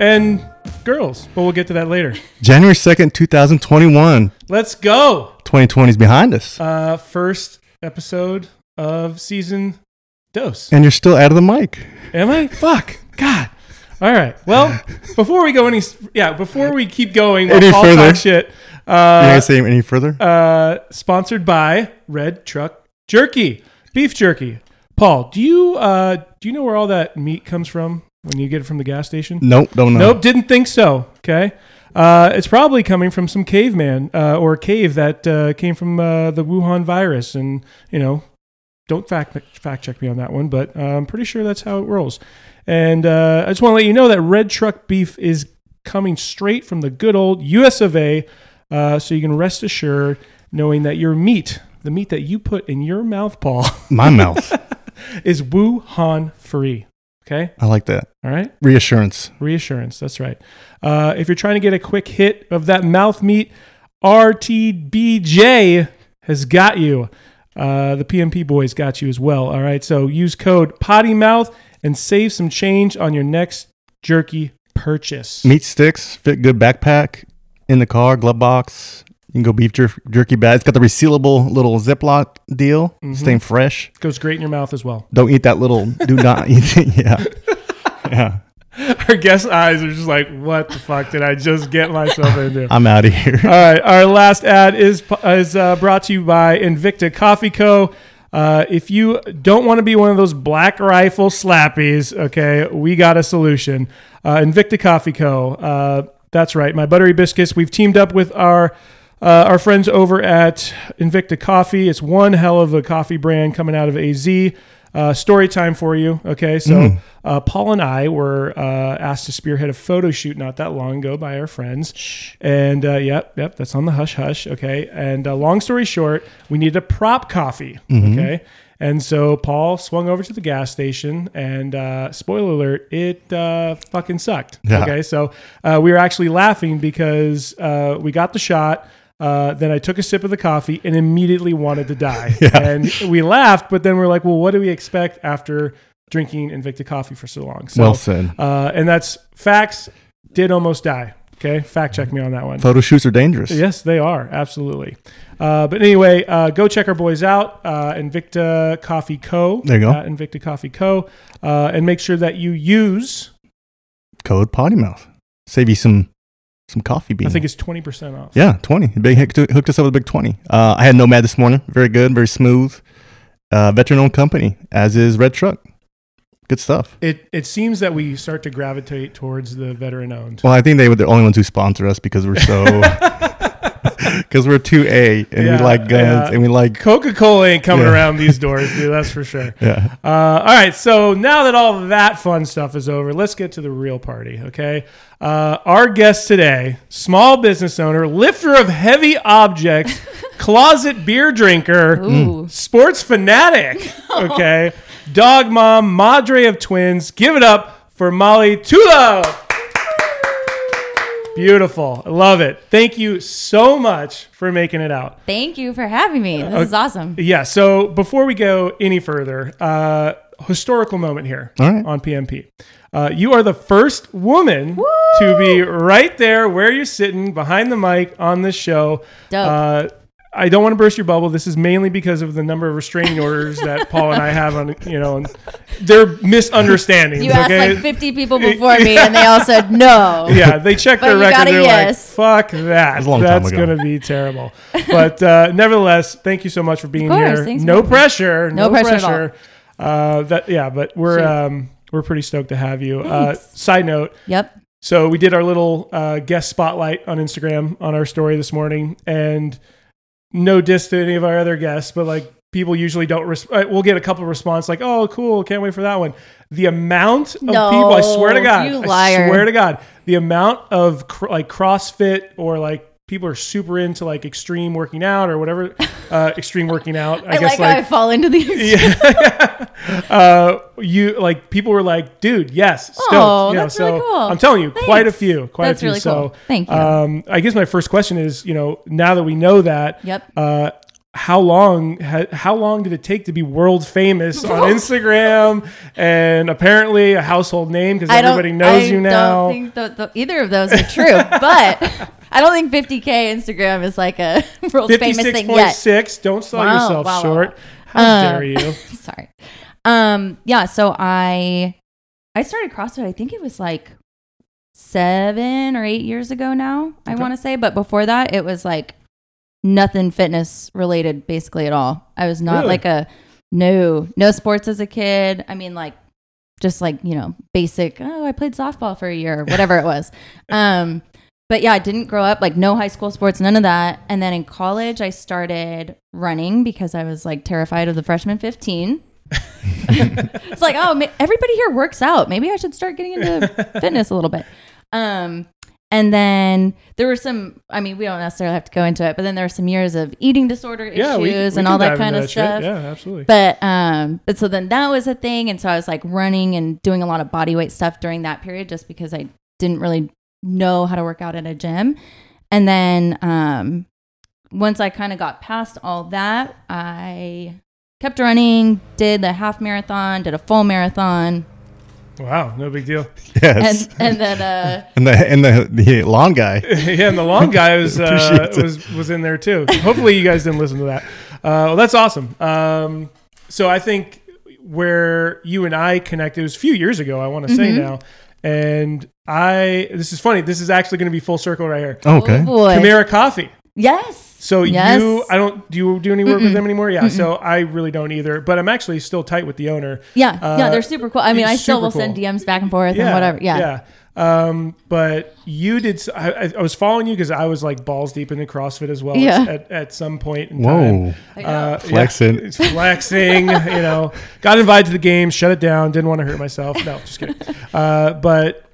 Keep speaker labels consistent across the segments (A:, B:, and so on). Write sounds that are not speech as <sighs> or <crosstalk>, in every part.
A: and girls, but we'll get to that
B: <laughs>
A: later.
B: January 2nd, 2021.
A: Let's go.
B: 2020 is behind us.
A: Uh, first episode of season dose.
B: and you're still out of the mic.
A: Am I? Fuck. God. All right.
B: <laughs>
A: Well, before we go any, yeah, before we keep going,
B: Any
A: we'll all
B: further.
A: talk shit.
B: You're not
A: Uh,
B: going to say any further?
A: uh, sponsored by Red Truck Jerky, beef jerky. Paul, do you uh, do you know where all that meat comes from when you get it from the gas station?
B: nope, don't know.
A: Nope, didn't think so. Okay. Uh, it's probably coming from some caveman uh, or cave that uh, came from uh, the Wuhan virus. And, you know, don't fact, fact check me on that one, but uh, I'm pretty sure that's how it rolls. And uh, I just want to let you know that red truck beef is coming straight from the good old US of A. Uh, so you can rest assured knowing that your meat, the meat that you put in your mouth, Paul,
B: My mouth.
A: <laughs> is Wuhan free. Okay.
B: I like that.
A: All right.
B: Reassurance.
A: Reassurance. That's right. Uh, if you're trying to get a quick hit of that mouth meat, RTBJ has got you. Uh, the PMP boys got you as well. All right. So use code POTTYMOUTH and save some change on your next jerky purchase.
B: Meat sticks, fit good backpack, in the car, glove box. You can go beef jer- jerky bag. It's got the resealable little Ziploc deal,
A: Mm-hmm.
B: staying fresh.
A: Goes great in your mouth as <laughs> well.
B: Don't eat that little,
A: <laughs>
B: do not eat it. Yeah. Yeah.
A: Our guest eyes are just like, what the fuck did I just get myself into?
B: I'm out of here.
A: All right, our last ad is is uh, brought to you by Invicta Coffee Co. Uh, if you don't want to be one of those black rifle slappies, okay, we got a solution. Uh, Invicta Coffee Co. Uh, that's right, my buttery biscuits. We've teamed up with our uh, our friends over at Invicta Coffee. It's one hell of a coffee brand coming out of AZ. Uh, story time for you. Okay, so uh, Paul and I were uh, asked to spearhead a photo shoot not that long ago by our friends, and uh, yep, yep, that's on the hush hush. Okay, and uh, long story short, we needed a prop coffee. Okay, and so Paul swung over to the gas station, and uh, spoiler alert, it uh, fucking sucked.
B: Yeah.
A: Okay, so uh, we were actually laughing because uh, we got the shot. Uh, then I took a sip of the coffee and immediately wanted to
B: <laughs>
A: die. And we laughed, but then we're like, well, what do we expect after drinking Invicta coffee for so long? So,
B: Well said.
A: Uh, and that's facts did almost die. Okay. Fact check me on that one.
B: Photo shoots are dangerous.
A: Yes, they are. Absolutely. Uh, but anyway, uh, go check our boys out, uh, Invicta Coffee Co.
B: There you go.
A: At Invicta Coffee Co. Uh, and make sure that you use,
B: Code potty mouth. Save you some some coffee beans.
A: I think it's 20% off.
B: Yeah, 20. The Big hooked, hooked us up with a big 20. Uh, I had Nomad this morning. Very good, very smooth. Uh, veteran owned company, as is Red Truck. Good stuff.
A: It, it seems that we start to gravitate towards the veteran owned.
B: Well, I think they were the only ones who sponsor us because
A: <laughs>
B: we're so. <laughs> Because we're 2A and
A: Yeah,
B: we like guns
A: yeah.
B: and we like.
A: Coca Cola ain't coming
B: Yeah.
A: around these doors, dude. That's for sure.
C: <laughs>
B: Yeah.
A: Uh, all right. So now that all that fun stuff is over, let's get to the real party. Okay. Uh, our guest today, small business owner, lifter of heavy objects, closet beer drinker,
C: Ooh.
A: sports fanatic. Okay. Dog mom, madre of twins. Give it up for Molly Tulo. Beautiful. I love it. Thank you so much for making it out.
C: Thank you for having me. This
A: Uh,
C: is awesome.
A: Yeah. So before we go any further, uh, historical moment here
B: All right.
A: on PMP. Uh, you are the first woman to be right there where you're sitting behind the mic on this show.
C: Dope.
A: Uh, I don't want to burst your bubble. This is mainly because of the number of restraining orders that Paul and I have on, you know, and they're misunderstandings.
C: You asked
A: okay?
C: like
A: <laughs>
C: 50 people before me, and they all said no.
A: yeah, they check
C: <laughs> But
A: their
C: you got
A: record.
C: a
A: They're
C: yes.
A: like, "Fuck that!
B: was a long time
A: That's
B: ago.
A: going to be terrible." But uh, nevertheless, thank you so much for being
C: Of course,
A: here.
C: thanks for
A: No
C: having me.
A: pressure. No,
C: No pressure at all.
A: Uh, that yeah, but we're
C: Sure.
A: um, we're pretty stoked to have you. Uh,
C: Thanks.
A: side note:
C: Yep.
A: so we did our little uh, guest spotlight on Instagram on our story this morning, and no diss to any of our other guests, but like people usually don't. Res- uh, we'll get a couple of response like, "Oh, cool, can't wait for that one." The amount of
C: No,
A: people, I swear to God,
C: you liar.
A: I swear to God, the amount of cr- like CrossFit or like people are super into like extreme working out or
C: <laughs>
A: whatever, uh, extreme working out. I,
C: I,
A: guess
C: like, how I fall into these.
A: <laughs> yeah. uh, you like people were like, dude, yes, stoked.
C: Oh,
A: you know,
C: that's
A: so
C: really cool.
A: I'm telling you, quite a
C: Thanks.
A: few, quite a
C: That's
A: few.
C: really
A: so,
C: cool. Thank you.
A: Um, I guess my first question is, you know, now that we know that,
C: Yep.
A: uh, how long ha, how long did it take to be world famous
C: <laughs>
A: on Instagram and apparently a household name because
C: I don't-
A: everybody knows
C: I
A: you now.
C: don't think tho- tho- either of those are true,
A: <laughs>
C: but I don't think 50K Instagram is like a <laughs> world famous
A: Fifty-six
C: thing
A: point
C: yet.
A: six. Don't sell
C: Wow,
A: yourself
C: wow, wow,
A: short. How
C: Uh,
A: dare
C: <laughs>
A: you?
C: Sorry. Um, yeah, so I I started CrossFit, I think it was like seven or eight years ago now, I
A: Okay.
C: want to say. But before that, it was like nothing fitness related basically at all. I was not
A: Really?
C: like a no, no sports as a kid. I mean like just like, you know, basic, oh, I played softball for a year or whatever
A: <laughs>
C: it was. Um but yeah, I didn't grow up like no high school sports, none of that. And then in college, I started running because I was like terrified of the freshman 15. it's like, oh, ma- everybody here works out. Maybe I should start getting
A: <laughs>
C: into fitness a little bit. Um, and then there were some, I mean, we don't necessarily have to go into it, but then there were some years of eating disorder issues
A: Yeah, we, we can
C: and all that
A: dive
C: kind
A: into
C: of
A: shit.
C: stuff.
A: Yeah, absolutely.
C: But um, but so then that was a thing, and so I was like running and doing a lot of body weight stuff during that period, just because I didn't really know how to work out at a gym. And then um, once I kind of got past all that, I kept running, did the half marathon, did a full marathon,
A: wow, no big deal.
B: Yes.
C: and and
A: <laughs>
C: then uh,
B: And, the and the the long guy.
A: yeah, and the long guy was uh,
B: Appreciate it.
A: was was in there too. Hopefully, you guys didn't listen to that. Uh, well, that's awesome. Um, so I think where you and I connected was a few years ago. I want to say now, and I this is funny. This is actually going to be full circle right here.
B: Okay.
C: oh boy,
A: Chimera Coffee.
C: yes,
A: So
C: Yes.
A: you, I don't. Do you do any work with them anymore? Yeah. So I really don't either. But I'm actually still tight with the owner.
C: yeah,
A: uh,
C: yeah, they're super cool. I mean,
A: it's
C: I still
A: super
C: will send
A: cool.
C: DMs back and forth and whatever. Yeah,
A: Yeah. Um, but you did. s- I, I- I was following you because I was like balls deep into CrossFit as well.
C: Yeah.
A: At, at some point. In
B: Whoa.
C: I
A: Time.
C: know.
A: Uh, yeah.
B: Flexing.
A: It's flexing. <laughs> you know, got invited to the game, shut it down. Didn't want to hurt myself. No, just kidding. Uh, but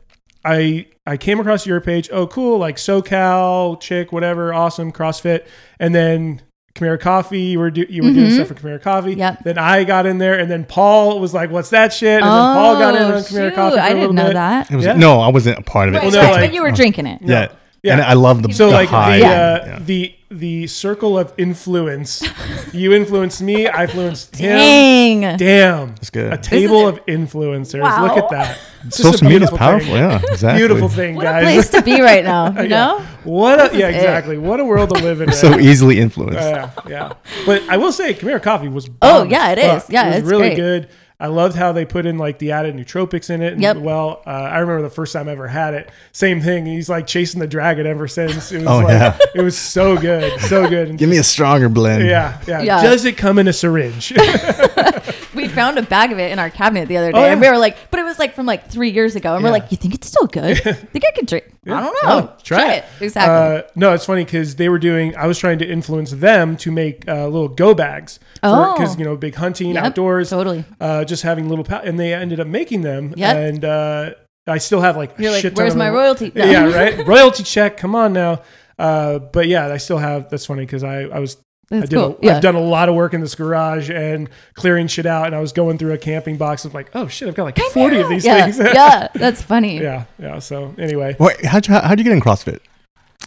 A: I I came across your page. Oh, cool. Like SoCal chick, whatever. Awesome CrossFit. And then. Khmer Coffee, you were do, you were doing
C: Mhm.
A: stuff for Khmer Coffee.
C: Yep.
A: Then I got in there, and then Paul was like, "What's that shit?" And then Paul got in
C: Oh,
A: on Khmer
C: shoot,
A: Coffee. For a
C: I
A: little
C: didn't know
A: bit.
C: that.
B: It was,
A: Yeah. Oh,
B: No, I wasn't a part of it.
C: Right,
A: no,
C: right,
A: like-
C: but you were drinking it.
B: yeah.
A: Yeah.
B: And I love the,
A: So
B: the
A: like
B: high.
A: the
B: and-
A: uh,
B: yeah.
A: the the circle of influence. you influenced me. I influenced him.
C: Dang.
A: Damn,
B: That's good.
A: A table of influencers.
C: Wow.
A: Look at that. It's just
B: Social
A: a
B: media is
A: beautiful
B: powerful.
A: thing.
B: Yeah, exactly.
A: Beautiful thing,
C: What
A: guys. <laughs>
C: a place to be right now, you know?
A: What a yeah,
C: it.
A: exactly. What a world to live in.
B: <laughs> So
A: right now.
B: easily influenced.
A: yeah, yeah. But I will say, Khmer Coffee was.
C: Oh,
A: bomb
C: yeah,
A: as
C: it is.
A: fuck.
C: Yeah,
A: it was
C: it's
A: really
C: great.
A: good. I loved how they put in like the added nootropics in it. And
C: Yep.
A: Well, uh, I remember the first time I ever had it. Same thing. He's like chasing the dragon ever since. It was
B: Oh,
A: like,
B: yeah.
A: It was so good, so good.
B: <laughs>
A: And
B: Give me a stronger blend.
A: yeah, yeah,
C: Yeah.
A: Does it come in a syringe? <laughs>
C: We found a bag of it in our cabinet the other day,
A: Oh, yeah.
C: and we were like, but it was like from like three years ago, and
A: Yeah.
C: we're like, you think it's still
A: <laughs>
C: good? think I can drink? I don't know.
A: Oh, try, it.
C: Exactly.
A: Uh, no, it's funny because they were doing. I was trying to influence them to make uh, little go bags.
C: Oh.
A: because you know, big hunting
C: Yep,
A: outdoors.
C: totally.
A: Uh, just having little, pa- and they ended up making them.
C: Yep.
A: And uh, I still have like. a
C: You're like,
A: shit ton
C: where's
A: of
C: my
A: them.
C: royalty?
A: <laughs>
C: No.
A: Yeah,
C: <laughs>
A: right. royalty check. Come on now. Uh, but yeah, I still have. That's funny because I I was. I
C: That's
A: did
C: cool.
A: a,
C: Yeah.
A: I've done a lot of work in this garage and clearing shit out, and I was going through a camping box. and like, oh shit, I've got like forty of these
C: yeah,
A: things. <laughs>
C: yeah, that's funny.
A: yeah, yeah. So anyway,
B: Wait, how'd you, how'd you get in CrossFit?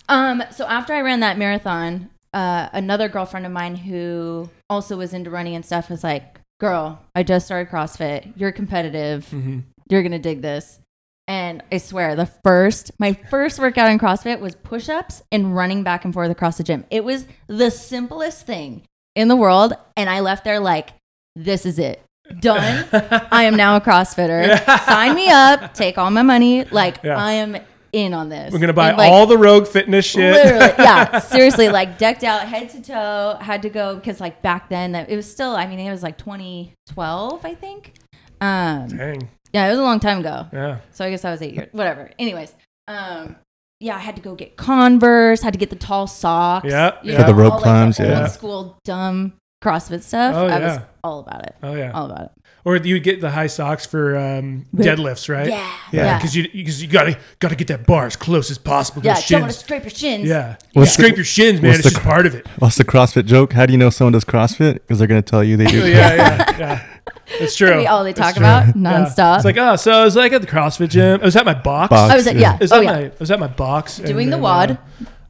C: Um, so after I ran that marathon, uh, another girlfriend of mine who also was into running and stuff was like, "Girl, I just started CrossFit. You're competitive.
A: Mm-hmm.
C: You're gonna dig this." And I swear, the first my first workout in CrossFit was push-ups and running back and forth across the gym. It was the simplest thing in the world, and I left there like, "This is it." Done. I am now
A: <laughs>
C: a CrossFitter. Sign me up. Take all my money. Like
A: Yeah.
C: I am in on this.
A: We're gonna buy
C: And, like,
A: all the Rogue Fitness shit.
C: Literally,
A: <laughs>
C: yeah, seriously, like decked out head to toe. Had to go because like back then that it was still. I mean, it was like 2012, I think. Um,
A: Dang,
C: yeah, it was a long time ago.
A: yeah.
C: So I guess I was eight years, whatever. Anyways, um, yeah, I had to go get Converse. Had to get the tall socks.
A: Yeah,
C: you
A: yeah. For the
B: rope
C: all, like,
B: climbs,
C: old
A: yeah.
C: school dumb CrossFit stuff.
A: Oh,
C: I was
A: yeah.
C: all about it.
A: Oh yeah.
C: All about it.
A: Or you get the high socks for um,
C: Right.
A: deadlifts, right?
C: Yeah,
A: Yeah,
C: yeah.
A: because you because you gotta gotta get that bar as close as possible to
C: Yeah,
A: your
C: don't want to
A: shins.
C: scrape your shins.
A: Yeah,
B: What's
A: you scrape your shins, man.
B: what's
A: It's
B: the
A: just
B: cr-
A: part of
B: <laughs>
A: it.
B: What's the CrossFit joke? How do you know someone does CrossFit? Because they're going to tell you they
A: <laughs>
B: do.
A: yeah, yeah, yeah. It's true.
C: That'd be all they
A: It's
C: talk
A: true.
C: about
A: Yeah.
C: nonstop.
A: It's like oh, so I was like at the CrossFit gym. I was at my box.
B: Box.
C: I was at yeah.
A: It was
C: oh
A: at
C: yeah.
A: my it was at my box. and
C: Doing the
A: then,
C: wad.
A: uh,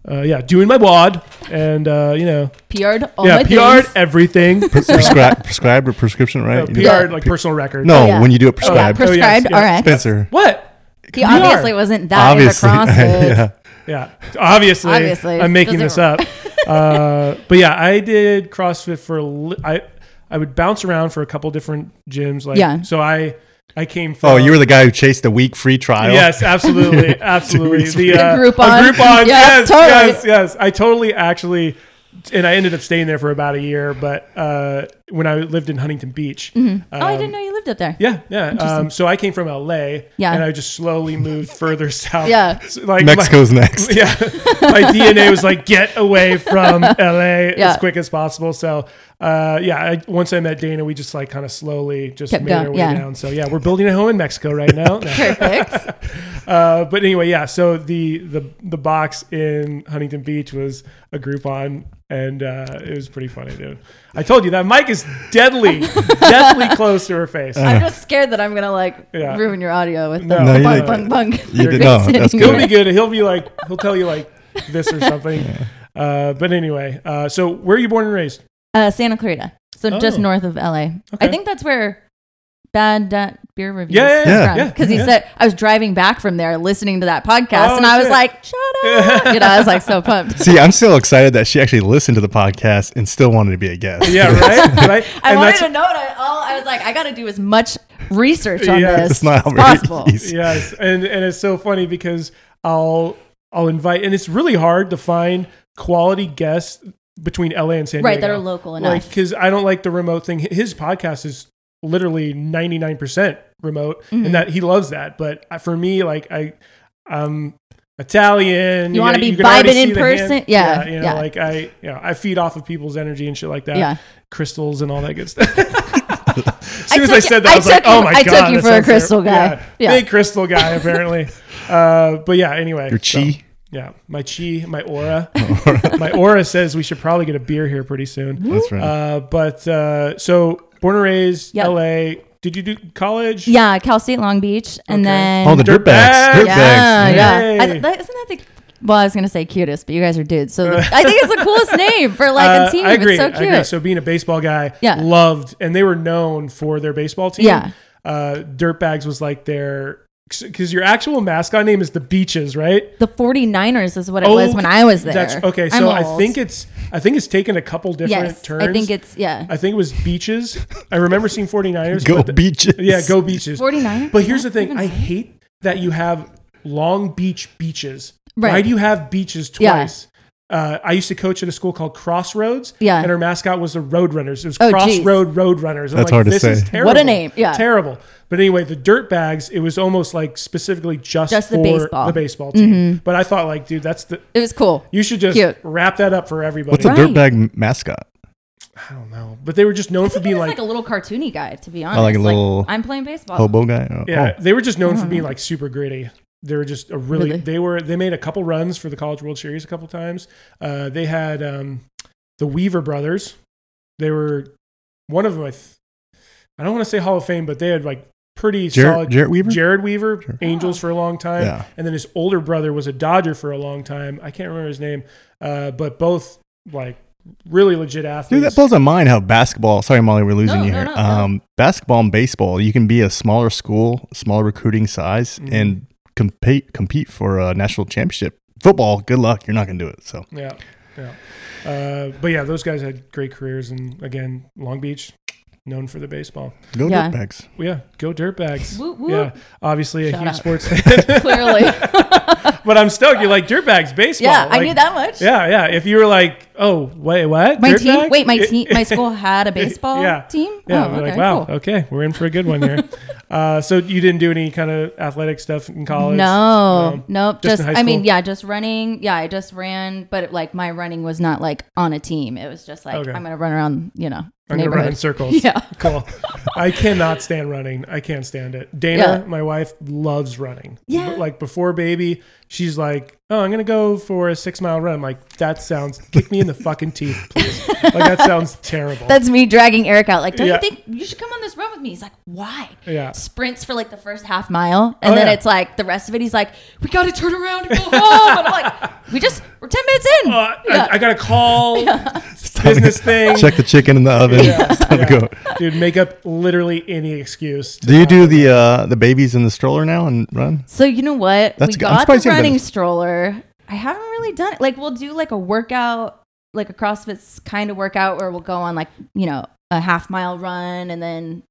A: uh, yeah, doing my wad and uh, you know,
C: PR'd all
A: yeah,
C: my
A: PR'd
C: things.
B: <laughs>
A: everything.
B: Prescribed, prescribed or prescription, right?
A: Uh,
B: You do-
A: PR'd like personal record.
B: No,
C: Oh, yeah.
B: when you do it
C: Oh, yeah,
B: prescribed.
A: Oh, yes,
C: prescribed
A: yeah.
C: RX.
B: Spencer.
A: What?
C: He obviously wasn't that
B: Obviously. <laughs>
C: into CrossFit.
B: yeah.
A: Yeah, obviously,
C: Obviously.
A: I'm making this up.
C: Doesn't-
A: uh, but yeah, I did CrossFit for li- I I would bounce around for a couple different gyms. Like,
C: Yeah.
A: So I I came from.
B: Oh, you were the guy who chased the week free trial.
A: Yes, <laughs> absolutely, absolutely.
B: <laughs> Dude,
A: the
C: The
A: uh,
C: Groupon.
A: a Groupon.
C: Yeah,
A: yes,
C: totally.
A: yes, yes. I totally actually, and I ended up staying there for about a year. But uh, when I lived in Huntington Beach,
C: oh, I
A: um,
C: didn't know you lived up there.
A: <laughs> yeah, yeah. Um, so I came from LA,
C: Yeah.
A: and I just slowly moved further <laughs> south.
C: Yeah.
A: So, like my- <laughs>
B: Mexico's next.
A: yeah, my
C: <laughs>
A: DNA was like get away from LA as
C: Yeah.
A: quick as possible. So uh, yeah, I, once I met Dana, we just like kind of slowly just
C: Kept
A: made our
C: going,
A: way
C: yeah.
A: down. So yeah, we're building a home in Mexico right
C: <laughs>
A: now. No.
C: Perfect.
A: Uh, but anyway, yeah. So the the the box in Huntington Beach was a Groupon, and uh, it was pretty funny, dude. I told you that mic is
C: <laughs>
A: deadly, deathly close to her face.
C: I'm just scared that I'm gonna like
A: Yeah.
C: ruin your audio with
A: No. No,
C: the
B: you
C: bunk,
B: didn't.
C: bunk, <laughs> bunk.
B: You did- no, that's
C: Fixing
B: good.
A: He'll
C: it.
A: be good. He'll be like he'll tell you like this or
B: <laughs>
A: something. Uh, but anyway, uh, so where are you born and raised?
C: Uh, Santa Clarita, so just
A: Oh.
C: north of LA.
A: Okay.
C: I think that's where Bad Dad Beer Reviews
A: Yeah, yeah,
B: yeah,
A: yeah,
C: because he
A: yeah.
C: said I was driving back from there listening to that podcast,
A: Oh,
C: and I was
A: shit. <laughs>
C: like, "Shut up!" you know, I was like so pumped.
B: See, I'm still excited that she actually listened to the podcast and still wanted to be a guest. <laughs>
A: Yeah, right, right.
C: <laughs> I
A: and
C: wanted
A: that's
C: to know what I, all. I was like, I got to do as much research on
A: Yeah.
C: this
B: It's not
C: as
B: very
C: possible.
B: easy.
A: yes, and and it's so funny because I'll I'll invite, and it's really hard to find quality guests between LA and San
C: Right,
A: Diego,
C: that are local enough.
A: like because I don't like the remote thing. Hi- His podcast is literally ninety nine percent remote,
C: Mhm.
A: and that he loves that. But I- for me, like I, um. Italian.
C: You wanna
A: got-
C: be
A: can already
C: vibing in
A: see the hand-
C: person? Yeah,
A: you know,
C: yeah.
A: like I, you know, I feed off of people's energy and shit like that.
C: yeah.
A: crystals and all that
C: <laughs>
A: good stuff. as soon
C: I
A: as I
C: took-
A: said that, I,
C: I
A: was like,
C: took you-
A: "Oh my
C: I
A: god!"
C: took you
A: that
C: for a
A: sounds
C: crystal guy.
A: terrible. Yeah,
C: Yeah.
A: big crystal
C: <laughs>
A: guy apparently. uh, but yeah, anyway,
B: Your chi.
A: So, yeah, my chi, my
B: <laughs>
A: aura, my aura says we should probably get a beer here pretty soon.
B: That's right.
A: Uh, but uh, so born and raised,
C: Yep.
A: L.A. Did you do college?
C: Yeah, Cal State Long Beach, and
A: Okay.
C: then
B: oh, the
A: Dirt
B: dirtbags.
A: bags.
B: Dirtbags.
C: yeah, yeah.
A: Yay.
C: I, that, isn't that the? Well, I was gonna say cutest, but you guys are dudes,
A: <laughs>
C: so the- I think it's the coolest name for like
A: Uh,
C: a team.
A: I agree.
C: It's so
A: I
C: cute.
A: agree. So being a baseball guy,
C: Yeah.
A: loved, and they were known for their baseball team.
C: Yeah.
A: Uh, Dirtbags was like their because your actual mascot name is the Beaches, right?
C: the 49ers is what it
B: Oh,
C: was when I was there.
A: That's, okay,
C: I'm
A: so I
C: old.
A: think it's I think it's taken a couple different
C: yes,
A: turns.
C: I think it's yeah.
A: I think it was beaches. I remember seeing 49ers.
B: Go
A: but the-
B: beaches.
A: Yeah, go beaches.
C: 49.
A: But here's the thing, I hate that you have Long Beach beaches. Why
C: Right.
A: do you have beaches
C: Yeah.
A: twice? Uh, I used to coach at a school called Crossroads,
C: Yeah.
A: and our mascot was the Roadrunners. It was
C: Oh, geez.
A: Crossroad Roadrunners. I'm
B: That's
A: like,
B: hard to
A: this Is
B: say.
A: terrible.
C: What a name. Yeah.
A: terrible. But anyway, the dirt bags. It was almost like specifically just,
C: Just the
A: for
C: baseball.
A: the baseball team. But I thought, like, dude, that's the
C: It was cool.
A: you should just
C: Cute.
A: wrap that up for everybody.
B: What's a
C: Right.
B: dirtbag mascot?
A: I don't know, but they were just known
C: I
A: for
C: think
A: being
C: it was like,
A: like, Oh,
C: a little cartoony guy, to be honest.
B: like a little
C: I'm playing baseball.
B: Hobo guy? Oh,
A: yeah,
B: oh.
A: they were just known for being like super gritty. They were just a really,
C: Really?
A: they were they made a couple runs for the College World Series a couple times. Uh, they had um, the Weaver brothers. They were one of them. I, th- I don't want to say Hall of Fame, but they had like pretty
B: Jarrett,
A: solid.
B: Jarrett Weaver?
A: Jared Weaver,
B: Sure.
A: Angels for a long time,
B: Yeah.
A: and then his older brother was a Dodger for a long time. I can't remember his name, uh, but both like really legit athletes.
B: Dude, that blows my mind how basketball. Sorry, Molly, we're losing
C: No,
B: you
C: no,
B: here.
C: no, no.
B: Um, basketball and baseball, you can be a smaller school, smaller recruiting size,
C: Mm-hmm.
A: Mhm.
B: and compete compete for a national championship. Football, good luck. You're not going to do it. So
A: Yeah, yeah. Uh, but yeah, those guys had great careers, and again, Long Beach, known for the baseball.
B: go
C: Yeah.
B: dirtbags.
A: Well, yeah, go Dirtbags.
C: Whoop, whoop.
A: Yeah, obviously a
C: Shout
A: huge
C: out. <laughs>
A: sports fan,
C: <laughs>
A: <laughs>
C: Clearly.
A: but I'm stoked. You're like Dirtbags baseball.
C: yeah, I
A: Like,
C: knew that much.
A: Yeah, yeah. If you were like, oh wait, what?
C: My team.
A: Dirtbags?
C: Wait, my
A: It-
C: team.
A: <laughs>
C: My school had a baseball
A: Yeah.
C: team.
A: Yeah,
C: Oh,
A: we're like,
C: okay,
A: wow,
C: cool.
A: okay, we're in for a good one here. uh, so you didn't do any kind of athletic stuff in college?
C: No,
A: No.
C: nope.
A: Just
C: Just,
A: in high
C: I mean,
A: school?
C: yeah, just running. Yeah, I just ran, but it, like my running was not like on a team. It was just like
A: Okay.
C: I'm gonna run around, you know, the
A: I'm gonna run in
C: neighborhood.
A: circles.
C: <laughs> Yeah.
A: cool. I cannot stand running. I can't stand it. Dana,
C: Yeah.
A: my wife, loves running.
C: Yeah.
A: But, like before baby, she's like, "Oh, I'm gonna go for a six mile run." I'm like that sounds. Kick me in the fucking teeth, please. like that sounds terrible.
C: That's me dragging Eric out. Like, don't
A: Yeah.
C: you think you should come on this run with me? He's like, why?
A: Yeah.
C: Sprints for like the first half mile, and
A: Oh,
C: then
A: yeah.
C: it's like the rest of it. He's like, we got to turn around and go home. and I'm like, we just we're ten minutes in.
A: Uh,
C: Yeah.
A: I, I got a call,
B: It's time to
A: business thing.
B: Check the chicken in
C: <laughs>
B: the oven.
A: Yeah.
B: <laughs> It's time
A: Yeah.
B: to go.
A: Dude, make up literally any excuse. to
B: Do you
A: not
B: do the uh, the babies in the stroller now and run?
C: So you know what?
B: That's
C: we
B: good. I'm
C: got
B: surprised
C: the
B: you haven't done
C: running
B: this.
C: stroller. I haven't really done it. Like we'll do like a workout, like a CrossFit kind of workout, where we'll go on like you know a half mile run and then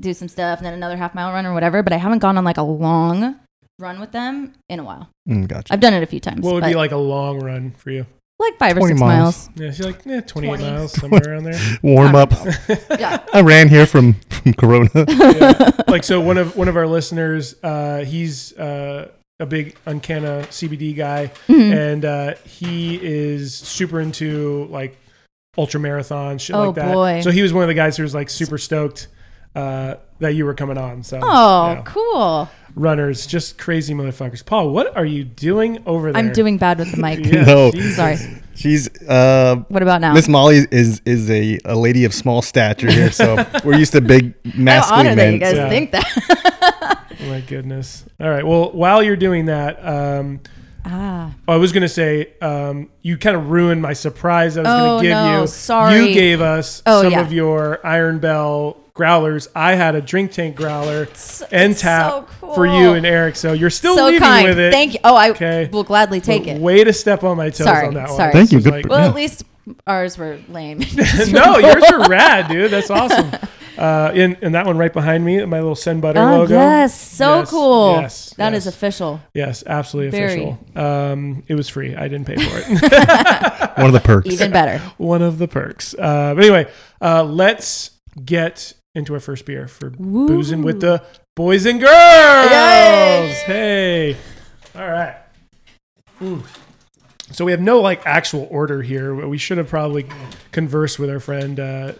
C: do some stuff, and then another half mile run or whatever. But I haven't gone on like a long run with them in a while.
B: Mm, gotcha.
C: I've done it a few times,
A: What would
C: but
A: be like a long run for you?
C: like five or
B: 20
C: six
B: miles.
C: miles.
A: Yeah, she's like eh, 28
C: 20.
A: miles, somewhere around
B: <laughs>
A: there.
B: Warm
C: <laughs>
A: <laughs>
B: up.
C: yeah. Mm-hmm.
B: I ran here from, <laughs> from Corona.
A: Like so, one of one of our listeners, uh, he's uh, a big Uncana CBD guy,
C: Mhm.
A: and uh, he is super into like ultra marathon shit
C: Oh,
A: like that.
C: boy.
A: So he was one of the guys who was like super stoked uh, that you were coming on. So
C: Oh,
A: yeah.
C: cool!
A: runners, just crazy motherfuckers. Paul, what are you doing over there?
C: I'm doing bad with the
A: <laughs>
C: mic.
A: Yeah,
B: No.
A: Jesus.
C: Sorry.
B: She's uh,
C: What about now?
B: Miss Molly is is a, a lady of small stature here,
C: <laughs>
B: so we're used to big
C: How
B: masculine
C: honored that
B: men.
C: you guys
A: Yeah.
C: think that. <laughs>
A: Oh my goodness. All right. Well, while you're doing that, um,
C: ah,
A: I was gonna say um, you kind of ruined my surprise. I was
C: Oh,
A: gonna give
C: no.
A: you.
C: Sorry.
A: You gave us
C: Oh,
A: some
C: yeah.
A: of your Iron Bell growlers. I had a drink tank growler
C: so-
A: and
C: <laughs> it's
A: tap
C: so
A: for you
C: cool.
A: and Eric. So you're still
C: so
A: leaving
C: kind.
A: with it.
C: Thank you. Oh, I
A: Okay.
C: will gladly take
A: But
C: it.
A: Way to step on my toes
C: Sorry,
A: on that one.
C: sorry.
B: Thank you.
A: This was
B: Good
A: like- <laughs>
B: for-
C: Well,
B: Yeah.
C: at least ours were lame.
A: no, yours are rad, dude. That's awesome. <laughs> Uh, and, and that one right behind me, my little Send Butter
C: <laughs> oh
A: logo.
C: yes, so
A: Yes,
C: cool. That
A: yes,
C: is
A: yes. <laughs>
C: official.
A: Yes, absolutely
C: Very.
A: official. Um, it was free. I didn't pay for it. <laughs>
B: One of the perks.
C: Even better.
A: One of the perks. Uh, but anyway, uh, let's get into our first beer for boozing with the boys and girls. Hey. All right. Mm. So we have no like actual order here. but We should have probably conversed with our friend uh,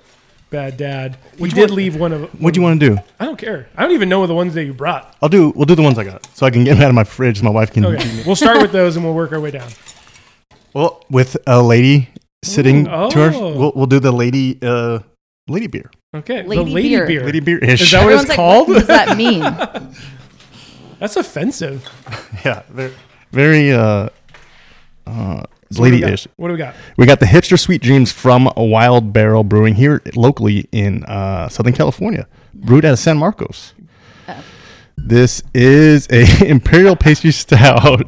A: Bad Dad. We
B: Which
A: did
B: one-
A: leave one of.
B: What do you want to do?
A: I don't care. I don't even know the ones that you brought.
B: I'll do. We'll do the ones I got, so I can get them out of my fridge. So my wife can.
A: Okay, we'll start with those and we'll work our way down.
B: Well, with a lady sitting
A: Ooh,
B: to her,
A: oh.
B: we'll, we'll do the lady uh, lady beer,
A: Okay, the
C: Lady
A: lady beer.
C: beer.
B: lady beer ish.
A: Is that
B: <laughs>
A: what it's
C: Everyone's like,
A: called?
C: What
A: <laughs>
C: does that mean?
A: That's offensive.
B: yeah, very, very uh, uh,
A: What do we
B: lady
A: got?
B: ish.
A: What do we got?
B: We got the hipster sweet dreams from Wild Barrel Brewing here locally in uh, Southern California, brewed out of San Marcos. This is a <laughs> imperial pastry stout,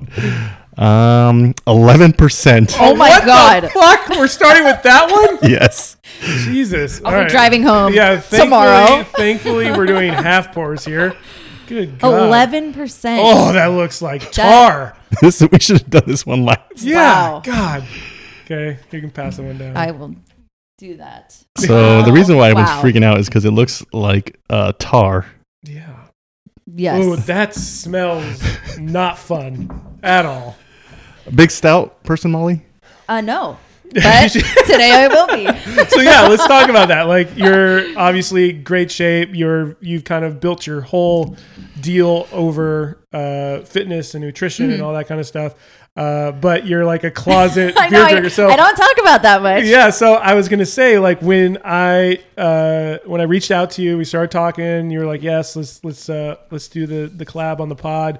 B: um, eleven percent.
C: Oh my
A: What the
C: god. <laughs>
A: fuck, we're starting with that one.
B: <laughs> Yes.
A: Jesus,
C: I'll
A: All
C: be
A: right.
C: driving home
A: Yeah, thankfully,
C: tomorrow.
A: thankfully, we're doing half pours here. Good God.
C: Eleven percent.
A: Oh, that looks like tar.
B: <laughs> This we should have done this one last.
A: yeah.
C: Wow.
A: God. Okay, you can pass that one down.
C: I will do that.
B: So the reason why I was
C: Oh, Wow.
B: freaking out is because it looks like uh, tar.
A: yeah.
C: Yes.
A: Ooh, that smells not fun at all.
B: Big stout person, Molly.
A: <laughs>
C: uh no. But <laughs> today I will be.
A: So yeah, let's talk about that. Like you're obviously great shape. You're you've kind of built your whole deal over uh, fitness and nutrition
C: Mm-hmm.
A: and all that kind of stuff. Uh, but you're like a closet
C: <laughs> I
A: beer
C: know I,
A: drinker. So
C: I don't talk about that much.
A: yeah so i was gonna say like when i uh when i reached out to you we started talking you were like yes let's let's uh let's do the the collab on the pod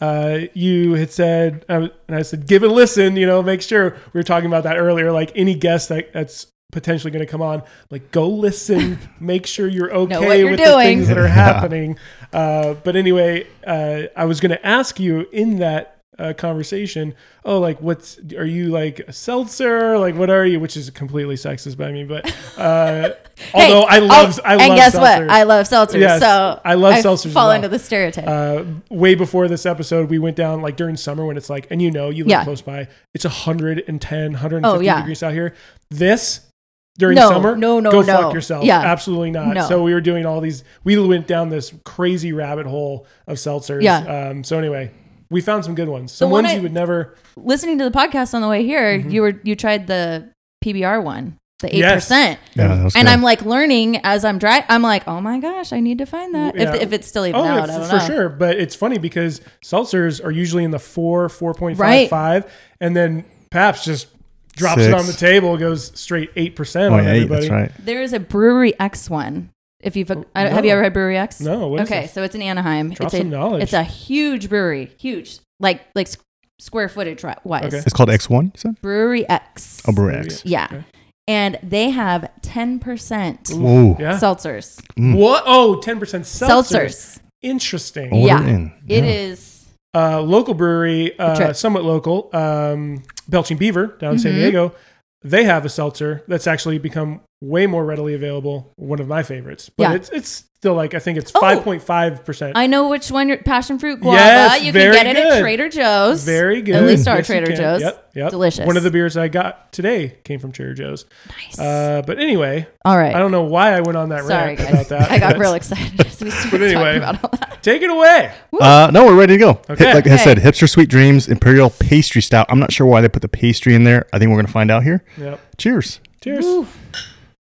A: uh, you had said, I was- and I said, give it a listen, you know, make sure we were talking about that earlier. Like any guest that, that's potentially going to come on, like go listen, make sure you're okay
C: what you're
A: with the
C: doing.
A: things that are
B: Yeah.
A: happening. Uh, but anyway, uh, I was going to ask you in that uh, conversation, oh, like what's are you like a seltzer? Like what are you? Which is completely sexist by me, but uh,
C: <laughs> Hey,
A: although I love
C: oh,
A: I love
C: and guess
A: seltzer.
C: what? I love seltzers.
A: Yes,
C: so
A: I love seltzers as
C: Fall
A: well.
C: into the stereotype.
A: uh, way before this episode, we went down like during summer when it's like, and you know, you live
C: Yeah.
A: close by, it's 110, 150
C: Oh, yeah.
A: degrees out here. This during
C: No,
A: summer,
C: no, no,
A: go
C: no.
A: fuck yourself.
C: Yeah.
A: absolutely not.
C: No.
A: So we were doing all these, we went down this crazy rabbit hole of seltzers.
C: Yeah.
A: Um, so anyway, we found some good ones, some
C: one
A: ones
C: I-
A: you would never.
C: listening to the podcast on the way here, you were you tried the PBR one, the eight
A: Mm-hmm. Yes.
C: percent,
B: Yeah, that was
C: and
B: good.
C: I'm like learning as I'm driving. I'm like, oh my gosh, I need to find that
A: Yeah.
C: if, if it's still even
A: Oh, f-
C: out. I don't
A: for
C: know.
A: sure. But it's funny because seltzers are usually in the four, 4.55, and then Paps just drops it
B: Six.
A: on the table, goes straight 8%
B: Oh
A: on
B: yeah,
A: everybody.
B: that's right.
C: There is a Brewery X one. If you've I, have you
A: Oh, no.
C: ever had Brewery X?
A: No, what is
C: Okay,
A: this?
C: so it's in Anaheim.
A: Drop
C: it's a
A: some knowledge.
C: it's a huge brewery, huge like like s- square footage ri- wise.
A: Okay.
B: It's called X1, you said?
C: Brewery X.
B: Oh, Brewer X.
C: Yeah.
A: Okay.
C: And they have 10%
B: Whoa.
A: Yeah.
C: seltzers.
B: Mm.
A: What? Oh, 10% seltzers.
C: Seltzers.
A: Interesting.
B: Order
C: Yeah.
B: in.
C: It
B: Yeah.
C: is.
A: uh, local brewery, uh,
C: trip. Mm-hmm.
A: somewhat local, um, Belching Beaver down in San Diego. They have a seltzer that's actually become way more readily available. One of my favorites, but
C: Yeah.
A: it's it's still like I think it's
C: Oh.
A: five point five percent.
C: I know which one. Your Passion fruit guava.
A: Yes,
C: you
A: very
C: can get it
A: good.
C: at Trader Joe's.
A: Very good.
C: At least our
A: Yes, you
C: Trader
A: can.
C: Joe's.
A: Yep, yep.
C: Delicious.
A: One of the beers I got today came from Trader Joe's.
C: Nice.
A: Uh, but anyway,
C: All right.
A: I don't know why I went on that
C: Sorry,
A: rant about
C: <laughs> guys.
A: that. <laughs>
C: I got
A: but
C: real excited <laughs> as we started
A: anyway.
C: talking about all that.
A: Take it away.
B: Uh, no, we're ready to go. Hip-
A: Okay.
B: like I
C: Okay.
B: said, Hipster Sweet Dreams Imperial Pastry Stout. I'm not sure why they put the pastry in there. I think we're going to find out here.
A: Yep.
B: Cheers.
A: Cheers.
C: Woo.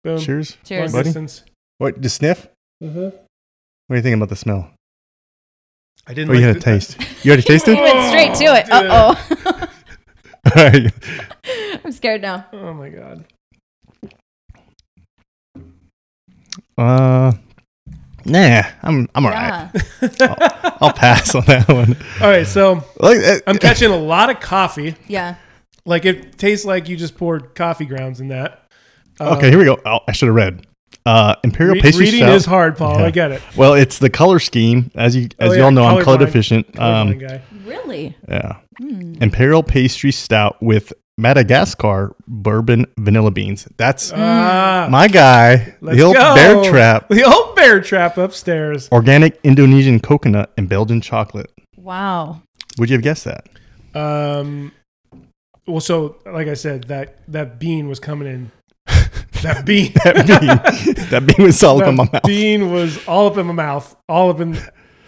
A: Boom.
B: Cheers.
C: Cheers.
A: Long
B: Buddy.
A: distance.
B: What, just sniff?
A: Mm-hmm.
B: What do you think about the smell?
A: I didn't.
B: Oh, you
A: like
B: had a
A: the-
B: taste.
A: <laughs>
B: You already
C: He <laughs>
B: tasted?
A: Oh,
C: went straight to it.
A: dude.
C: Uh oh.
B: All right.
C: <laughs> I'm scared now.
A: Oh my god.
B: Uh, nah, I'm I'm all right.
C: Yeah.
B: I'll pass on that one.
A: All right, so
B: Like, uh,
A: I'm catching a lot of coffee.
C: Yeah.
A: Like it tastes like you just poured coffee grounds in that. Uh,
B: okay, here we go. Oh, I should have read. Uh, Imperial
A: re-
B: pastry
A: reading
B: stout.
A: is hard, Paul.
B: Yeah.
A: I get it.
B: well, it's the color scheme. As you as
A: Oh,
B: you
A: yeah,
B: all know, I'm color
A: colorblind.
B: deficient.
A: Um,
B: Um,
A: guy.
C: Really?
B: yeah.
C: Hmm.
B: Imperial pastry stout with Madagascar bourbon vanilla beans. That's
A: Ah,
B: my guy.
A: let's
B: the old
A: go.
B: bear trap.
A: The old bear trap upstairs.
B: Organic Indonesian coconut and Belgian chocolate.
C: Wow.
B: Would you have guessed that? <laughs>
A: Um, well, so like I said, that that bean was coming
B: <laughs>
A: in. That bean.
B: That
A: <laughs>
B: bean, that bean was all up
A: that
B: in my mouth.
A: bean was all up in my mouth. All up in.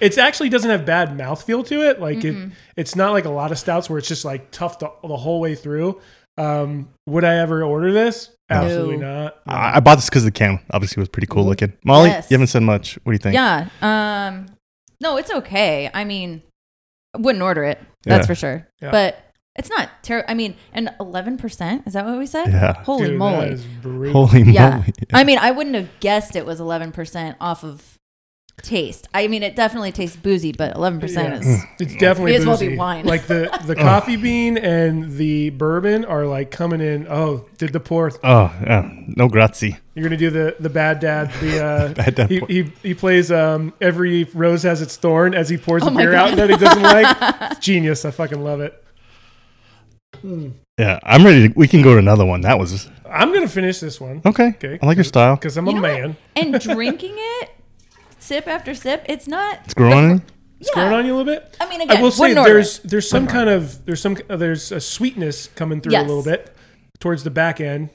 A: It actually doesn't have bad mouthfeel to it. Like it, it's not like a lot of stouts where it's just like tough the, the whole way through. Um, would I ever order this? Absolutely
C: No.
A: not.
B: I I bought this because the can obviously was pretty cool looking. Molly,
C: Yes.
B: you haven't said much. What do you think?
C: Yeah. Um. No, it's okay. I mean, I wouldn't order it. That's
B: Yeah.
C: for sure.
A: Yeah.
C: But it's not terrible. I mean, and eleven percent. Is that what we said?
B: Yeah.
C: Holy
A: Dude,
C: moly.
A: That is brutal.
B: Holy
C: Yeah.
B: moly!
C: I mean, I wouldn't have guessed it was 11% off of taste. I mean, it definitely tastes boozy, but 11% is.
A: It's definitely
C: May as well
A: boozy.
C: be wine.
A: Like the
B: <laughs>
A: the coffee bean and the bourbon are like coming in. Oh, did the pour?
B: Oh, yeah. no grazie.
A: You're gonna do the the bad dad. The uh,
B: <laughs> Bad dad
A: He,
B: pour.
A: he he plays um every rose has its thorn as he pours the
C: Oh my
A: beer out
C: God.
A: that he doesn't
C: <laughs>
A: like. Genius. I fucking love it.
B: Yeah, I'm ready. To, we can go to another one. That was
A: I'm gonna finish this one.
B: okay.
A: Okay.
B: I like your style.
A: Because I'm
C: You
A: a
C: know what?
A: man. <laughs>
C: And drinking it, sip after sip, it's not.
B: It's growing. on you?
A: It's growing on you a little bit.
C: I mean,
A: I
C: again,
A: will say
C: wouldn't order
A: there's there's some kind of there's some uh, there's a sweetness coming through a
C: Yes.
A: little bit towards the back end.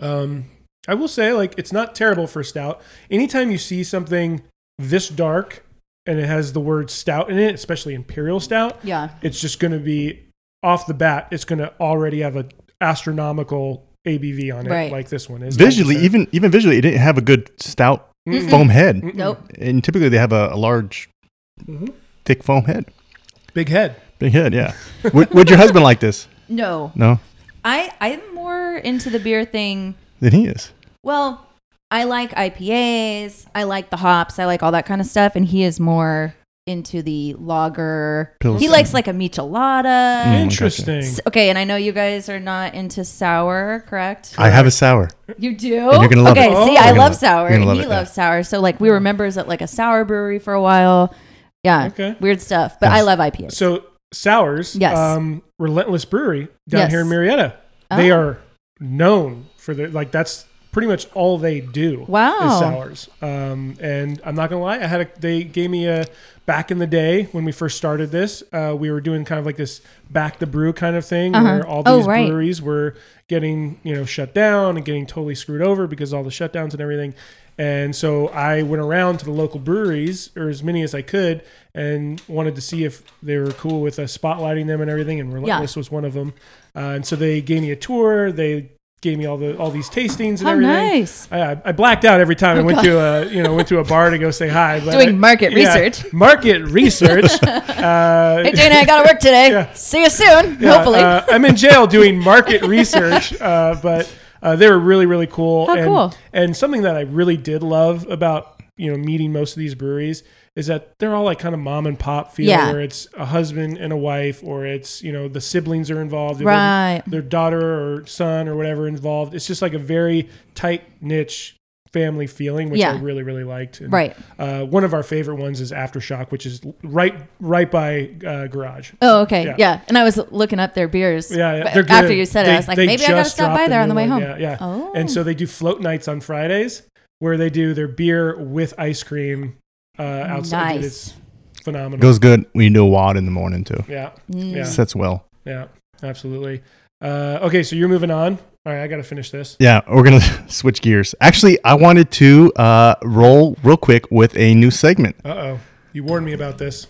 A: Um, I will say like it's not terrible for stout. Anytime you see something this dark and it has the word stout in it, especially imperial stout,
C: Yeah.
A: it's just going to be off the bat. It's going to already have a astronomical ABV on it,
C: Right.
A: like this one is.
B: Visually, even even visually, it didn't have a good stout
A: Mm-mm.
B: foam head.
C: Nope.
B: And typically, they have a, a large,
A: Mhm.
B: thick foam head.
A: big head.
B: Big head. Yeah. would, would your husband like this?
C: No.
B: No,
C: I, I'm more into the beer thing.
B: then he is.
C: Well, I like IPAs. I like the hops. I like all that kind of stuff. And he is more into the lager. He
B: Pilsner.
C: likes like a michelada.
B: Mm.
A: Oh Interesting.
C: S- Okay, and I know you guys are not into sour, correct?
B: I have a sour.
C: You do?
B: And you're gonna love
C: okay,
B: it.
C: see,
A: You're
C: I
A: gonna
C: love
B: love it.
C: sour,
B: You're
C: and
B: gonna love
C: he
B: it, Mm-hmm.
C: loves sour. So, like, we were members at like a sour brewery for a while. Yeah,
A: Okay.
C: weird stuff. But I
B: Yes.
C: love IPAs.
A: So sours,
C: Yes.
A: um, Relentless Brewery down
C: Yes.
A: here in Marietta. They
C: Oh.
A: are known for their like that's pretty much all they do.
C: Wow.
A: is sours. Um, and I'm not gonna lie, I had a they gave me a back in the day when we first started this, uh, we were doing kind of like this back the brew kind of thing
C: Uh-huh.
A: where all
C: Oh,
A: these
C: right.
A: breweries were getting you know shut down and getting totally screwed over because of all the shutdowns and everything. And so I went around to the local breweries, or as many as I could, and wanted to see if they were cool with us spotlighting them and everything. And Relentless was one of them. Uh, and so they gave me a tour. They gave me all the all these tastings and
C: How
A: everything.
C: nice. Oh,
A: I- I, I blacked out every time I went to a you know went to a bar to go say hi. But
C: Doing
A: I-
C: market
A: yeah,
C: research.
A: Market research.
C: <laughs>
A: uh,
C: Hey, Dana, I got to work today.
A: <laughs> Yeah.
C: See you soon,
A: <laughs> yeah,
C: hopefully.
A: uh, I'm in jail doing market
C: <laughs>
A: research, uh, but uh, they were really, really cool.
C: How
A: and,
C: cool.
A: And something that I really did love about you know meeting most of these breweries is that they're all like kind of mom and pop feel
C: Yeah.
A: where it's a husband and a wife or it's you know the siblings are involved and their-
C: Right.
A: their daughter or son or whatever involved it's just like a very tight niche family feeling which i
C: Yeah.
A: really really liked And,
C: Right.
A: uh, one of our favorite ones is aftershock which is right right by uh, garage
C: Oh, okay.
A: Yeah.
C: Yeah. And I was looking up their beers.
A: yeah, yeah.
C: but
A: they're good.
C: after you said it,
A: They-
C: I was like,
A: they
C: maybe I gotta
A: just
C: stop
A: dropped
C: by
A: a
C: there on
A: new
C: the way
A: one.
C: home.
A: Yeah, yeah.
C: Oh.
A: And so they do float nights on Fridays where they do their beer with ice cream uh, outside. Dude,
C: Nice.
A: It's phenomenal.
B: Goes good when you do a wad in the morning too.
A: yeah,
C: Mm.
A: Yeah.
B: Sets well.
A: yeah, absolutely. Uh, okay, so you're moving on. All right, I got to finish this.
B: Yeah, we're gonna <laughs> switch gears. Actually, I wanted to uh, roll real quick with a new segment.
A: Uh oh. You warned me about this.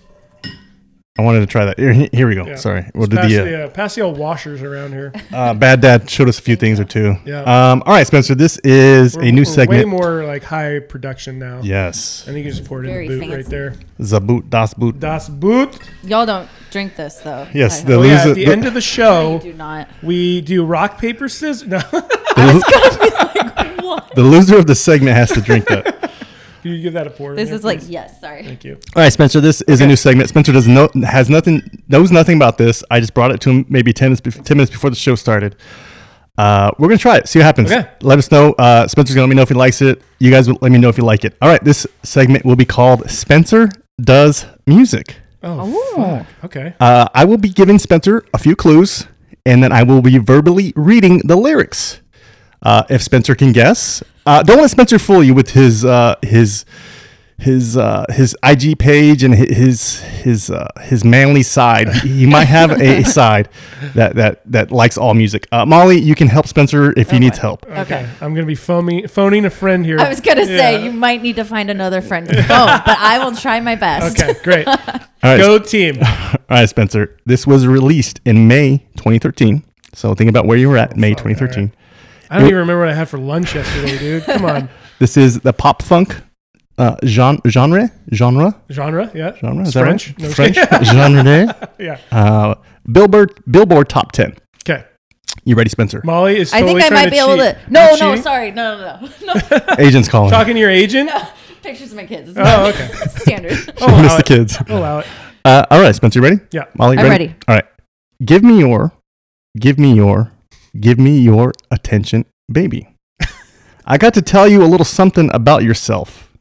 B: I wanted to try that. Here, here we go.
A: Yeah.
B: Sorry, we'll
A: Just
B: do
A: pass,
B: the uh,
A: the, uh, pass the old washers around here.
B: uh, bad dad showed us a few things or two.
A: Yeah.
B: Um, all right, Spencer. This is
A: We're-
B: a new
A: we're
B: segment.
A: Way more like high production now.
B: yes,
A: I think you just poured in the
C: Very
A: boot
C: fancy.
A: right there.
B: Zaboot Das Boot.
A: Das Boot.
C: Y'all don't drink this though.
B: Yes,
C: I
B: the
A: Oh,
C: hope.
A: yeah,
B: loser.
A: at the end of the show,
C: do
A: <laughs>
C: not.
A: we do rock, paper, scissors. No.
B: the, lo- <laughs> the loser of the segment has to drink that.
A: Can you give that a pour? in
C: This
A: there,
C: is like
A: please?
C: yes. Sorry.
A: Thank you.
B: <laughs> All right, Spencer. This is a new segment. Spencer does no has nothing knows nothing about this. I just brought it to him maybe ten minutes, bef- 10 minutes before the show started. Uh, we're gonna try it. See what happens.
A: Okay.
B: Let us know. Uh, Spencer's gonna let me know if he likes it. You guys will let me know if you like it. All right. This segment will be called Spencer Does Music.
A: Oh, fuck. Okay.
B: Uh, I will be giving Spencer a few clues, and then I will be verbally reading the lyrics. Uh, if Spencer can guess, uh, don't let Spencer fool you with his uh, his his uh, his IG page and hi- his his uh, his manly side. He might have a side that that that likes all music. Uh, Molly, you can help Spencer if he needs help.
A: Okay. I'm going to be phoning, phoning a friend here.
C: I was gonna say
A: Yeah.
C: you might need to find another friend
A: <laughs>
C: to phone, but I will try my best.
A: Okay, great.
C: <laughs>
B: All right,
A: Go
B: <laughs>
A: team.
B: all right, Spencer. This was released in May 2013. So think about where you were at May 2013.
A: I don't even remember what I had for lunch yesterday, dude. Come
B: <laughs>
A: on.
B: This is the pop funk uh, gen- genre, genre,
A: Genre? Yeah.
B: genre. Is
A: It's
B: that
A: French.
B: right?
A: No,
B: French <laughs> genre.
A: Yeah.
B: Uh, Billboard Billboard top ten.
A: Okay.
B: You ready, Spencer?
A: Molly is
C: I
A: totally
C: think I
A: trying
C: might
A: to
C: be able
A: cheat.
C: to. No,
A: You
C: no,
A: cheating?
C: sorry, no, no, no, <laughs> no.
B: Agents calling. <laughs>
A: Talking to your agent? Oh,
C: Pictures of my kids. It's not <laughs>
A: okay. <laughs>
C: standard.
A: I'll allow
B: Miss the
A: it.
B: kids.
A: I'll Allow it.
B: Uh, all right, Spencer, you ready?
A: Oh, Yeah.
B: Molly,
C: I'm
B: ready?
C: ready.
B: All right. Give me your, give me your, give me your attention, baby. I got to tell you a little something about yourself.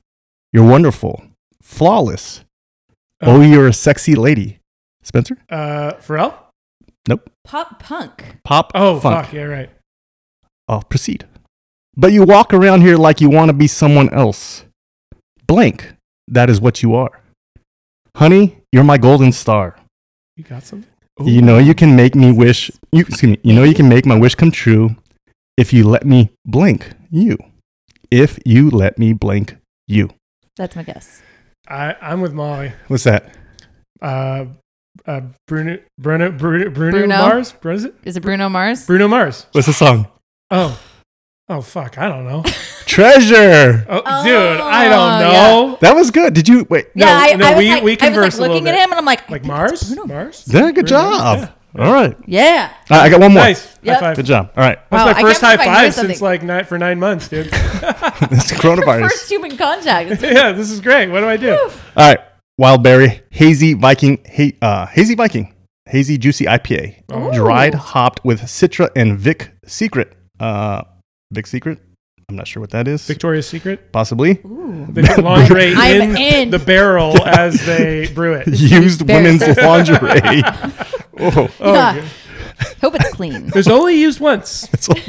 B: You're wonderful, flawless.
A: Oh.
B: oh you're a sexy lady. Spencer?
A: Uh, Pharrell?
C: Pop punk.
B: Pop.
A: Oh,
B: funk.
A: fuck. Yeah, right.
B: I'll uh, proceed. But you walk around here like you want to be someone else. Blank. That is what you are. Honey, you're my golden star.
A: You got something?
B: You know you can make me wish you excuse me, you know you can make my wish come true if you let me blink you. If you let me blink you.
C: That's my guess.
A: I, I'm with Molly.
B: What's that?
A: Uh, uh, Bruno, Bruno, Bruno, Bruno,
C: Bruno?
A: Mars? What is it?
C: Is it Bruno Mars?
A: Bruno Mars.
B: What's the song?
A: Oh. Oh, fuck. I don't
C: <laughs>
A: know.
B: Treasure.
A: Oh,
C: Oh,
A: dude, I don't
C: yeah.
A: know.
B: That was good. Did you wait?
A: No,
C: yeah, I,
A: no,
C: I was
A: we-
C: like,
A: we
C: I was
A: converse a
C: like
A: little
C: looking
A: bit.
C: at him, and I'm like, I
A: Like
C: think
A: Mars?
C: it's Bruno
A: Mars?
B: Yeah, good
A: Bruno, yeah.
B: job. All right.
C: Yeah.
A: <laughs>
B: All right, I got one more.
A: Nice.
C: Yep.
A: High five.
B: Good job. All right. <laughs>
A: That's
C: Wow, I
A: my
C: can't
A: first high
C: believe I knew
A: five since
C: something.
A: like nine, for nine months, dude. <laughs>
B: It's coronavirus.
C: First human contact.
A: yeah, this is great. What do I do?
B: All right, Wildberry Hazy Viking ha- uh, Hazy Viking Hazy Juicy IPA, dried hopped with Citra and Vic Secret. Uh, Vic Secret, I'm not sure what that is.
A: Victoria's Secret.
B: Possibly
C: Ooh.
A: They put lingerie
C: I'm
A: in,
C: in.
A: the barrel as they brew it.
B: <laughs> used
C: very
B: women's
C: sexy.
B: lingerie. oh,
A: Oh,
C: Yeah.
A: good.
C: <laughs> Hope it's
A: <laughs>
C: clean.
A: it was only used
C: <laughs>
A: once.
B: it's like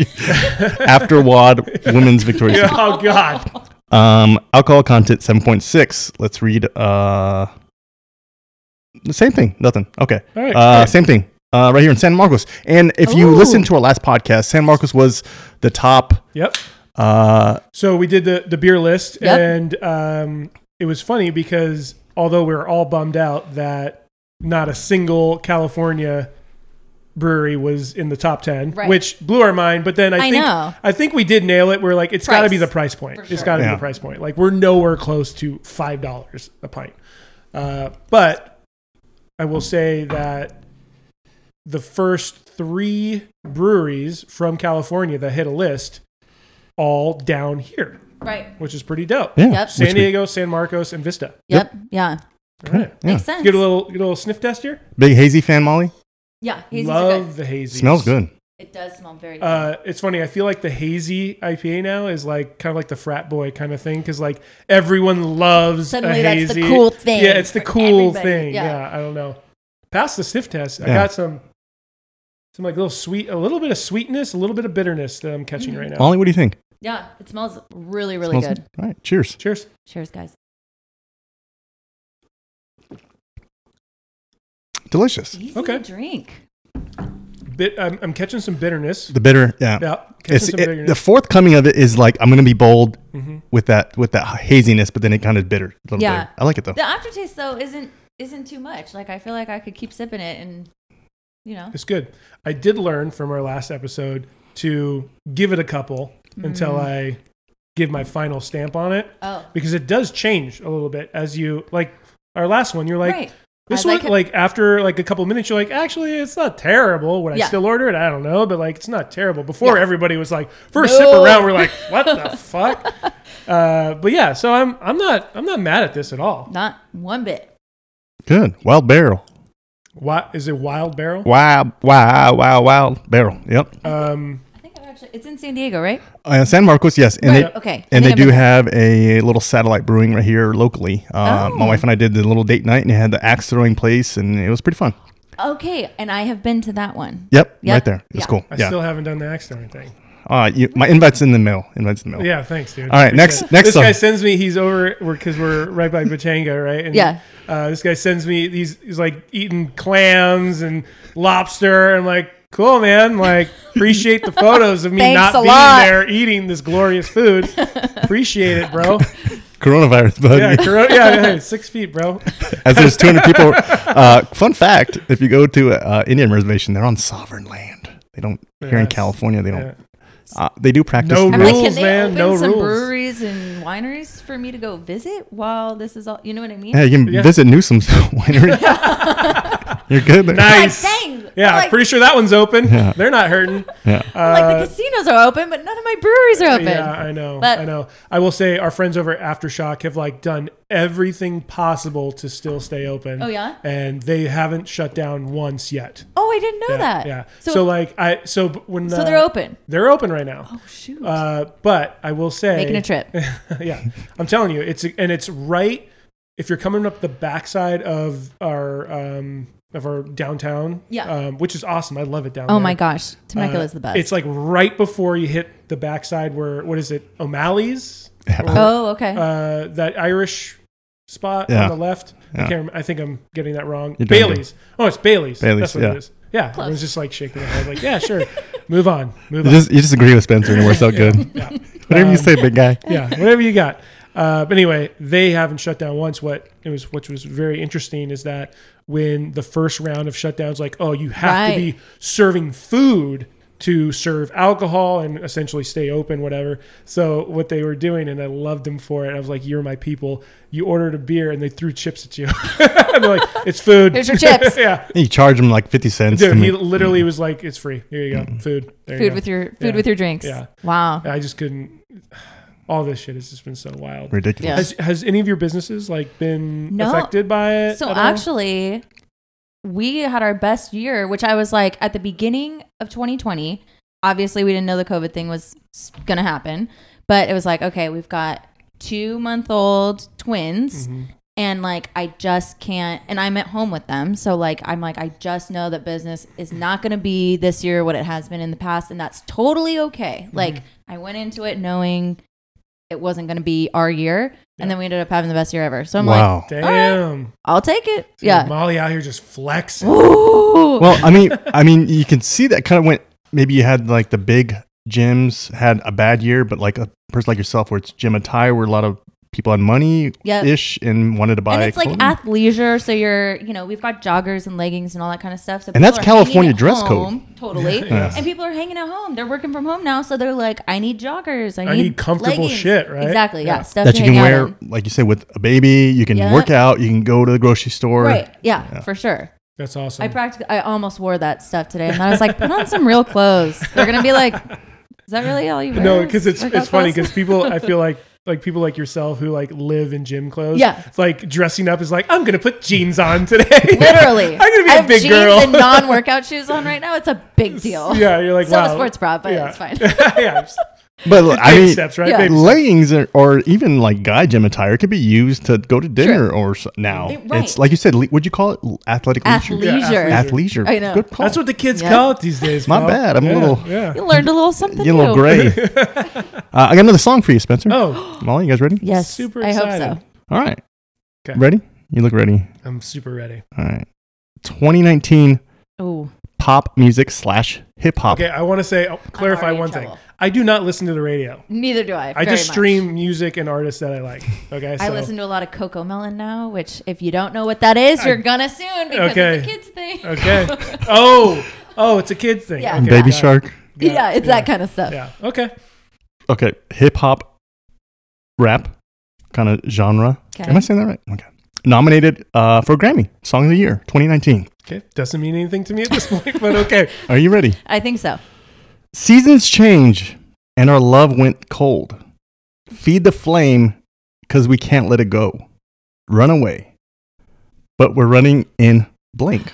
B: after wad women's Victoria's.
A: Yeah, Oh God.
B: Um, alcohol content 7.6. Let's read. Uh, the same thing. Nothing. Okay.
A: All right,
B: uh,
A: great.
B: Same thing. Uh, right here in San Marcos. And if you
C: Ooh.
B: listen to our last podcast, San Marcos was the top.
A: Yep.
B: Uh,
A: So we did the the beer list,
C: Yep.
A: and um, it was funny because although we were all bummed out that not a single California brewery was in the top ten,
C: Right.
A: which blew our mind. But then I,
C: I
A: think
C: know.
A: I think we did nail it. We're like, it's got to
C: Price.
A: be the price point.
C: For
A: It's
C: sure.
A: got to be
B: Yeah.
A: the price point. Like we're nowhere close to five dollars a pint. Uh, but I will say that the first three breweries from California that hit a list all down here.
C: Right.
A: which is pretty dope.
B: Yeah.
C: Yep.
A: San
B: which we-
A: Diego, San Marcos, and Vista.
C: Yep. Yeah.
A: All right.
B: Yeah.
C: Makes sense.
A: Get a little, get a little sniff test here.
B: Big hazy fan, Molly.
C: yeah. Hazy's are
A: Love
C: good.
A: the hazy.
B: Smells good.
C: It does smell very good.
A: Uh, it's funny. I feel like the hazy IPA now is like kind of like the frat boy kind of thing because like everyone loves
C: Suddenly
A: a
C: that's the
A: hazy.
C: cool thing
A: Yeah, it's the
C: for
A: cool
C: everybody.
A: thing.
C: Yeah.
A: Yeah. I don't know. Past the sniff test, I
B: Yeah.
A: got some some like little sweet, a little bit of sweetness, a little bit of bitterness that I'm catching right now.
B: Molly, what do you think?
C: yeah. It smells really, really
B: Smells-
C: good.
B: All right. Cheers.
A: Cheers.
C: Cheers, guys.
B: Delicious.
C: Easy
A: Okay.
C: drink.
A: Bit. I'm, I'm catching some bitterness.
B: The bitter. Yeah.
A: Yeah. Catching
B: It's,
A: some
B: it-
A: bitterness.
B: the forthcoming of it is like I'm gonna be bold
A: Mhm.
B: with that with that haziness, but then it kind of bitter. A little
C: Yeah.
B: bitter. I like it though.
C: The aftertaste though isn't isn't too much. Like I feel like I could keep sipping it and you know.
A: It's good. I did learn from our last episode to give it a couple
C: Mm.
A: until I give my final stamp on it
C: Oh.
A: because it does change a little bit as you like our last one. You're like
C: right.
A: this
C: I
A: one,
C: like
A: like,
C: it.
A: after like a couple minutes, you're like actually it's not terrible. Would I
C: Yeah.
A: still order it? I don't know, but like it's not terrible. Before
C: Yeah.
A: everybody was like first sip
C: No.
A: around, we're like what
C: <laughs>
A: the fuck. Uh, but yeah, so I'm I'm not I'm not mad at this at all.
C: Not one bit.
B: Good. Wild barrel.
A: Why is it wild barrel?
B: Wow. Wow. Wow. Wild barrel. Yep.
A: Um,
C: I think I've actually it's in San Diego, right?
B: Uh, San Marcos. Yes. And
C: right.
B: they,
C: okay. I
B: and they
C: think I've
B: do
C: been-
B: have a little satellite brewing right here locally. Uh, My
C: Oh.
B: wife and I did the little date night, and they had the axe throwing place, and it was pretty fun.
C: Okay, and I have been to that one.
B: Yep,
C: Yep.
B: right there. It's
C: Yeah.
B: cool.
A: I
B: yeah.
A: still haven't done the accident thing.
B: uh, you, my invite's in the mail. Invite's in the mail.
A: Yeah, thanks, dude.
B: All right, next-
A: Appreciate it.
B: next
A: This guy
B: song.
A: sends me. He's over because we're, right by Pachanga, right? And,
C: Yeah.
A: Uh, this guy sends me. He's he's like eating clams and lobster. and like, cool, man. Like, appreciate the photos of me
C: Thanks
A: not
C: a
A: being
C: lot.
A: there eating this glorious food. appreciate it, bro.
B: Coronavirus, buddy.
A: Yeah, corona, yeah, yeah, six feet, bro.
B: As there's
A: <laughs>
B: 200 people. Uh, fun fact: If you go to uh, Indian reservation, they're on sovereign land. They don't here in
A: Yes.
B: California. They
A: Yeah.
B: don't. Uh, they do practice.
A: No
C: I'm
B: the-
C: like,
A: rules,
C: can they
A: man,
C: open
A: no
C: some
A: rules.
C: breweries and wineries for me to go visit while this is all? You know what I mean?
B: Yeah, you can
A: Yeah.
B: visit
A: <laughs>
B: Newsom's <laughs> winery. You're good. there.
A: Nice.
C: Like, dang.
A: Yeah,
C: like,
A: pretty sure that one's open.
B: Yeah.
A: They're not hurting.
B: Yeah.
C: like the casinos are open, but none of my breweries are open.
A: uh, Yeah, I know.
C: But-
A: I know. I will say our friends over at Aftershock have like done everything possible to still stay open.
C: Oh, yeah?
A: And they haven't shut down once yet.
C: Oh, I didn't know
A: Yeah,
C: that.
A: Yeah. So,
C: So,
A: like I so b- when
C: so
A: uh,
C: they're open.
A: They're open right now.
C: Oh shoot.
A: Uh, but I will say
C: Making a trip.
A: <laughs> yeah, I'm telling you, it's and it's right. If you're coming up the backside of our um, of our downtown,
C: Yeah.
A: um, which is awesome. I love it down
C: Oh
A: there.
C: my gosh, Temecula
A: Uh,
C: is the best.
A: It's like right before you hit the backside where what is it? O'Malley's,
C: oh okay.
A: uh, that Irish spot
B: Yeah.
A: on the left. I
B: Yeah.
A: can't. Remember. I think I'm getting that wrong.
B: You're doing good.
A: Bailey's. Oh, it's Bailey's.
B: Bailey's,
A: That's what
B: yeah.
A: it is. Yeah, I was just like shaking my head, like, yeah,
B: <laughs>
A: sure, move on, move
B: You
A: on.
B: just you just agree with Spencer, and it works out good.
A: Yeah.
B: <laughs> Whatever you
A: Um,
B: say, big guy.
C: <laughs>
A: yeah, whatever you got. Uh, but anyway, they haven't shut down once. What it was, which was very interesting, is that when the first round of shutdowns, like, oh, you have to
C: Right.
A: be serving food to serve alcohol and essentially stay open, whatever. So what they were doing, and I loved them for it. I was like, "You're my people." You ordered a beer, and they threw chips at you. <laughs> and they're like, "It's food." <laughs>
C: Here's your chips.
A: yeah,
B: You charge them like 50 cents. to
A: dude. He
B: make-
A: literally was like, "It's free. Here you go, food." There you
C: food
A: go.
C: with your food
A: Yeah.
C: with your drinks.
A: Yeah.
C: Wow.
A: I just couldn't. <sighs> All this shit has just been so wild.
B: Ridiculous.
C: Yeah.
A: Has, has any of your businesses like been
C: No.
A: affected by it?
C: So
A: at all?
C: actually, we had our best year, which I was like at the beginning of 2020. Obviously, we didn't know the COVID thing was going to happen, but it was like, okay, we've got two month old twins. And like, I just can't, and I'm at home with them. So, like, I'm like, I just know that business is not going to be this year what it has been in the past. And that's totally okay. Like, I went into it knowing it wasn't going to be our year. And then we ended up having the best year ever. So, I'm like,
B: wow.
A: damn,
C: I'll take it.
A: Dude,
C: yeah.
A: Molly out here just
C: <laughs>
A: flexing.
C: Ooh.
B: well, I mean, I mean, you can see that kind of went. Maybe you had like the big gyms had a bad year, but like a person like yourself, where it's gym attire, where a lot of people had money
C: Yep.
B: ish and wanted to buy.
C: and it's like
B: clothing.
C: athleisure, so you're, you know, we've got joggers and leggings and all that kind of stuff. So
B: And that's
C: people are
B: California
C: hanging at
B: dress code.
C: home, totally.
A: Yes.
C: And people are hanging at home; they're working from home now, so they're like, "I need joggers. I need,
A: I need comfortable
C: leggings."
A: shit, right?
C: Exactly, yeah,
A: Yeah.
C: stuff
B: that
C: to
B: you
C: hang
B: can
C: out
B: wear,
C: in.
B: like you say, with a baby. You can
C: Yeah.
B: work out. You can go to the grocery store.
C: Right? Yeah, for sure.
A: That's awesome.
C: I practically, I almost wore that stuff today, and I was like, "Put on some real clothes." They're gonna be like, "Is that really all you wear?"
A: no, because it's
C: Workout
A: it's funny
C: clothes? <laughs>
A: because people I feel like like people like yourself who like live in gym clothes.
C: Yeah.
A: It's like dressing up is like, I'm gonna put jeans on today. <laughs>
C: <laughs> Literally,
A: I'm gonna be
C: I
A: a
C: have
A: big
C: jeans
A: girl.
C: and
A: <laughs>
C: non-workout shoes on right now. It's a big deal.
A: yeah, you're like
C: It's not
A: wow.
C: a sports bra, but
A: yeah.
C: it's fine.
A: <laughs> yeah, just
B: But look, I
A: baby
B: mean,
A: steps, right?
C: yeah.
A: Baby steps.
B: leggings or, or even like guy gym attire could be used to go to dinner or so, now.
C: It- right.
B: It's like you said, le- would you call it L- athletic leisure?
A: Yeah,
C: Athleisure.
B: Athleisure.
C: I know.
B: Good call.
A: That's what the kids
C: Yeah.
A: call it these days.
B: My
A: Bob.
B: bad, I'm a
A: Yeah,
B: little-
C: <gasps>
A: Yeah.
C: You learned a little something.
B: You're a little
C: new.
B: gray. uh,
C: <laughs>
B: I got another song for you, Spencer.
A: Oh,
B: Molly, you guys ready?
C: Yes,
A: Super
C: I hope
A: excited.
C: so.
B: All right.
A: 'Kay.
B: Ready? You look ready.
A: I'm super ready.
B: All right. 2019
C: Oh,
B: pop music slash hip hop.
A: Okay, I want to say oh, clarify
C: already in
A: one thing.
C: trouble.
A: I do not listen to the radio.
C: neither do I.
A: I
C: very
A: just
C: much.
A: stream music and artists that I like. Okay, so
C: I listen to a lot of Coco Melon now, which if you don't know what that is, you're gonna soon because
A: okay.
C: it's a kids thing.
A: okay.
C: <laughs>
A: Oh, oh, it's a kid thing.
C: Yeah.
A: Okay,
B: Baby
A: got it.
B: Shark.
A: Got it.
C: <laughs> yeah, it's that kind of stuff.
A: Yeah. Okay.
B: Okay. Hip hop, rap kind of genre.
C: Okay.
B: Am I saying that right? Okay. Nominated uh, for Grammy Song of the Year 2019.
A: Okay. Doesn't mean anything to me at this point, but
B: <laughs>
A: okay.
B: Are you ready?
C: I think so.
B: Seasons change and our love went cold. Feed the flame because we can't let it go. Run away. But we're running in blank.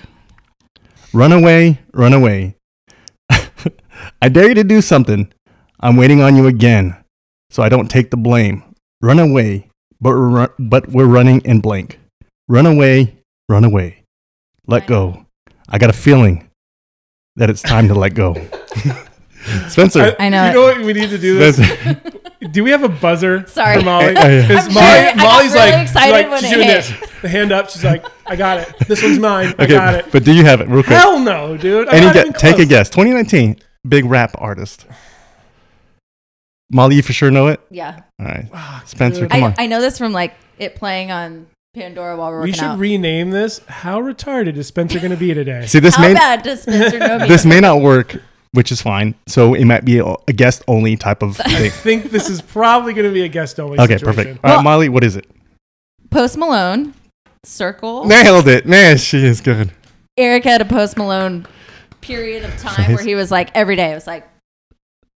B: Run away, run away. <laughs> I dare you to do something. I'm waiting on you again so I don't take the blame. Run away, but we're, run- but we're running in blank. Run away, run away. Let go. I got a feeling that it's time to let go.
A: <laughs>
B: Spencer.
C: I know
A: You
C: it.
A: know what we need to do this?
B: Spencer.
A: Do we have a buzzer?
C: Sorry.
A: for Molly.
B: <laughs> I- I-
A: Because
C: I'm
A: Molly,
C: sure I got
A: Molly's
C: really
A: like,
C: excited
A: like
C: when
A: she's
C: it
A: doing
C: hit.
A: this. The hand up. She's like, I got it. This one's mine. <laughs> I got it.
B: But do you have it real quick?
A: Hell no, dude. I'm
B: Any
A: not
B: gue-
A: even
B: take a
A: close.
B: guess. 2019, big rap artist. Molly, you for sure know it.
C: Yeah,
B: All right,
A: Ah,
B: Spencer,
A: dude.
B: come on.
C: I, I know this from like it playing on Pandora while we're
A: We
C: working
A: should
C: out.
A: rename this. How retarded is Spencer going to be
B: <laughs>
A: today?
B: See, this
C: How
B: may
C: bad does Spencer know me?
B: this may not work, which is fine. So it might be a, a guest only type
C: <laughs>
B: of
A: I
B: thing.
A: think this is probably going to be a guest only.
B: Okay,
A: situation.
B: perfect. All right,
C: Well-
B: Molly, what is it?
C: Post Malone, Circle.
B: Nailed it. Man, she is good.
C: Eric had a Post Malone period of time where
B: Nice.
C: he was like every day. It was like,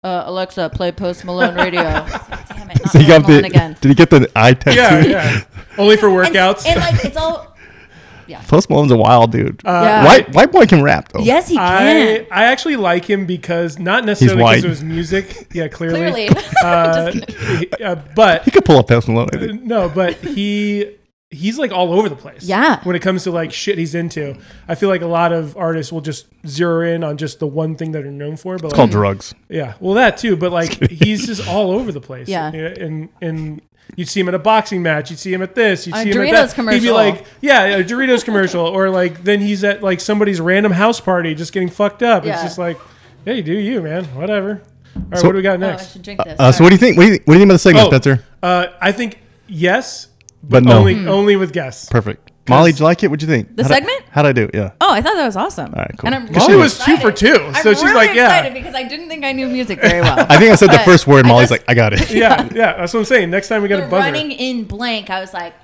C: uh, Alexa, play
B: <laughs>
C: Post Malone radio. I was like, Damn it, not
B: So you
C: Post
B: got
C: Malone
B: the,
C: Uh, again.
B: Did you get the eye tattoo?
A: Yeah,
C: <laughs>
A: yeah. Only for
C: And,
A: <laughs> workouts.
C: and like it's all
B: <laughs> Post Malone's a wild dude.
A: <laughs> Uh,
C: Yeah.
B: white white boy can rap though.
C: yes, he can.
A: I, I actually like him because not necessarily because
B: white.
A: it was music.
C: <laughs>
A: Yeah, clearly.
C: Clearly,
A: Uh,
C: Just kidding. Oh,
A: he- uh, but
B: he could pull up Post Malone. I think.
A: no, but he he's like all over the place.
C: Yeah.
A: When it comes to like shit he's into, I feel like a lot of artists will just zero in on just the one thing that they're known for. But
B: It's
A: like,
B: called drugs.
A: Yeah, well, that too, but like he's just all over the place.
C: Yeah.
A: and and you'd see him at a boxing match, you'd see him at this, you'd
C: On a
A: see him
C: Doritos
A: at that. He'd be
C: commercial.
A: like, yeah, a Doritos commercial, or like then he's at like somebody's random house party, just getting fucked up. It's
C: Yeah.
A: just like, hey, do you, man? Whatever. All right,
B: So-
A: what do we got
C: oh, I
A: next?
C: should drink this.
B: Uh, so what do you think? What do you, what do you think about the segment,
A: Oh,
B: Spencer?
A: Uh, I think yes,
B: But no.
A: only
C: Hmm.
A: only with guests.
B: Perfect. Molly, did you like it? What'd you think?
C: The
B: How'd I-
C: segment?
B: how'd I do? Yeah.
C: Oh, I thought that was awesome.
B: All right, cool.
C: And I'm
B: Molly
C: really
A: was two for two,
C: excited.
A: so
C: I'm
A: she's
C: really
A: like, yeah.
C: excited because I didn't think I knew music very well.
B: <laughs> I think I said the
C: But
B: first word.
C: I
B: Molly's
C: just-
B: like, I got
C: <laughs>
B: it.
A: Yeah, yeah, that's what I'm saying. Next time we got
C: the
A: a buzzer.
C: running in blank, I was like,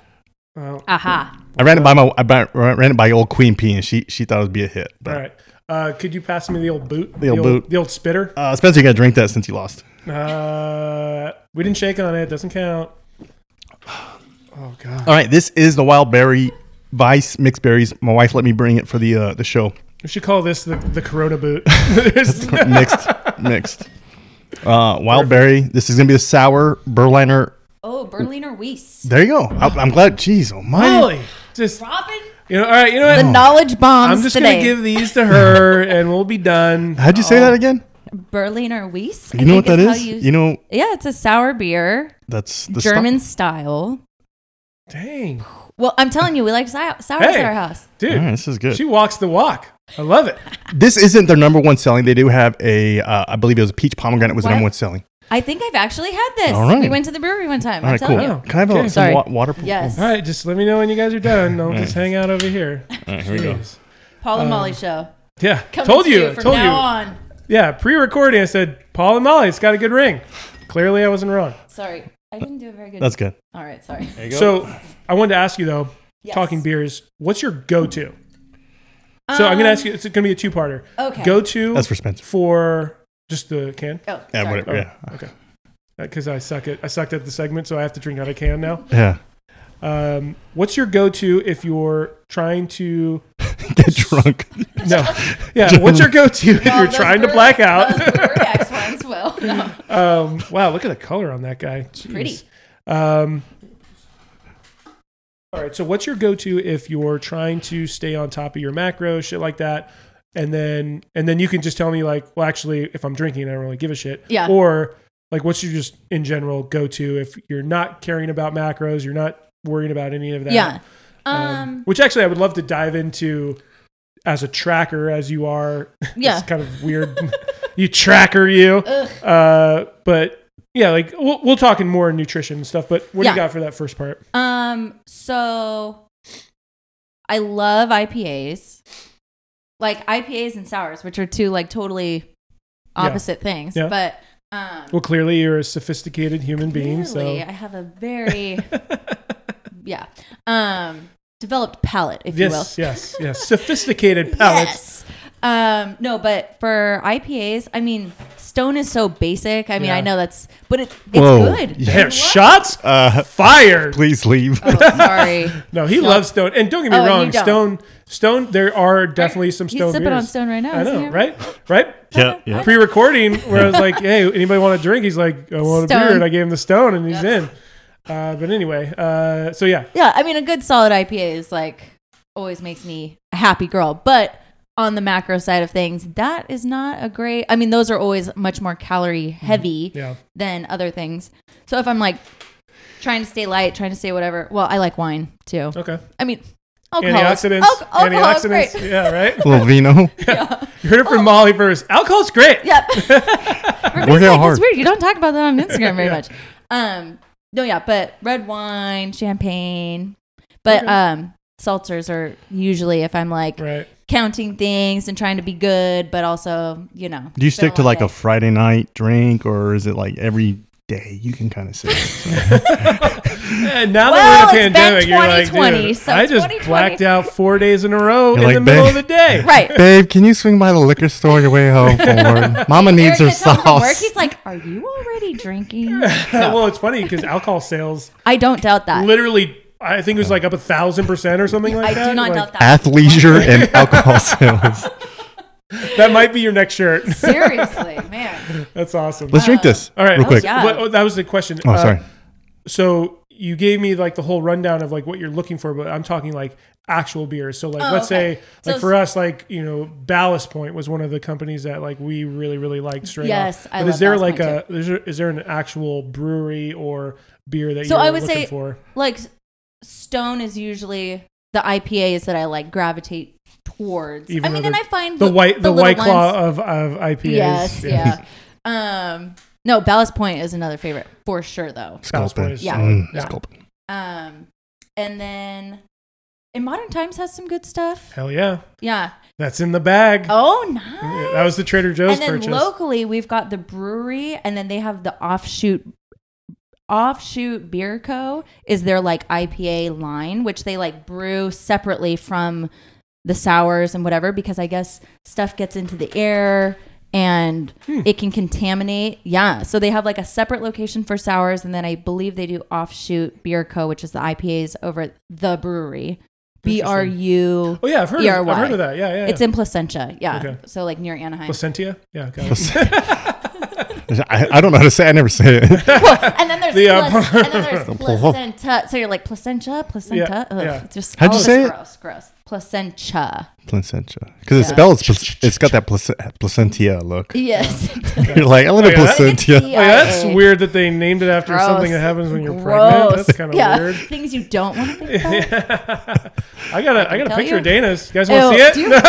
A: Oh.
C: aha.
B: I ran it by my I bu- ran it by old Queen P, and she she thought it would be a hit. But,
A: All right. Uh, could you pass me the old boot?
B: The old boot.
A: The old spitter.
B: uh, Spencer, you got to drink that since you lost.
A: Uh, we didn't shake on it. Doesn't count. Oh god,
B: All right, this is the wild berry vice mixed berries. My wife let me bring it for the uh, the show.
A: we should call this the, the Corona boot. <laughs> There's- <laughs>
B: mixed, mixed. Uh, wild berry. This is gonna be a sour Berliner.
C: Oh, Berliner Weiss.
B: There you go. I, I'm glad. Jeez, oh my.
A: Molly, just
C: Robin,
B: Oh.
A: you know. All right, you know
C: the
A: what?
C: knowledge bombs
A: I'm just
C: today.
A: gonna give these to her, and we'll be done.
B: How'd you say
C: Oh.
B: that again?
C: Berliner Weiss.
B: You know what that is? You, know
C: yeah, it's a sour beer,
B: that's the stuff-
C: German style.
A: Dang,
C: Well, I'm telling you, we like sour sours
A: Hey.
C: at our house.
A: dude,
B: All right, this is good.
A: she walks the walk. I love it.
B: This isn't their number one selling. They do have a, uh, I believe it was a peach pomegranate was the
C: What?
B: number one selling.
C: I think I've actually had this.
B: All right.
C: We went to the brewery one time.
B: All
C: I'm
B: right, cool.
C: telling
A: you.
B: Can I have a,
A: Okay.
B: some
C: Sorry.
B: wa- water?
C: you. Yes.
A: All right, just let me know when you guys are done. I'll just hang out over here.
B: All right, here we go.
A: Jeez.
C: Paul and Molly show.
A: Yeah,
C: Coming
A: Oh. Um, told
C: to
A: you,
C: From
A: told you.
C: now on.
A: Yeah, pre-recording. I said Paul and Molly. It's got a good ring. Clearly, I wasn't wrong.
C: Sorry. I didn't do a very good
B: That's good.
C: All right, sorry.
A: So I wanted to ask you though,
C: Yes.
A: talking beers, what's your go-to? So I'm gonna ask you. It's gonna be a two-parter.
C: Um, Okay.
A: Go-to
B: That's for Spencer.
A: for just the can.
C: Oh,
B: Yeah,
C: sorry.
B: whatever. Yeah.
A: Okay. because I suck at I sucked at the segment, so I have to drink out of can now.
B: Yeah. <laughs>
A: Um, what's your go-to if you're trying to?
B: Get drunk.
C: <laughs>
A: No, yeah. What's your go-to if
C: Well,
A: you're
C: those
A: trying to
C: were-
A: black out?
C: Those were React's ones, well, <laughs> no.
A: Um, wow, look at the color on that guy. Jeez.
C: Pretty.
A: Um, all right, so what's your go-to if you're trying to stay on top of your macro, shit like that, and then and then you can just tell me like, well, actually, if I'm drinking, I don't really give a shit.
C: Yeah.
A: Or like, what's your just in general go-to if you're not caring about macros, you're not worrying about any of that.
C: yeah. Um,
A: <laughs> which actually, I would love to dive into as a tracker, as you are. <laughs>
C: yeah.
A: It's kind of weird. <laughs> you tracker, you.
C: Ugh.
A: Uh, but yeah, like we'll, we'll talk in more nutrition and stuff. But what do
C: Yeah.
A: you got for that first part?
C: Um, so I love IPAs. Like IPAs and sours, which are two like totally opposite things.
A: Yeah.
C: But um
A: Well, clearly you're a sophisticated human being,
C: clearly
A: so
C: I have
A: <laughs>
C: a very yeah. Um developed palate, if you will.
A: yes, yes, yes,
C: <laughs>
A: sophisticated palate.
C: Yes. Um, no, but for IPAs, I mean, Stone is so basic. I mean,
A: Yeah.
C: I know that's, but it, it's
B: Whoa.
C: good.
B: Yeah.
C: I
A: Yeah,
C: love-
A: shots
B: Uh,
A: fired.
B: please leave.
C: Oh,
A: <laughs>
C: sorry.
A: No, he loves Stone, and don't get me
C: Oh, and
A: wrong,
C: you don't.
A: Stone, Stone. There are definitely some
C: He's
A: Stone.
C: sipping
A: beers.
C: on Stone right now.
A: I
C: isn't
A: know,
C: he?
A: right? Right.
B: <laughs> yeah. Yeah.
A: Pre-recording, where I was like, "Hey, anybody want a drink?" He's like, "I want a beer,"
C: Stone.
A: and I gave him the Stone, and he's in. Uh, but anyway, uh, so yeah,
C: Yeah, I mean, a good solid IPA is like always makes me a happy girl. But on the macro side of things, that is not a great. I mean, those are always much more calorie heavy
A: Mm-hmm. yeah.
C: than other things. So if I'm like trying to stay light, trying to stay whatever, well, I like wine too.
A: Okay.
C: I mean, alcohol.
A: Uh, Antioxidants.
C: Al- alcohol is
A: antioxidants. <laughs>
C: great.
A: Yeah, right.
B: Little vino.
A: You heard it
C: Oh.
A: from Molly first. Alcohol's great.
C: Yep. <laughs> Everybody's
B: Work out
C: like,
B: hard.
C: It's weird. You don't talk about
A: <laughs>
C: that on Instagram very much. Um, no, yeah, but red wine, champagne, but
A: Okay.
C: um, seltzers are usually if I'm like
A: Right.
C: counting things and trying to be good, but also you know.
B: Do you
C: it's been
B: stick to
C: long
B: like
C: day.
B: a <laughs> Friday night drink or is it like every day? You can kind of say.
A: And now
C: Well,
A: that we're in a
C: it's been
A: pandemic, you're like, dude,
C: 2020, so
A: I just
C: 2020.
A: blacked out four days in a row in
B: You're
A: the
B: like,
A: middle
B: "Babe."
A: of the day.
C: right?
B: Babe, can you swing by the liquor store on your way home? Or <laughs> Mama needs her
C: Eric gets home from Work,
B: sauce.
C: he's like, "Are you already drinking?"
A: <laughs> well, it's funny because alcohol sales
C: <laughs> I don't doubt that.
A: literally, I think it was like up a thousand percent or something like
C: I
A: that.
C: do not
A: Like,
C: doubt that.
B: Athleisure and alcohol sales.
A: That might be your next shirt. <laughs>
C: Seriously, man.
A: That's awesome.
B: Let's drink this.
A: All right.
B: Real quick.
C: Oh, yeah.
A: What- oh, that was the question.
B: Oh,
A: Uh,
B: sorry.
A: so you gave me like the whole rundown of like what you're looking for, but I'm talking like actual beers. So like
C: Oh,
A: let's
C: okay.
A: say
C: So
A: like for us like you know Ballast Point was one of the companies that like we really really liked straight.
C: Yes,
A: off.
C: I
A: But is
C: love
A: there
C: Ballast
A: like
C: Point,
A: a is there, is there an actual brewery or beer that
C: So
A: you're
C: I would
A: looking
C: say-
A: for?
C: Like Stone is usually the IPAs that I like gravitate towards.
A: Even
C: I mean,
A: though
C: and
A: the-
C: I find
A: The white the,
C: little
A: white claw uh,
C: ones-
A: of of IPAs.
C: Yes, yeah. um, no, Ballast Point is another favorite for sure, though.
A: Ballast Point
B: Sculpin.
A: is
C: Yeah.
A: solid.
B: Mm,
A: Yeah.
B: Sculpin.
C: Um, and then in modern times has some good stuff.
A: Hell yeah,
C: Yeah.
A: that's in the bag.
C: Oh, nice.
A: Yeah, That was the Trader Joe's
C: and then
A: purchase.
C: locally, we've got the brewery, and then they have the offshoot. Offshoot Beer Co. is their like IPA line, which they like brew separately from the sours and whatever, because I guess stuff gets into the air and
A: Hmm.
C: it can contaminate. Yeah. So they have like a separate location for sours, and then I believe they do Offshoot Beer Co., which is the IPAs over at the brewery. B R U.
A: oh yeah, I've heard of, I've
C: ERY.
A: heard of that. Yeah, yeah. yeah.
C: It's in Placentia. Yeah.
A: Okay.
C: So like near Anaheim.
A: Placentia. Yeah, got it.
B: I, I don't know how to say it. I never say
A: <laughs>
B: it.
C: well, and then there's
A: The, uh,
C: plas- and
A: <laughs>
C: then there's placenta. So you're like placenta, placenta.
A: Yeah,
C: Ugh,
A: yeah.
C: Just
B: How'd
C: all
B: you
C: of
B: say
C: it's
B: it?
C: Gross, gross. Placentia.
B: Placentia. Because it spells, plac- it's got that plac- placentia look. <laughs>
C: Yes. <laughs>
B: You're like, I love a
A: yeah, that-
B: placentia.
A: Oh, yeah, that's weird that they named it after
C: Gross.
A: something that happens when you're pregnant.
C: <laughs>
A: That's kind of
C: yeah.
A: weird. <laughs>
C: Things you don't want to think about.
A: I got a I got a
C: tell
A: picture
C: you.
A: of Dana's. You guys
C: Ew,
A: want to
C: Do
A: see
C: you
A: it?
C: really?
A: <laughs>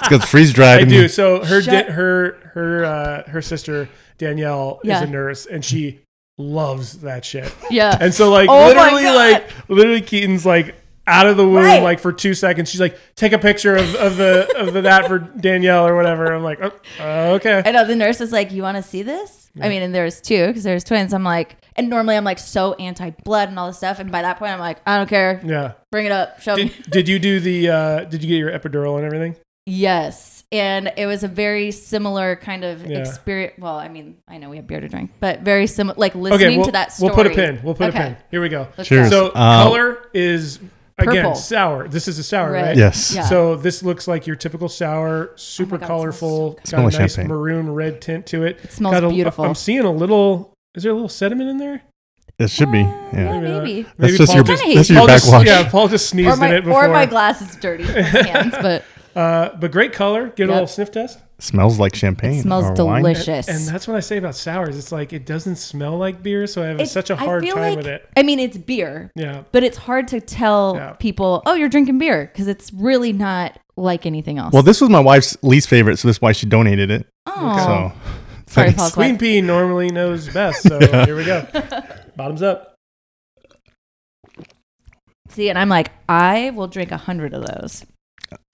B: It's got freeze dried.
A: I
B: and-
A: do. So her
C: Shut-
A: da- her her uh, her sister Danielle
C: Yeah.
A: is a nurse and she loves that shit.
C: Yeah.
A: And so like
C: Oh my
A: literally
C: God.
A: like literally Keaton's like out of the womb
C: Right.
A: like for two seconds. She's like, take a picture of, of the of the, that for Danielle or whatever. I'm like, oh, uh, okay.
C: I know the nurse is like, "You want to see this?" I mean, and there's two because there's twins. I'm like, and normally I'm like so anti blood and all this stuff, and by that point I'm like, I don't care.
A: Yeah.
C: Bring it up. Show me.
A: Did, did you do the uh, did you get your epidural and everything?
C: Yes. and it was a very similar kind of
A: Yeah.
C: experience. Well, I mean, I know we have beer to drink, but very similar, like listening
A: we'll,
C: to that story.
A: we'll put a pin. We'll put
C: Okay,
A: a pin. Here we go.
C: let's
B: Cheers.
C: go.
A: So
B: Uh,
A: color is again
C: Purple.
A: sour. This is a sour,
C: Red.
A: right?
B: Yes.
C: Yeah.
A: So this looks like your typical sour, super
C: Oh my God, it
A: colorful, got
B: smells so good.
A: a
B: Smells
A: nice
B: champagne.
A: maroon red tint to it. It
C: smells beautiful.
A: I'm seeing a little. Is there a little sediment in there?
B: It should be.
C: Uh,
B: Yeah.
C: yeah. maybe.
A: Maybe
B: That's just
A: Paul
B: your,
A: just,
B: that's your
A: Paul just-
B: backwash.
A: yeah, Paul just
C: Or
A: sneezed in
C: my,
A: it before.
C: or my glass is
A: <laughs>
C: dirty from my hands, but
A: uh, but great color. Get a
C: Yep.
A: little sniff test.
B: Smells like champagne.
C: it smells
B: or wine.
C: delicious.
A: And that's what I say about sours. It's like it doesn't smell like beer, so I have
C: It's-
A: such a
C: I
A: hard
C: feel
A: time
C: like-
A: with it.
C: I mean, it's beer,
A: Yeah.
C: but it's hard to tell
A: Yeah.
C: people, oh, you're drinking beer because it's really not like anything else.
B: Well, this was my wife's least favorite, so that's why she donated it.
C: oh,
B: So
C: sorry,
B: thanks.
C: Paul's
A: Queen
C: wife.
A: P normally knows best,
B: <laughs>
A: so here we go. Bottoms up.
C: See, and I'm like, I will drink a hundred of those.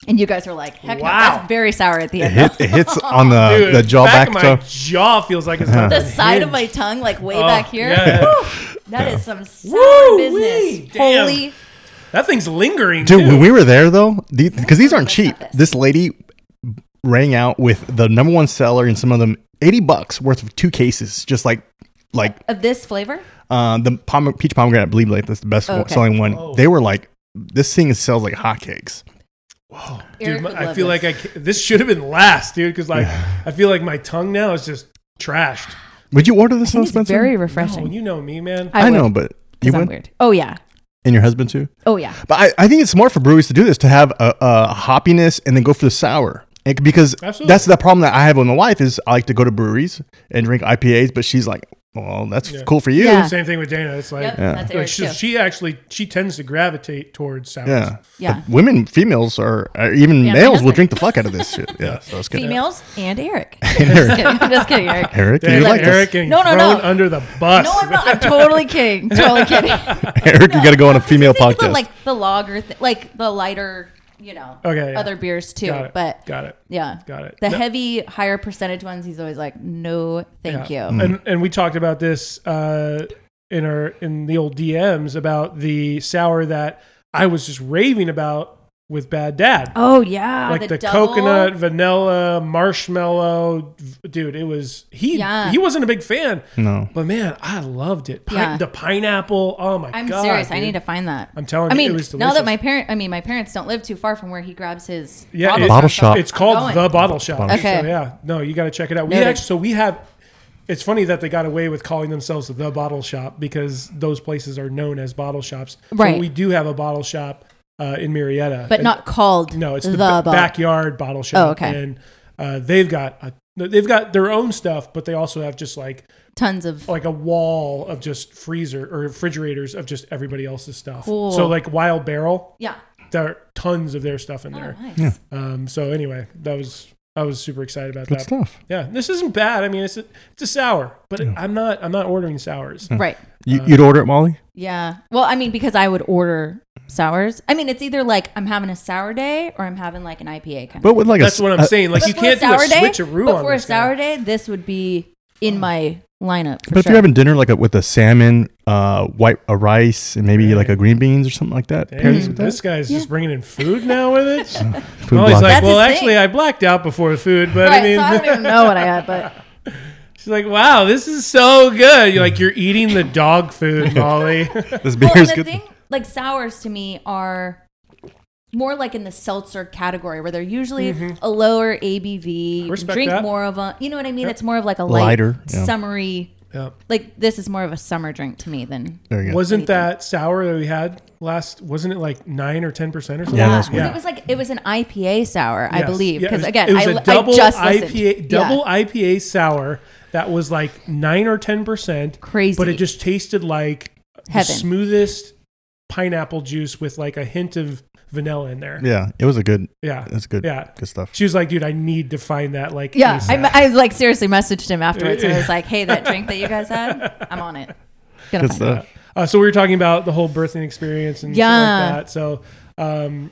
C: And you guys are like, heck no,
A: Wow.
C: that's very sour at the
B: It,
C: end.
B: hit, it hits on the,
A: Dude,
B: Uh, the jaw
A: back of
B: back.
A: my
B: jaw.
A: jaw feels like
B: <laughs>
A: it's
B: Uh-huh.
A: not <laughs>
C: <laughs> the side of my tongue, like way
A: Oh,
C: back here.
A: yeah.
C: Whew, <laughs> that is some sour
A: Woo-wee,
C: business.
A: damn.
C: Holy,
A: That thing's lingering,
B: Dude,
A: too.
B: when we were there though, because these aren't cheap.
C: this.
B: This lady rang out with the number one seller and some of them eighty bucks worth of two cases, just like like
C: of this flavor?
B: uh, the pom- peach pomegranate. I believe like that's the best
C: Okay.
B: one- selling one.
A: Oh.
B: They were like, this thing sells like hotcakes.
A: Whoa,
C: Eric
A: dude,
C: would
A: my, I
C: love
A: feel
C: this.
A: like I ca- this should have been last, dude, because like I feel like my tongue now is just
C: <sighs>
A: trashed.
B: Would you order this, though,
C: It's
B: Spencer?
C: very
A: Oh,
C: refreshing.
A: you know me, man.
B: I,
C: would,
B: know, but
C: 'cause
B: you
C: I'm
B: would,
C: weird. Oh yeah.
B: and your husband too.
C: Oh yeah.
B: But I, I think it's smart for breweries to do this to have a, a hoppiness and then go for the sour. It, because
A: Absolutely.
B: that's the problem that I have with my wife is I like to go to breweries and drink IPAs, but she's like, well, that's
A: Yeah.
B: cool for you.
C: Yeah.
A: Same thing with Dana. It's like,
C: Yep, that's
A: like
C: Eric
A: she,
C: too.
A: she actually she tends to gravitate towards sounds.
B: Yeah.
C: Yeah.
B: But women, females, or, or even
C: Yeah, my
B: males will
C: husband.
B: drink the fuck out
A: <laughs>
B: of this shit. Yeah. So it's good.
C: Females and Eric. <laughs>
B: <laughs>
C: just
B: Eric,
C: kidding. I'm just kidding, Eric.
B: Eric,
A: Dana,
B: you like
A: Eric
B: this.
A: getting
C: No, no,
A: thrown
C: no.
A: under the bus.
C: No, I'm not. I'm
A: <laughs>
C: totally kidding. Totally kidding. Think
B: Eric, you got to go on a female
C: about,
B: podcast.
C: like the lager, thi- like the lighter, you know,
A: Okay, yeah.
C: other beers too.
A: got it.
C: But
A: got it.
C: yeah,
A: Got it.
C: The
A: No.
C: heavy, higher percentage ones, he's always like, "No, thank
A: Yeah.
B: Mm.
C: you."
A: And and we talked about this uh, in our in the old DMs about the sour that I was just raving about with Bad Dad.
C: Oh yeah,
A: like the,
C: double.
A: coconut, vanilla, marshmallow, v- dude. It was he.
C: Yeah.
A: He wasn't a big fan,
B: no.
A: but man, I loved it. Pi-
C: Yeah.
A: The pineapple. Oh my
C: I'm
A: god!
C: serious. I
A: dude.
C: need to find that.
A: I'm telling
C: I
A: you,
C: mean,
A: it was
C: now that
A: delicious.
C: my parent, I mean, my parents don't live too far from where he grabs his
A: Yeah,
C: bottle,
A: it-
B: Bottle shop.
A: It's called
C: I'm
A: the
C: going.
A: Bottle Shop.
C: Okay.
A: So yeah, no, you got to check it out. We
C: Noted.
A: actually, so we have. It's funny that they got away with calling themselves the Bottle Shop because those places are known as bottle shops. So
C: Right.
A: we do have a bottle shop uh, in Marietta,
C: but
A: And-
C: not called.
A: No, it's the,
C: the,
A: ba-
C: bottle. Oh,
A: backyard bottle shop.
C: okay.
A: And uh, they've got a, they've got their own stuff, but they also have just like
C: Tons of
A: like a wall of just freezer or refrigerators of just everybody else's stuff.
C: Cool.
A: So like Wild Barrel,
C: yeah.
A: there are tons of their stuff in
C: Oh,
A: there.
C: nice.
A: Um, so anyway, that was I was super excited about
B: Good
A: that.
B: stuff.
A: Yeah, this isn't bad. I mean, it's a, it's a sour, but I'm not I'm not ordering sours.
B: Hmm.
C: Right.
B: You, you'd order it, Molly?
C: Yeah. Well, I mean, because I would order sours. I mean, it's either like I'm having a sour day or I'm having like an IPA kind
B: But with like a
A: That's
B: s-
A: what I'm
B: a-
A: saying. Like
C: of.
A: you can't do a
C: sour day,
A: switcheroo
C: but
A: on
C: for a
A: this guy.
C: sour day, this would be in my lineup.
B: <laughs>
C: For
B: But if
C: sure.
B: you're having dinner like a, with a salmon, uh, white a rice, and maybe like a green beans or something like that,
A: Hey,
B: pairs with that.
A: this guy's just bringing in food now with it.
B: <laughs> Food
A: Molly's like,
B: blocking.
C: That's
A: well,
C: his
A: actually,
C: thing.
A: I blacked out before the food, but
C: right,
A: I mean,
C: so I don't even know what I had, but
A: <laughs> she's like, wow, this is so good. You're like, you're eating the dog
B: <laughs>
A: food, Molly. <laughs>
B: this beer
C: well, and
B: is
C: the
B: good.
C: thing, like sours to me are more like in the seltzer category where they're usually a lower ABV. You can
A: Mm-hmm. Respect
C: drink
A: that.
C: more of a, you know what I mean? It's more of like a light,
B: Lighter, yeah.
C: summery.
A: Yeah.
C: Like this is more of a summer drink to me than
B: There you go.
A: Wasn't that sour that we had last? Wasn't it like nine or ten percent or something?
B: Yeah,
C: Yeah,
B: that's
C: 'cause
B: what-
C: it was like it was an IPA sour, I
A: Yes.
C: believe.
A: Yeah, it
C: Because
A: was-
C: again,
A: it was
C: I
A: a
C: li- I
A: double
C: just listened.
A: IPA,
C: Yeah.
A: double IPA sour that was like nine or ten percent,
C: crazy,
A: but it just tasted like the
C: Heaven.
A: smoothest pineapple juice with like a hint of vanilla in there.
B: Yeah, it was a good.
A: Yeah,
B: That's good.
A: Yeah.
B: good stuff.
A: She was like, dude, I need to find that. Like,
C: yeah.
A: ASAP.
C: I, I like seriously messaged him afterwards. and I was like, "Hey, that drink that you guys had, I'm on it. Gonna
B: Good
C: find
B: stuff.
A: Uh, so we were talking about the whole birthing experience and
C: Yeah.
A: shit like that. So, um,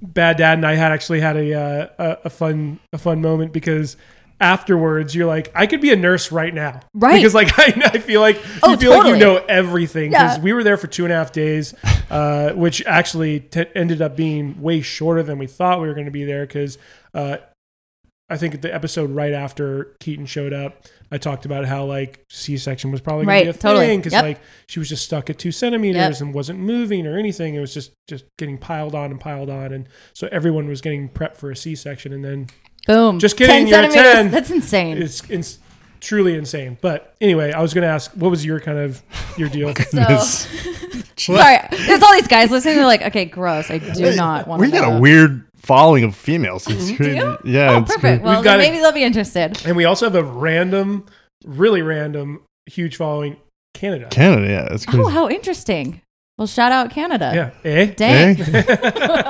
A: bad dad and I had actually had a, uh, a a fun a fun moment because afterwards you're like, I could be a nurse right now,
C: Right.
A: Because like <laughs> I, I feel like
C: Oh,
A: you feel like you
C: totally.
A: know everything because
C: Yeah.
A: we were there for two and a half days, uh, which actually t- ended up being way shorter than we thought we were going to be there because. Uh, I think the episode right after Keaton showed up, I talked about how like C-section was probably gonna
C: Right,
A: be a
C: totally.
A: thing because
C: Yep.
A: like she was just stuck at two centimeters and wasn't moving or anything. It was just just getting piled on and piled on, and so everyone was getting prepped for a C-section, and then
C: Boom.
A: Just kidding,
C: 10
A: you're a
C: centimeters.
A: 10.
C: That's insane.
A: it's it's truly insane. But anyway, I was gonna ask, what was your kind of your deal?
C: so sorry. There's all these guys listening. They're like, okay, gross. I <laughs> do not want.
B: We
C: to
B: got
C: know.
B: a weird following of females. It's
C: Do
B: crazy.
C: you?
B: Yeah,
C: Oh,
B: it's
C: perfect.
B: crazy.
C: Well,
A: We've got
C: then
A: it.
C: maybe they'll be interested.
A: and we also have a random, really random, huge following Canada.
B: Canada. Yeah, it's crazy.
C: Oh, how interesting. Well, shout out Canada.
A: yeah, eh?
C: Dang.
B: Eh?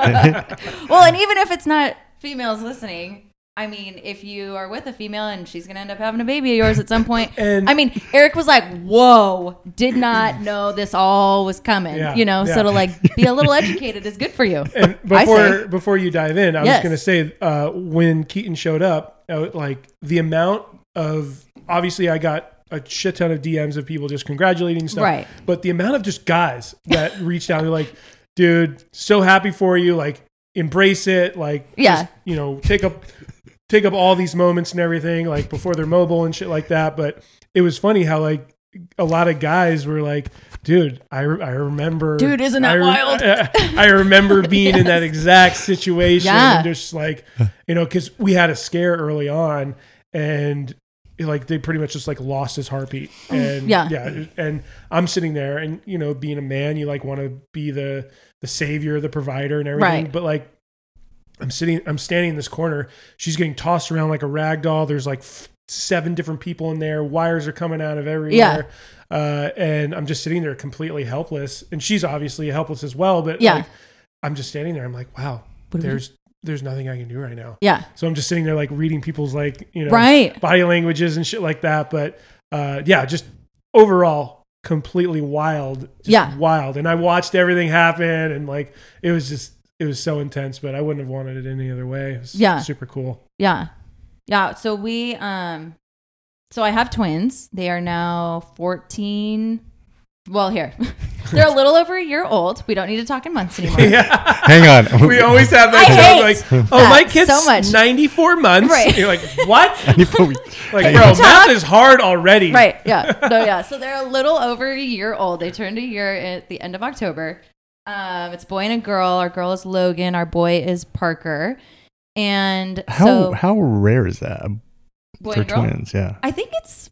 C: Well, and even if it's not females listening, I mean, if you are with a female and she's gonna end up having a baby of yours at some point,
A: <laughs> <laughs> And-
C: I mean, Eric was like, "Whoa, did not know this all was coming."
A: Yeah,
C: you know,
A: yeah.
C: so to like be a little educated is good for you.
A: and
C: <laughs> I
A: before
C: say.
A: before you dive in, I
C: Yes.
A: was going to say uh, when Keaton showed up, I was- like the amount of obviously I got a shit ton of DMs of people just congratulating stuff,
C: Right.
A: But the amount of just guys that <laughs> reached out, they're like, "Dude, so happy for you! Like, embrace it! Like,
C: Yeah.
A: just, you know, take up." Take up all these moments and everything, like before they're mobile and shit like that. But it was funny how like a lot of guys were like, "Dude, I, re- I remember,
C: Dude, isn't that
A: I <laughs>
C: wild?"
A: I
C: <laughs>
A: remember being in that exact situation
C: Yeah.
A: and just like, you know, because we had a scare early on and like they pretty much just like lost his heartbeat. And
C: Oh, Yeah.
A: yeah. And I'm sitting there and, you know, being a man, you like want to be the, the savior, the provider and everything.
C: Right.
A: But like, I'm sitting, I'm standing in this corner. She's getting tossed around like a rag doll. There's like f- seven different people in there. Wires are coming out of everywhere. Uh, and I'm just sitting there completely helpless. And she's obviously helpless as well. But
C: Yeah. Mm-hmm.
A: like, I'm just standing there. I'm like, wow,
C: What do we
A: there's there's nothing I can do right now.
C: Yeah,
A: So I'm just sitting there like reading people's like you know
C: right.
A: body languages and shit like that. But uh, yeah, just overall completely wild. Just
C: Yeah.
A: wild. And I watched everything happen, and like it was just it was so intense. But I wouldn't have wanted it any other way. It was
C: Yeah.
A: super cool. <laughs>
C: Yeah. Yeah. So we um so I have twins. They are now 14. Well, here. <laughs> They're a little over a year old. We don't need to talk in months
B: <laughs>
C: anymore.
A: Yeah.
B: Hang on. <laughs>
A: We always have that
C: I
A: joke
C: hate
A: like, oh, my
C: that
A: kid's
C: so much.
A: 94 months.
C: Right.
A: You're like,
C: <laughs>
A: what?
B: Before we-
A: <laughs> Like,
B: Hey,
A: bro,
B: what's
A: math is hard already.
C: Right. Yeah. No, yeah. So they're a little over a year old. They turned a year at the end of October. Um, it's a boy and a girl. Our girl is Logan. Our boy is Parker. And
B: how
C: so
B: how rare is that
C: boy
B: for
C: and girl.
B: twins? Yeah,
C: I think it's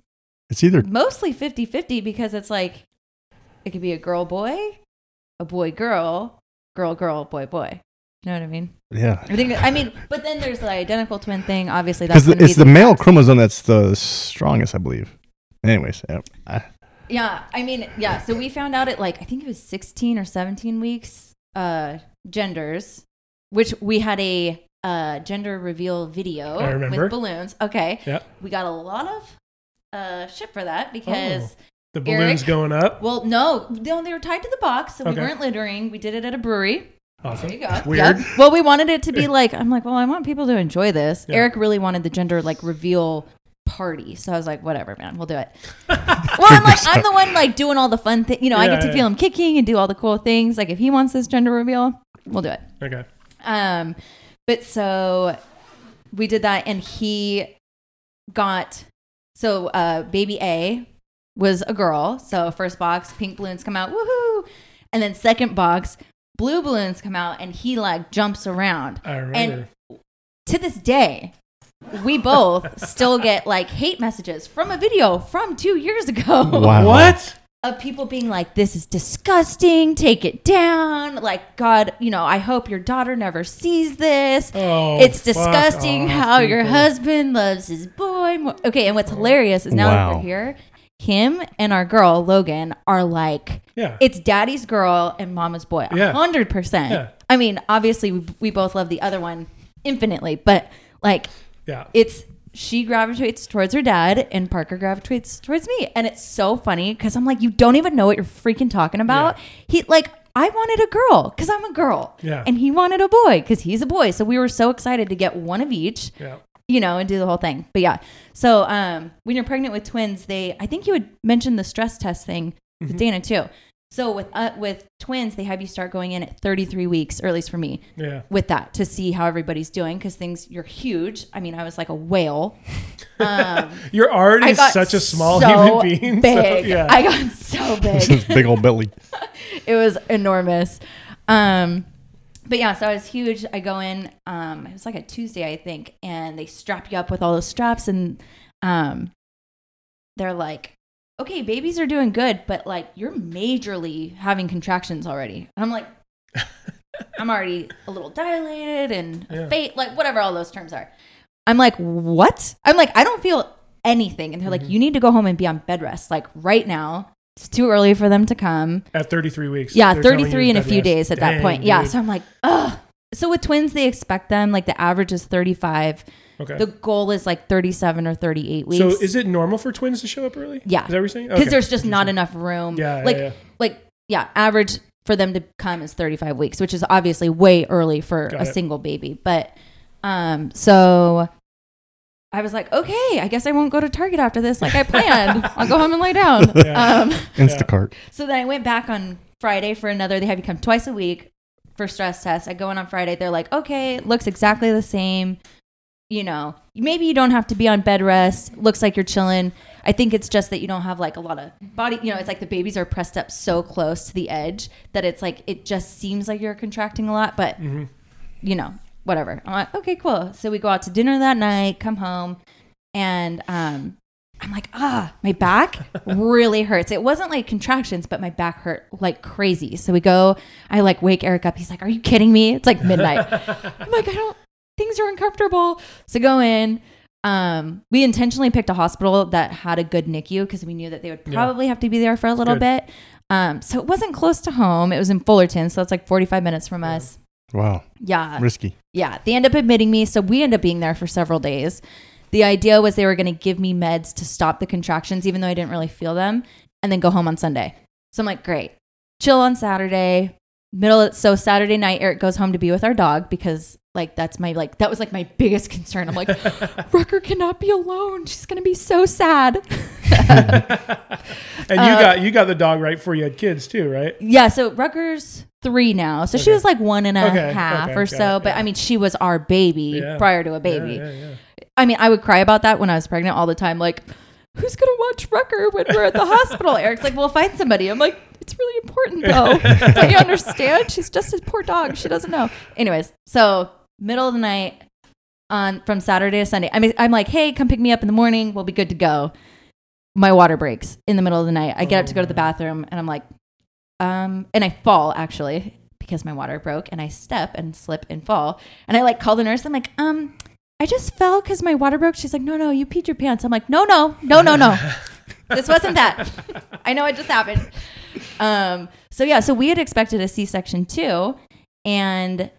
B: it's either
C: mostly 50-50 because it's like it could be a girl boy, a boy girl, girl girl boy boy. You know what I mean?
B: yeah.
C: I think I mean, but then there's the identical twin thing. Obviously, that's
B: Because
C: gonna be
B: it's the male chromosome that's the strongest, I believe. Anyways, yeah, <laughs> I-
C: Yeah, I mean, yeah. So we found out at like I think it was 16 or 17 weeks uh genders, which we had a uh gender reveal video
A: I remember.
C: with balloons. Okay.
A: Yep.
C: We got a lot of uh shit for that
A: Oh.
C: because
A: The balloon's
C: Eric?
A: going up.
C: well, no, no, they were tied to the box, so
A: Okay.
C: we weren't littering. We did it at a brewery.
A: Awesome.
C: There you go.
A: Weird.
C: Yep. Well, we wanted it to be like I'm like, well, I want people to enjoy this.
A: Yeah.
C: Eric really wanted the gender like reveal party, so I was like, whatever, man, we'll do
A: <laughs>
C: it. well, I'm like, I'm the one like doing all the fun thing. You know, I
A: Yeah,
C: get to
A: yeah.
C: feel him kicking and do all the cool things. Like if he wants this gender reveal, we'll do it.
A: Okay.
C: Um, but so we did that, and he got so uh, baby A was a girl. So first box, pink balloons come out, woohoo! And then second box, blue balloons come out, and he like jumps around.
A: I
C: And
A: remember.
C: to this day, we both still get like hate messages from a video from two years ago
B: wow.
A: what?
C: of people being like, "This is disgusting. Take it down." Like, God, you know, I hope your daughter never sees this.
A: Oh,
C: it's
A: fuck
C: disgusting
A: off,
C: how your
A: people.
C: husband loves his boy. More. Okay, and
A: Oh,
C: what's hilarious is now that
B: Wow.
C: we're here, him and our girl Logan are like,
A: Yeah.
C: it's daddy's girl and mama's boy.
A: Yeah.
C: hundred percent.
A: Yeah.
C: I mean, obviously, we, we both love the other one infinitely, but like,
A: yeah.
C: it's she gravitates towards her dad and Parker gravitates towards me. And it's so funny because I'm like, you don't even know what you're freaking talking about. He like I wanted a girl because I'm a girl.
A: Yeah.
C: And he wanted a boy because he's a boy. So we were so excited to get one of each,
A: yeah.
C: you know, and do the whole thing. But yeah. So um when you're pregnant with twins, they I think you had mentioned the stress test thing with Dana too. So with uh, with twins, they have you start going in at 33 weeks, or at least for me,
A: Yeah.
C: with that to see how everybody's doing because things you're huge. I mean, I was like
A: <laughs>
C: a whale. Um,
A: You're already
C: I got
A: such a small
C: so
A: human being.
C: Big.
A: So, yeah.
C: I got so big.
B: This big old belly.
C: it was enormous. Um, but yeah, so I was huge. I go in. Um, it was like a Tuesday, I think, and they strap you up with all those straps, and um, they're like, "Okay, babies are doing good, but like you're majorly having contractions already." And I'm like, "I'm already a little dilated and
A: Yeah.
C: fate, like whatever all those terms are." I'm like, "What?" I'm like, "I don't feel anything," and they're like, "You need to go home and be on bed rest, like right now." It's too early for them to come.
A: At 33 weeks.
C: Yeah,
A: they're telling you
C: 33 in a
A: bed
C: few
A: rest.
C: days at that
A: Dang,
C: point. Yeah,
A: dude.
C: so I'm like, ugh. So with twins, they expect them like the average is 35.
A: okay.
C: The goal is like 37 or 38 weeks.
A: so is it normal for twins to show up early?
C: Yeah.
A: Is that what you're saying?
C: because
A: Okay.
C: there's just not enough room.
A: Yeah, yeah,
C: like
A: yeah.
C: like yeah, average for them to come is 35 weeks, which is obviously way early for
A: Got
C: a
A: it.
C: single baby. But um, so I was like, okay, I guess I won't go to Target after this, like I planned. I'll go home and lie down.
A: <laughs> Yeah.
C: Um,
B: Instacart.
C: so then I went back on Friday for another. They have you come twice a week for stress tests. I go in on Friday. They're like, okay, it looks exactly the same. You know, maybe you don't have to be on bed rest. Looks like you're chilling. I think it's just that you don't have like a lot of body. You know, it's like the babies are pressed up so close to the edge that it's like it just seems like you're contracting a lot, but
A: Mm-hmm.
C: you know, whatever. I'm like, okay, cool. So we go out to dinner that night, come home, and um, I'm like, ah, my back
A: <laughs>
C: really hurts. It wasn't like contractions, but my back hurt like crazy. So we go, I like wake Eric up. He's like, are you kidding me? It's like midnight.
A: <laughs>
C: I'm like, I don't, things are uncomfortable. So go in. Um, we intentionally picked a hospital that had a good NICU because we knew that they would
A: Yeah.
C: probably have to be there for a little
A: Good.
C: bit. Um, so it wasn't close to home. It was in Fullerton, so it's like 45 minutes from us.
B: Wow.
C: Yeah.
B: Risky.
C: Yeah, they end up admitting me, so we end up being there for several days. The idea was they were going to give me meds to stop the contractions, even though I didn't really feel them, and then go home on Sunday. So I'm like, great, chill on Saturday, middle. So Saturday night, Eric goes home to be with our dog because like that's my like that was like my biggest <laughs> concern.
A: <laughs>
C: I'm like, Rucker cannot be alone. She's going to be so sad.
A: <laughs> And
C: Uh,
A: you got you got the dog right before you had kids too, right?
C: Yeah, so Rucker's three now. So she
A: Okay.
C: was like one and a half
A: Okay, okay,
C: or
A: got
C: so.
A: it,
C: But
A: yeah.
C: I mean, she was our baby
A: Yeah.
C: prior to a baby.
A: Yeah, yeah, yeah.
C: I mean, I would cry about that when I was pregnant all the time. Like, who's gonna watch Rucker when we're at the hospital? Eric's like, we'll find somebody. I'm like, it's really important though. Don't you understand? She's just a poor dog. She doesn't know. Anyways, so middle of the night on from Saturday to Sunday, I mean, I'm like, hey, come pick me up in the morning. We'll be good to go. My water breaks in the middle of the night. I get up to go to the bathroom, and I'm like, um, and I fall actually because my water broke, and I step and slip and fall, and I like call the nurse. I'm like, um, I just fell because my water broke. She's like, no, no, you peed your pants. I'm like, no, no, no, no, no. this wasn't that. I know it just happened. Um, so yeah, so we had expected a C-section too, and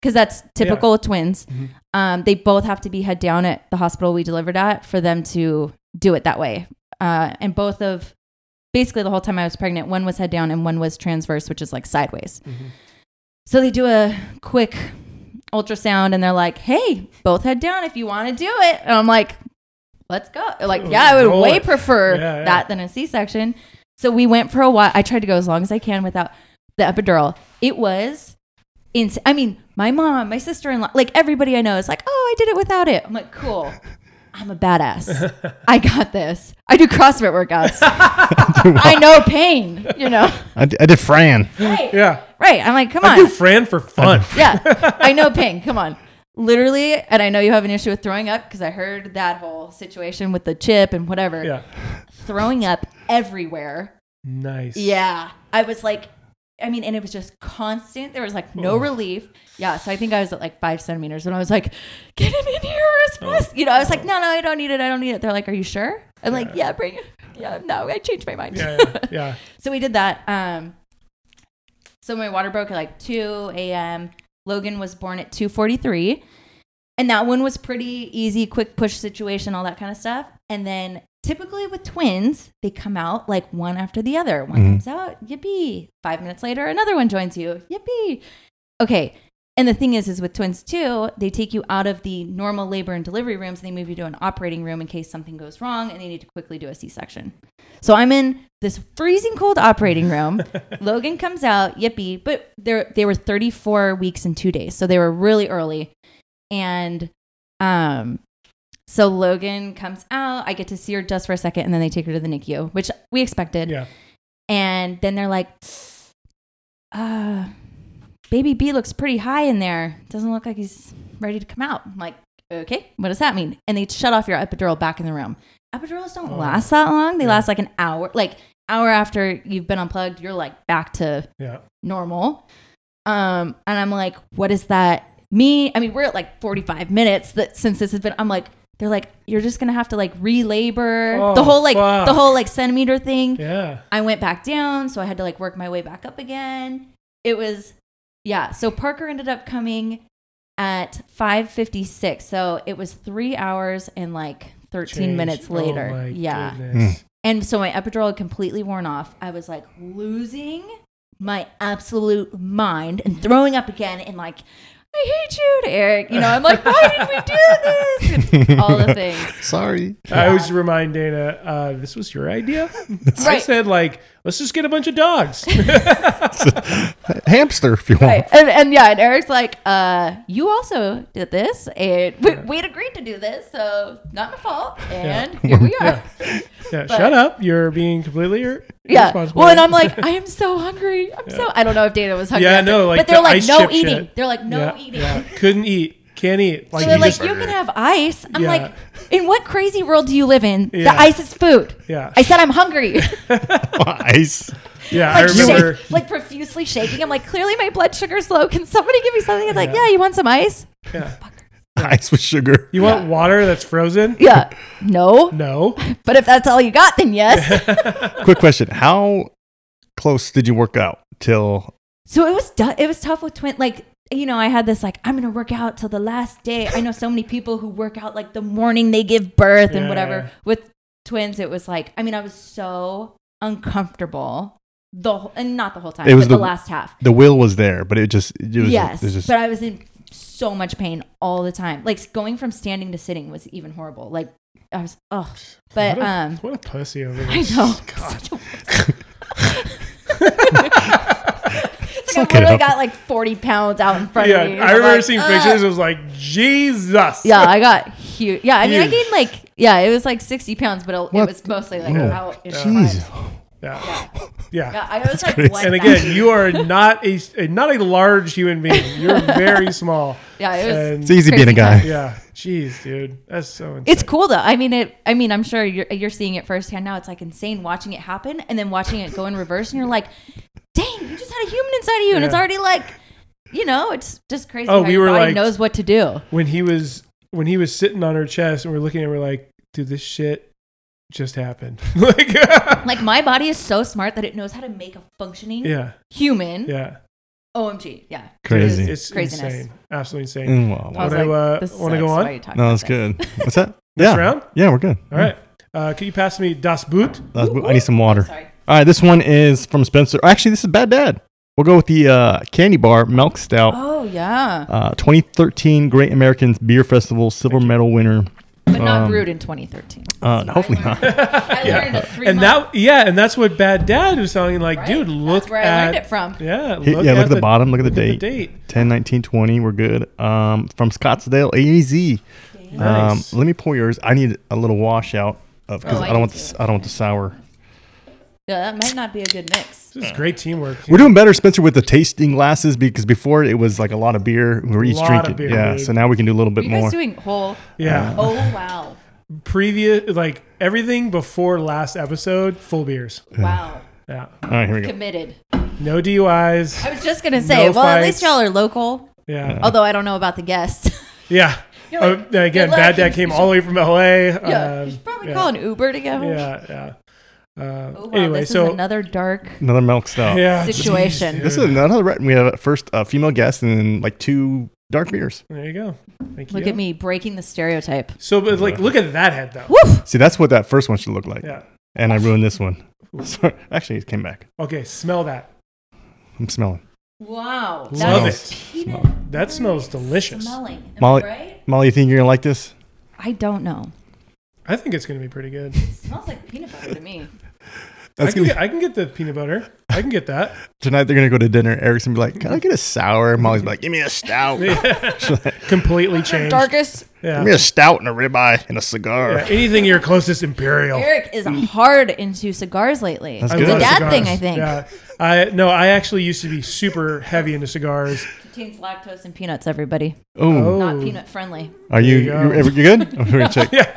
C: because that's typical with twins, um, they both have to be head down at the hospital we delivered at for them to do it that way. Uh, and both of basically the whole time I was pregnant, one was head down and one was transverse, which is like sideways.
A: Mm-hmm.
C: So they do a quick ultrasound and they're like, "Hey, both head down if you want to do it." And I'm like, "Let's go!" Like, yeah, I would
A: Roll
C: way
A: it. Oh,
C: prefer
A: Yeah, yeah.
C: that than a C-section. So we went for a while. I tried to go as long as I can without the epidural. It was ins- I mean, my mom, my sister-in-law, like everybody I know is like, "Oh, I did it without it." I'm like, "Cool." I'm
A: <laughs>
C: a badass. I got this. I do CrossFit workouts. I know pain, you know.
A: <laughs>
B: I, d- I did Fran.
C: Right.
A: Yeah.
C: Right. I'm like, come on.
A: I do Fran for fun. <laughs>
C: Yeah, I know pain. Come on. Literally, and I know you have an issue with throwing up because I heard that whole situation with the chip and whatever.
A: Yeah.
C: Throwing up everywhere.
A: Nice.
C: Yeah. I was like, I mean, and it was just constant. There was like no relief. Yeah. So I think I was at like five centimeters when I was like, get him in here as fast. You know, I was like, no, no, I don't need it. I don't need it. They're like, are you sure? I'm like, yeah, bring it. Yeah, no, I changed my mind.
A: Yeah.
C: <laughs>
A: Yeah. yeah.
C: So we did that. Um, so my water broke at like 2 a.m. Logan was born at 2:43, and that one was pretty easy, quick push situation, all that kind of stuff. And then typically with twins, they come out like one after the other. One
B: Mhm.
C: comes out, yippee! Five minutes later, another one joins you, yippee! Okay, And the thing is, is with twins too, they take you out of the normal labor and delivery rooms and they move you to an operating room in case something goes wrong and they need to quickly do a C section. So I'm in this freezing cold operating room. Logan comes out, yippee, but they they were 34 weeks and two days. So they were really early. And um, so Logan comes out. I get to see her just for a second and then they take her to the NICU, which we expected.
A: Yeah.
C: And then they're like, uh, baby B looks pretty high in there. Doesn't look like he's ready to come out. I'm like, okay, what does that mean? And they shut off your epidural back in the room. Epidurals don't
A: Oh.
C: last that long. They
A: Yeah.
C: last like an hour. Like hour after you've been unplugged, you're like back to
A: Yeah.
C: normal. Um, and I'm like, what is that mean? I mean, we're at like 45 minutes that since this has been. I'm like, they're like, you're just gonna have to like relabor
A: Oh,
C: the whole like
A: fuck.
C: the whole like centimeter thing.
A: Yeah.
C: I went back down, so I had to like work my way back up again. It was yeah, so Parker ended up coming at 5:56. So it was 3 hours and like 13
A: Change.
C: minutes
A: Oh
C: later.
A: my
C: yeah.
A: goodness.
C: And so my epidural had completely worn off. I was like losing my absolute mind and throwing up again and like I hate you to Eric. You know, I'm like, why did we do this? And all the things.
B: Sorry.
A: I always remind Dana, uh, this was your
C: <laughs>
A: idea. I
C: Right.
A: said, like, let's just get a bunch of
C: <laughs>
A: dogs.
B: <laughs> Hamster, if you want.
C: Right. And, and yeah, and Eric's like, uh, you also did this, and we, we'd agreed to do this, so not my fault.
A: <laughs>
C: And here we are.
A: Yeah. Yeah, shut up. You're being completely ir-
C: Yeah.
A: irresponsible.
C: Well, and
A: <laughs>
C: I'm like, I am so hungry. I'm so. I don't know if Dana was hungry.
A: Yeah,
C: after-
A: no, like
C: but they're
A: the
C: like,
A: ice
C: no
A: chip
C: eating.
A: shit.
C: They're like, no
A: Yeah,
C: eating.
A: yeah. Couldn't eat. Can't eat. Like,
C: They're
A: you
C: like,
A: just-
C: you can have ice. I'm
A: Yeah.
C: like, in what crazy world do you live in?
A: Yeah.
C: The ice is food.
A: yeah.
C: I said I'm hungry. <laughs>
B: <laughs> Ice.
A: yeah, <laughs> I
C: like,
A: remember.
C: shake, like profusely shaking. I'm like, clearly my blood sugar's low. Can somebody give me something? It's like, yeah, you want some ice?
A: Yeah.
B: Ice with sugar.
A: You want water that's frozen?
C: Yeah. No.
A: No.
C: But if that's all you got,
A: <laughs>
C: then yes.
B: Quick question. How close did you work out till
C: so it was du- it was tough with twin. Like you know, I had this like I'm gonna work out till the last day. I know so many people who work out like the morning they give birth and
A: Yeah.
C: whatever. With twins, it was like I mean I was so uncomfortable the whole, and not the whole time.
B: It was
C: but the,
B: the-
C: last half.
B: the will was there, but it just it was,
C: yes,
B: it was just
C: but I was in so much pain all the time. Like going from standing to sitting was even horrible. Like I was oh, but
A: what a,
C: um,
A: what a pussy over there.
C: I know. <laughs>
A: God.
C: Such a- it's
B: Suck
C: like
B: it
C: I literally
B: up.
C: got like 40 pounds out in
A: <laughs>
C: front
A: Yeah,
C: of me.
A: I
C: I'm
A: remember
C: like,
A: seeing
C: "Ugh."
A: pictures. It was like, Jesus.
C: Yeah, I got huge. Yeah, I mean, I
A: Huge.
C: gained like, yeah, it was like 60 pounds, but it, it
B: What?
C: was mostly like
B: Whoa.
C: out in front.
B: Jeez.
A: Yeah.
C: Yeah.
A: Yeah.
C: Yeah, I was like,
B: crazy.
C: one
A: And again, you are not a, a- not a large human being.
C: <laughs>
A: You're very small.
C: Yeah, it was-
B: It's easy being a
C: Crazy
B: guy.
A: Yeah. Jeez, dude. That's so insane.
C: It's cool though. I mean, it. I mean, I'm sure you're you're seeing it firsthand now. It's like insane watching it happen and then watching it go in reverse, and you're like, "Dang, you just had a human inside of you, and it's
A: Yeah.
C: already like, you know, it's just crazy.
A: Oh,
C: how
A: we
C: your
A: were
C: body
A: like-
C: knows what to do.
A: When he was when he was sitting on her chest and we're looking at her we're like, dude, this shit just happened. <laughs> like
C: Like my body is so smart that it knows how to make a
A: <laughs>
C: functioning
A: Yeah.
C: human.
A: Yeah.
C: OMG, yeah,
B: Crazy.
A: It's, it's
C: Craziness.
A: insane. Absolutely insane.
B: Mm, wow, wow.
C: I was
A: Wanna, uh,
C: like, this
A: wanna go
C: sucks.
A: on?
C: Why are you talking
B: No,
C: about
B: that's
C: this?
B: good. What's that?
A: This
B: yeah.
A: round?
B: Yeah, we're good.
A: All right. Uh, can you pass me Das Boot?
B: That's- I need some water.
C: Sorry.
B: All right, this one is from Spencer. Oh, Actually, this is Bad Dad. We'll go with the uh, Candy Bar Milk Stout. <laughs>
C: Oh yeah,
B: Uh, 2013 Great American Beer Festival Silver Medal winner.
C: but not
B: Um,
C: brewed
A: <laughs>
C: in 2013.
B: Uh, hopefully
C: I
B: not.
C: learned- I learned it three
A: And
C: months.
A: that yeah, and that's what Bad Dad was telling you, like,
C: Right.
A: dude, look
C: That's where
A: at
C: I learned it from.
A: Yeah,
B: Hit- yeah, look at the bottom. Look at the
A: look
B: date.
A: at the date.
B: 10, 19, 20. We're good. Um, from Scottsdale, AZ.
A: Nice.
B: Um, let me pour yours. I need a little washout of because
C: Oh, I
B: I don't
C: do
B: want
C: too.
B: this. I don't want the sour.
C: Yeah, that might not be a good mix.
A: This is great teamwork.
B: We're doing better, Spencer, with the tasting glasses because before it was like a lot of beer. We were each
A: Lot of
B: drinking.
A: beer,
B: yeah,
A: dude.
B: so now we can do a little
C: Are
B: bit
C: you
B: more.
C: guys doing whole?
A: yeah.
C: Oh wow,
A: Previous like everything before last episode, full beers.
C: wow,
A: Yeah.
B: All right, here we go.
C: committed.
A: No DUIs.
C: I was just gonna say.
A: No
C: well, at
A: fights.
C: least y'all are local.
A: Yeah.
C: Although I don't know about the guests. <laughs>
A: Yeah.
C: You're
A: Oh,
C: like,
A: again,
C: good luck.
A: Bad Dad came all the way from LA.
C: yeah,
A: um,
C: you should probably
A: yeah.
C: call an Uber to get home.
A: Yeah, yeah. Um,
C: Oh, wow,
A: anyway,
C: this
A: so
C: is another dark.
B: Another milk stout.
A: yeah,
C: situation.
A: Jeez,
B: This is
A: dude.
B: another red. We have a first uh, female guest and then like two dark beers.
A: There you go. Thank
C: Look
A: you.
C: at me breaking the stereotype.
A: So, but like, look at that head though.
C: Woof.
B: See, that's what that first one should look like.
A: Yeah.
B: <laughs> And I ruined this one. Sorry. Actually, it came back.
A: Okay, smell that.
B: I'm smelling.
C: Wow.
A: Love
C: that's
A: it.
C: peanut
A: That smells delicious.
C: Smelling. Am I
B: Molly-
C: right?
B: Molly, you think you're gonna like this?
C: I don't know.
A: I think it's going to be pretty good.
C: It smells like peanut butter to me.
A: I
B: That's
A: can,
B: gonna
A: get, I can get the peanut butter. I can get that.
B: <laughs> tonight. They're gonna go to dinner. Eric's gonna be like, "Can I get a sour?" Molly's like, "Give me
A: <laughs>
B: a stout. Give
A: Completely changed.
C: Darkest.
A: Yeah.
B: me a stout and a ribeye and a cigar."
A: Yeah, Anything your closest imperial.
C: Eric is hard into cigars lately.
B: That's
A: Oh. I
B: good.
A: love
B: It's a
C: dad
A: cigars.
C: thing, I think.
A: Yeah. I no, I actually used to be super heavy into cigars.
C: Contains lactose and peanuts, everybody.
B: Oh,
A: Oh.
C: Not peanut friendly.
B: <laughs> are you you,
A: There you go.
B: ever- you
A: <laughs>
B: good? I'm gonna check.
A: Yeah.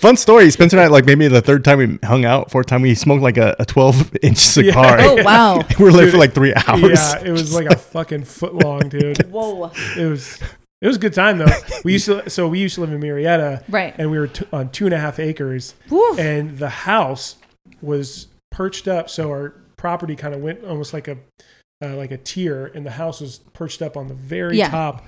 B: Fun story. Spencer and I, like maybe the third time we hung out, fourth time we smoked like a, a 12
A: <laughs>
B: inch cigar.
C: Oh, wow.
B: We <laughs> were late
A: Dude,
B: for like three hours.
A: Yeah, it was like a fucking foot long, dude.
C: Whoa.
A: It was it was a good time though. We used to so we used to live in Marietta,
C: Right.
A: and we were t- on two and a half acres,
C: Woo.
A: and the house was perched up, so our property kind of went almost like a uh, like a tier, and the house was perched up on the very
C: Yeah.
A: top,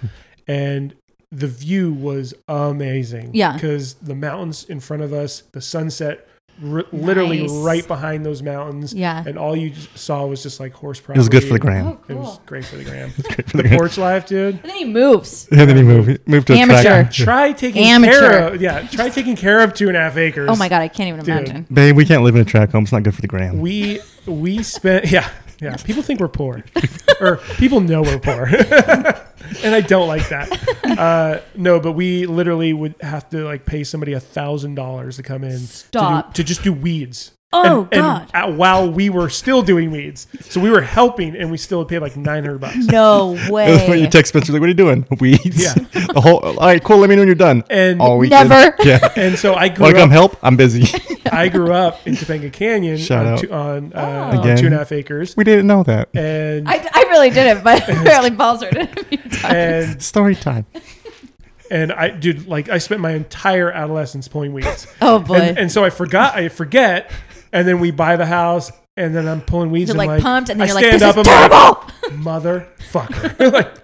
A: and the view was amazing.
C: Yeah.
A: because the mountains in front of us, the sunset. R- literally
C: Nice.
A: right behind those mountains
C: Yeah.
A: and all you just saw was just like horse
B: It
A: property
B: was good for the gram.
C: Oh,
A: it was
C: cool.
A: great for the
B: <laughs>
A: gram.
B: for
A: the
B: the gram.
A: porch life, dude.
C: And then he moves.
B: And then he moved, moved to a track.
C: Amateur.
A: Try taking
C: Amateur.
A: care of yeah. Try taking care of two and a half acres.
C: Oh my God, I can't even
A: Dude.
B: <laughs>
C: imagine.
B: Babe, we can't live in a track home. It's not good for the <laughs> gram.
A: We we spent yeah yeah. People think we're poor, or people know we're poor, <laughs> and I don't like that. Uh, no, but we literally would have to like pay somebody a thousand dollars to come in to do-
C: Stop.
A: to just do weeds.
C: Oh,
A: and,
C: God.
A: And, uh, while we were still doing weeds, so we were helping, and we still paid like nine hundred bucks.
C: No
B: That's when you
C: way.
B: text Spencer, like, what are you doing? <laughs> Weeds.
A: Yeah.
B: the whole, all right, cool. Let me know when you're done.
A: And-
B: all weekend.
C: Never.
B: <laughs>
A: <laughs>
B: Yeah.
A: And so I grew
B: Want to
A: up
B: come help? I'm busy.
A: <laughs>
B: <laughs>
A: I grew up in Topanga Canyon
B: Shout
A: on,
B: out.
A: two, on, uh,
C: Oh.
A: on two
B: Again.
A: and a half acres,
B: we didn't know that.
A: and
C: I, I really did
A: <laughs>
C: it, but <laughs> apparently Balzer did it a few times.
A: and
B: Story time.
A: and I dude, like I spent my entire adolescence pulling weeds,
C: <laughs> Oh, boy.
A: and, and so I forgot, I forget, and then we buy the house, and then I'm pulling weeds,
C: you're
A: and
C: like, pumped, and then
A: I
C: you're like,
A: stand
C: this
A: up,
C: is
A: I'm like, <laughs>
C: terrible. <laughs>
A: motherfucker, <laughs> like.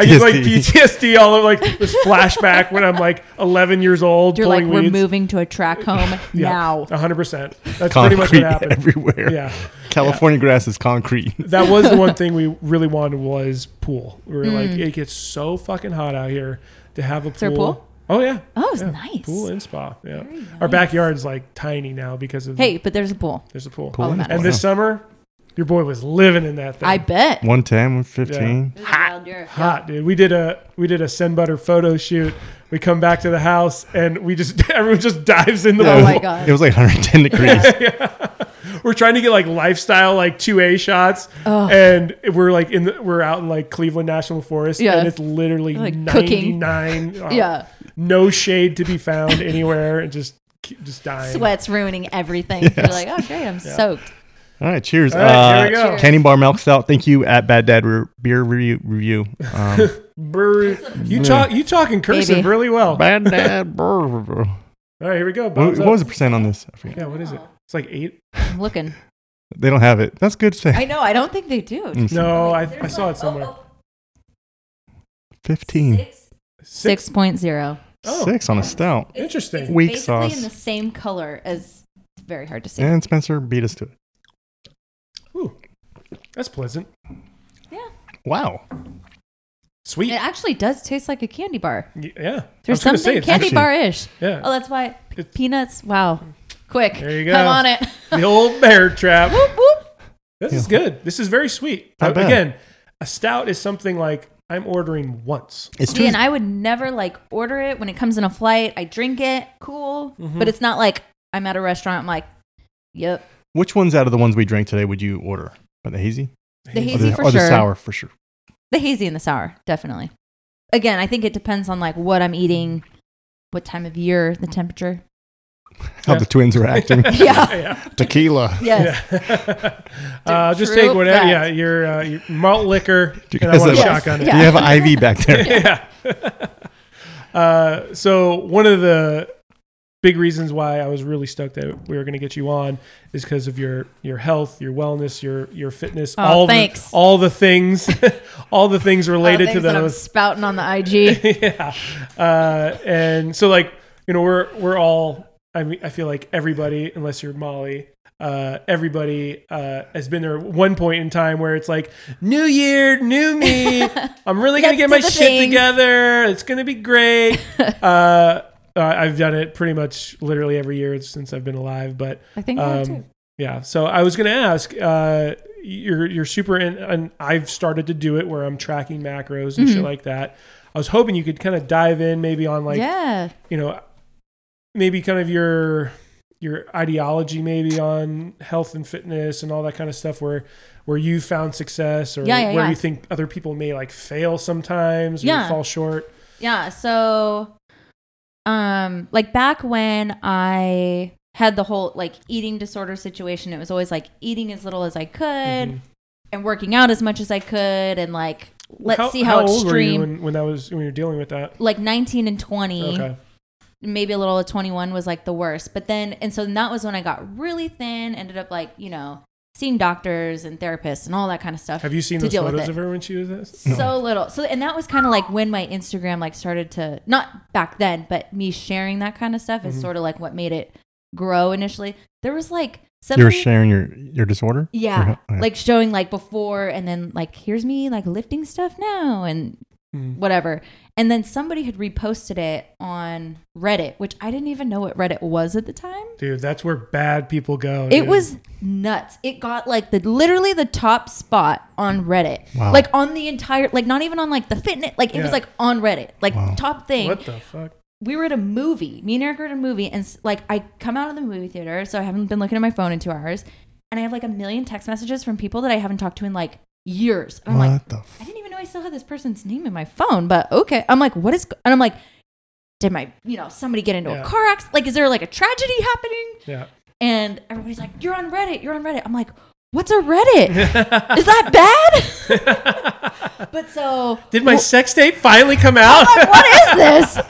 A: <laughs> I get like PTSD all over like this flashback when I'm like 11 years old.
C: You're like,
A: pulling
C: we're
A: weeds.
C: moving to a
A: <laughs>
C: track home now.
A: 100. percent That's pretty much
B: concrete
A: what happened.
B: everywhere.
A: Yeah.
B: California grass
A: <laughs>
B: is concrete.
A: that
C: <laughs>
A: was the one thing we really wanted was pool. We were like, it gets so fucking hot out here to have a pool.
C: Mm. there a pool?
A: Oh yeah,
C: Oh, it's
A: Yeah.
C: nice.
A: pool and spa. Yeah,
C: Very nice.
A: our backyard's like tiny now because of
C: Hey, but there's a pool.
A: there's a pool.
C: All
B: Cool.
C: that
A: And this summer, your boy was living in that thing.
C: I bet.
B: 110, 115.
C: Hot.
A: <laughs> hot dude. We did a we did a send butter photo shoot. We come back to the house and we just <laughs> everyone just dives in the
C: Oh
A: pool.
C: my
B: <laughs>
C: God.
B: It was like
A: <laughs>
B: 110 degrees.
A: we're trying to get like lifestyle like 2a shots
C: Ugh.
A: and we're like in the, we're out in like cleveland national forest
C: Yeah.
A: and it's literally
C: Like cooking.
A: 99 uh,
C: <laughs> Yeah.
A: no shade to be found anywhere and just just dying
C: Sweat's ruining everything. You're like, oh, great. I'm soaked.
B: All right, cheers.
A: All right, here we
B: Uh,
A: go.
B: Canning Bar Milk Stout. Thank you at Bad Dad Re- Beer Review. review.
A: <laughs>
B: Um,
A: Brr. you
B: Mm.
A: talk you talk in cursive
C: Maybe.
A: really well
B: Bad Dad Brr.
A: all
B: What,
A: right here we go
B: what
A: Bob's up.
B: was the percent on this? I forget.
A: yeah what is it it's like eight
C: I'm looking.
B: They don't have it. That's good. to
C: I
B: Say
C: know. I don't think they do.
B: Mm.
A: no i, I saw it
C: oh,
A: somewhere
B: 15.
C: 6.0.
A: Oh.
B: 6 on a stout.
A: Interesting.
C: It's
B: Weak
C: basically
B: sauce.
C: in the same color as. It's very hard to see.
B: And Spencer beat us to it.
A: Ooh, that's pleasant
B: Wow.
A: sweet
C: It actually does taste like a candy bar.
A: Y- yeah I
C: There's
A: was gonna say,
C: something
A: it's
C: candy
B: actually-
C: bar ish.
A: yeah
C: Oh, that's why
A: It's-
C: peanuts. Wow. Quick.
A: There you
C: Come
A: go.
C: on it.
A: <laughs> the old bear trap
C: whoop, whoop.
A: This is good. This is very sweet.
B: Not
A: Uh,
B: bad.
A: Again, a stout is something like I'm ordering
C: <laughs>
A: once.
B: It's
C: See,
B: true.
C: and I would never like order it when it comes in a flight. I drink it, cool,
B: Mm-hmm.
C: but it's not like I'm at a restaurant. I'm like, yep,
B: Which ones out of the ones we drank today would you order? Are the hazy?
C: the
B: Or
C: hazy
B: the,
C: for
B: or
C: sure,
B: the sour for sure.
C: the hazy and the sour, definitely. Again, I think it depends on like what I'm eating, what time of year,
B: <laughs>
C: the temperature.
B: How
A: Yeah.
B: the twins are
C: <laughs>
B: acting. <laughs>
C: Yeah,
A: Yeah.
B: Tequila.
C: yes, <laughs>
A: <laughs> uh, just
C: True
A: take whatever.
C: fact.
A: Yeah, your, uh, your malt liquor,
B: Do you
A: and I
B: guys
A: want a
B: have-
A: shotgun.
B: Do
A: it.
B: you have an IV
C: <laughs>
B: back there?
A: Yeah. <laughs> uh, so one of the big reasons why I was really stoked that we were going to get you on is because of your your health, your wellness, your your fitness,
C: Oh,
A: all the,
C: thanks.
A: all the things, <laughs> all the things related
C: All
A: to
C: things that I'm
A: those.
C: spouting on the <laughs> IG.
A: yeah. Uh, and so like, you know, we're we're all I mean I feel like everybody, unless you're Molly, uh, everybody uh, has been there at one point in time where it's like, new year, new
C: <laughs>
A: me. I'm really going to get
C: Let's
A: my
C: do the
A: shit
C: things."
A: together. It's going to be
C: <laughs>
A: great. uh, I- I've done it pretty much literally every year since I've been alive, but
C: I think I have
A: um,
C: too.
A: yeah. So I was going to ask, uh, you're you're super, in, and I've started to do it where I'm tracking macros and
C: Mm-hmm.
A: shit like that. I was hoping you could kind of dive in, maybe on like
C: yeah.
A: you know, maybe kind of your your ideology, maybe on health and fitness and all that kind of stuff, where where you found success or
C: Yeah, yeah,
A: where
C: yeah.
A: you think other people may like fail sometimes or
C: Yeah.
A: fall short.
C: Yeah. So, um, like back when I had the whole like eating disorder situation, it was always like eating as little as I could
A: Mhm.
C: and working out as much as I could, and like let's see how,
A: old were you
C: extreme.
A: when, when that was when you were dealing with that.
C: like 19 and 20
A: Okay.
C: maybe a little at 21 was like the worst. But then, and so that was when I got really thin, ended up like, you know, seeing doctors and therapists and all that kind of stuff.
A: Have you seen
C: to
A: those
C: deal with
A: photos
C: it.
A: of her when she was this?
C: So little. So, and that was kind of like when my Instagram like started to, not back then, but me sharing that kind of stuff is sort of like what made it grow initially. There was like somebody.
B: You're sharing your your disorder.
C: yeah,
B: Or- oh, uh, okay.
C: like showing like before, and then like here's me like lifting stuff now, and
A: Mhm.
C: whatever. And then somebody had reposted it on Reddit, which I didn't even know what Reddit was at the time.
A: Dude, that's where bad people go.
C: It
A: dude.
C: was nuts. It got like the literally the top spot on Reddit.
B: Wow.
C: Like on the entire like not even on like the fitness like it
A: Yeah.
C: was like on Reddit. Like
B: Wow.
C: top thing.
A: what the fuck?
C: We were at a movie. Me and Eric were at a movie and s- like I come out of the movie theater, so I haven't been looking at my phone in 2 hours, and I have like a million text messages from people that I haven't talked to in like years. And I'm
B: what
C: like
B: the? F-
C: I didn't even know I still had this person's name in my phone, but okay. I'm like, what is, go-? and I'm like, did my, you know, somebody get into
A: Yeah.
C: a car accident? Like, is there like a tragedy happening?
A: Yeah. <laughs>
C: And everybody's like, you're on Reddit, you're on Reddit. I'm like, what's a Reddit?
B: <laughs>
C: is that bad? but so,
A: Did my sex tape finally come out? <laughs>
C: <laughs> what is this?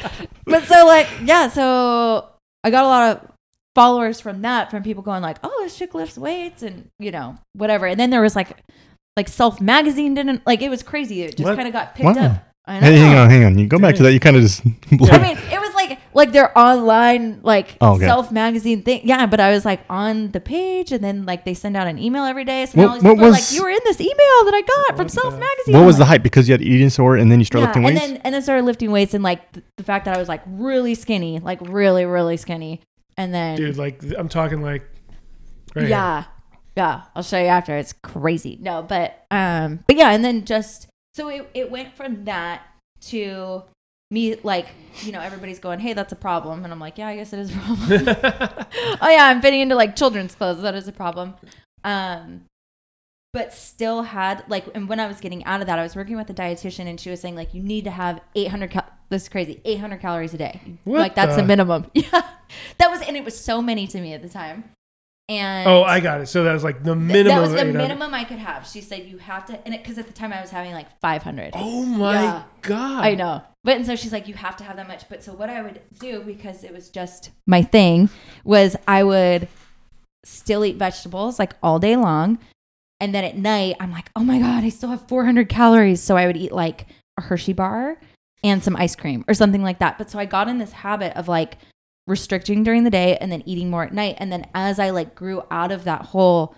C: But so, like, yeah, so I got a lot of followers from that, from people going like, oh, this chick lifts weights and, you know, whatever. And then there was like, like Self Magazine didn't, like, it was crazy. It just
A: What?
C: kind of got picked
B: Wow.
C: up. I
B: hey, hang on, hang on. You go back to that. You kind of just. <laughs>
C: I mean, it was like like their online like
B: Oh, okay.
C: self magazine thing. Yeah, but I was like on the page, and then like they send out an email every day. So now
B: What-
C: all these
B: what
C: people are like,
B: was-
C: "You were in this email that I got from
A: What
C: self
A: the-
C: magazine."
B: what was the hype? Because you had eating disorder, and then you started
C: yeah,
B: lifting
C: and
B: weights.
C: then and then started lifting weights, and like th- the fact that I was like really skinny, like really really skinny, and then
A: Dude, like th- I'm talking like right here.
C: yeah yeah i'll show you after it's crazy no but um but yeah and then just so it, it went from that to me like you know everybody's going hey that's a problem and i'm like yeah i guess it is a problem
A: <laughs>
C: oh yeah i'm fitting into like children's clothes that is a problem um but still had like and when i was getting out of that i was working with a dietitian and she was saying like you need to have 800 cal- this is crazy 800 calories a day
A: What
C: like that's
A: the-
C: the minimum <laughs> yeah that was and it was so many to me at the time and
A: Oh, I got it. So that was like the
C: th-
A: minimum.
C: That was the
A: of 800.
C: minimum I could have. She said you have to, and because at the time I was having like 500.
A: Oh my
C: Yeah.
A: god!
C: I know, but and so she's like, you have to have that much. But so what I would do because it was just my thing was I would still eat vegetables like all day long, and then at night I'm like, oh my god, I still have 400 calories. So I would eat like a Hershey bar and some ice cream or something like that. But so I got in this habit of like restricting during the day and then eating more at night. And then as I like grew out of that whole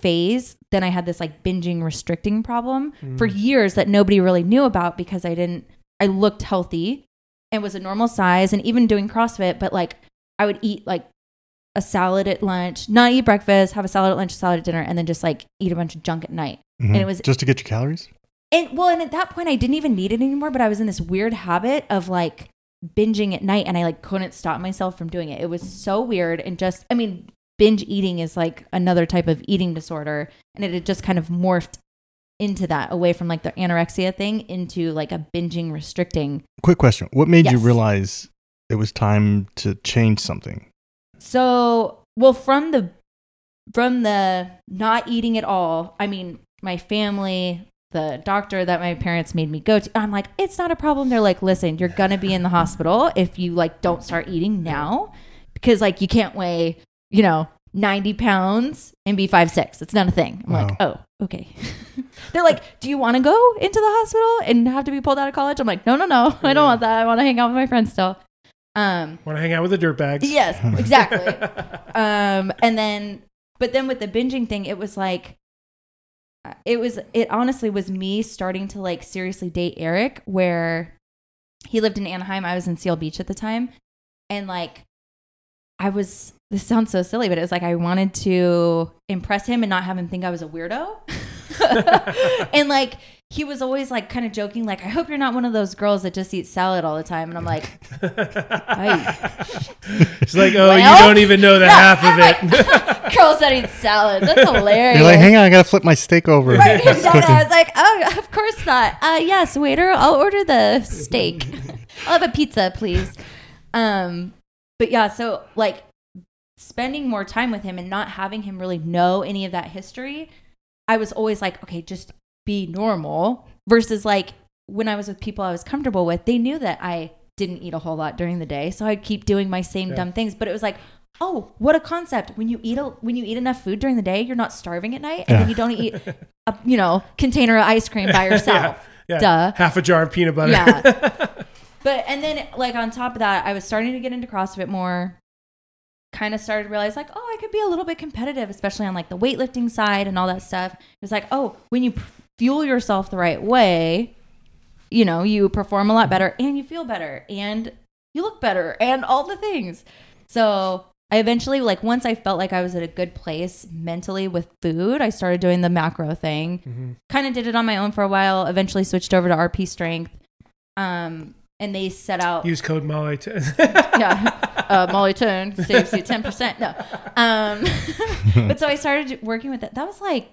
C: phase, then I had this like binging restricting problem for years that nobody really knew about because I didn't, I looked healthy and was a normal size and even doing CrossFit, but like I would eat like a salad at lunch, not eat breakfast, have a salad at lunch, salad at dinner, and then just like eat a bunch of junk at night.
B: Mhm.
C: and it was-
B: just to get your calories.
C: And well, and at that point, I didn't even need it anymore, but I was in this weird habit of like binging at night and I like couldn't stop myself from doing it. It was so weird. And just, I mean, binge eating is like another type of eating disorder. And it had just kind of morphed into that away from like the anorexia thing into like a binging restricting.
B: Quick question: What made you
C: Yes.
B: realize it was time to change something?
C: So, well, from the, from the not eating at all, I mean, my family, the doctor that my parents made me go to i'm like it's not a problem they're like listen you're gonna be in the hospital if you like don't start eating now because like you can't weigh you know 90 pounds and be five six it's not a thing i'm like oh okay <laughs> they're like do you want to go into the hospital and have to be pulled out of college i'm like no no no i don't want that i want to hang out with my friends still um
A: <laughs> Want to hang out with the dirtbags?
C: Yes, exactly. um, and then But then with the binging thing, it was like, uh, it was, it honestly was me starting to like seriously date Eric, where he lived in Anaheim. I was in Seal Beach at the time. And like, I was, this sounds so silly, but it was like I wanted to impress him and not have him think I was a weirdo. <laughs> and like, he was always like kind of joking, like, I hope you're not one of those girls that just eats salad all the time. And I'm like, "Ay,
A: It's like, oh, you
C: Well,
A: don't even know the
C: yeah,
A: half
C: I'm
A: of it.
C: <laughs> like, girls that eat
A: <laughs>
C: salad. That's hilarious.
B: You're like, hang on, I gotta flip my steak over.
C: Right,
B: <laughs> It's
C: exactly.
B: cooking.
C: I was like, oh, of course not. Uh, yes, waiter, I'll order the steak.
B: <laughs>
C: I'll have a pizza, please. Um, but yeah, so like spending more time with him and not having him really know any of that history, I was always like, okay, just be normal. Versus like when I was with people I was comfortable with, they knew that I didn't eat a whole lot during the day, so I'd keep doing my same
A: Yeah.
C: dumb things. But it was like. Oh, what a concept! When you eat a, when you eat enough food during the day, you're not starving at night, and
B: Yeah.
C: then you don't eat a, you know, container of ice cream by yourself.
A: <laughs> Yeah.
C: Duh.
A: Half a jar of peanut butter.
C: Yeah. But and then like on top of that, I was starting to get into CrossFit more. Kind of started to realize like, oh, I could be a little bit competitive, especially on like the weightlifting side and all that stuff. It's like, oh, when you fuel yourself the right way, you know, you perform a lot better and you feel better and you look better and all the things. So I eventually like once I felt like I was at a good place mentally with food, I started doing the macro thing. Kind of did it on my own for a while, eventually switched over to RP strength. Um and they set
A: <laughs>
C: out
A: Use code Molly. To- <laughs>
C: yeah, uh, Molly Tone saves you ten percent. No, um, <laughs> but so I started working with it. That was like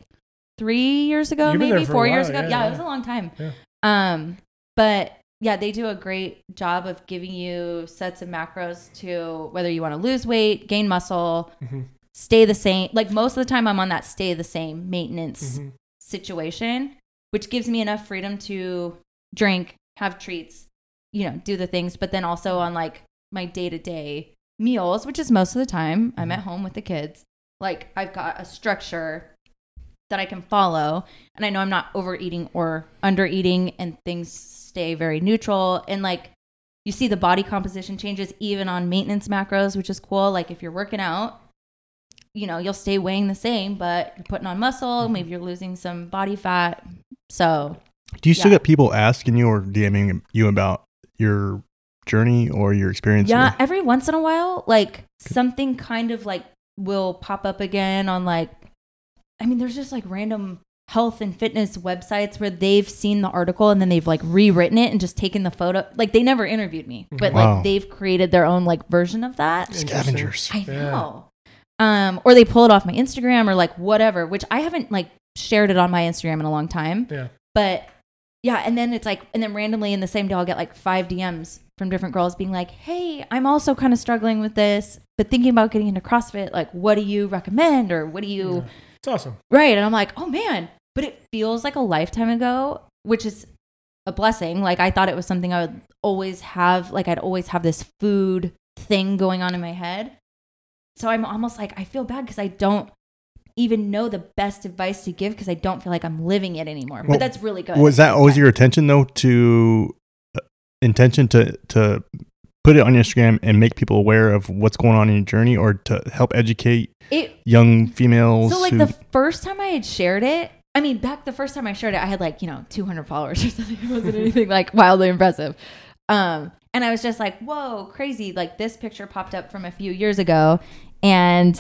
C: three years ago,
A: You've been there
C: maybe
A: for a
C: four years
A: while, yeah,
C: ago. Yeah,
A: yeah.
C: it was a long time.
A: Yeah.
C: Um, but yeah, they do a great job of giving you sets of macros to whether you want to lose weight, gain muscle,
A: Mhm.
C: stay the same. Like most of the time, I'm on that stay the same maintenance situation, which gives me enough freedom to drink, have treats, you know, do the things, but then also on like my day to day meals, which is most of the time I'm at home with the kids. Like I've got a structure that I can follow, and I know I'm not overeating or undereating, and things stay very neutral. And like you see the body composition changes even on maintenance macros, which is cool. Like if you're working out, you know, you'll stay weighing the same, but you're putting on muscle, maybe you're losing some body fat. So
B: Do you still
C: Yeah.
B: get people asking you or DMing you about your journey or your experience?
C: yeah,
B: with-
C: every once in a while, like something kind of like will pop up again on like, I mean, there's just like random health and fitness websites where they've seen the article and then they've like rewritten it and just taken the photo. Like they never interviewed me, but
B: Wow.
C: like they've created their own like version of that.
B: Scavengers.
C: I
A: Yeah.
C: know. Um, or they pull it off my Instagram or like whatever, which I haven't like shared it on my Instagram in a long time.
A: Yeah.
C: But yeah, and then it's like, and then randomly in the same day, I'll get like five DMs from different girls being like, hey, I'm also kind of struggling with this, but thinking about getting into CrossFit. Like, what do you recommend? Or what do you,
A: It's awesome.
C: right? And I'm like, oh man, but it feels like a lifetime ago, which is a blessing. Like, I thought it was something I would always have, like, I'd always have this food thing going on in my head so I'm almost like I feel bad because I don't even know the best advice to give because I don't feel like I'm living it anymore.
B: Well,
C: but that's really good.
B: Was that always your attention though to uh, intention to to put it on your Instagram and make people aware of what's going on in your journey or to help educate
C: it?
B: young females
C: So like
B: who
C: the first time I had shared it, I mean back the first time I shared it, I had like you know 200 followers <laughs> or something. It wasn't anything like wildly impressive. Um, and I was just like, whoa, crazy! Like this picture popped up from a few years ago, and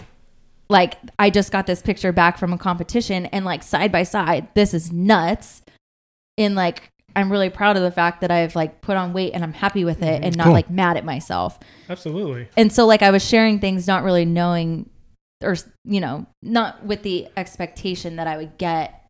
C: like I just got this picture back from a competition, and like side by side, this is nuts. in like I'm really proud of the fact that I've like put on weight and I'm happy with it and
B: Mm-hmm.
C: not
B: Cool.
C: like mad at myself.
A: Absolutely.
C: And so like I was sharing things not really knowing or you know, not with the expectation that I would get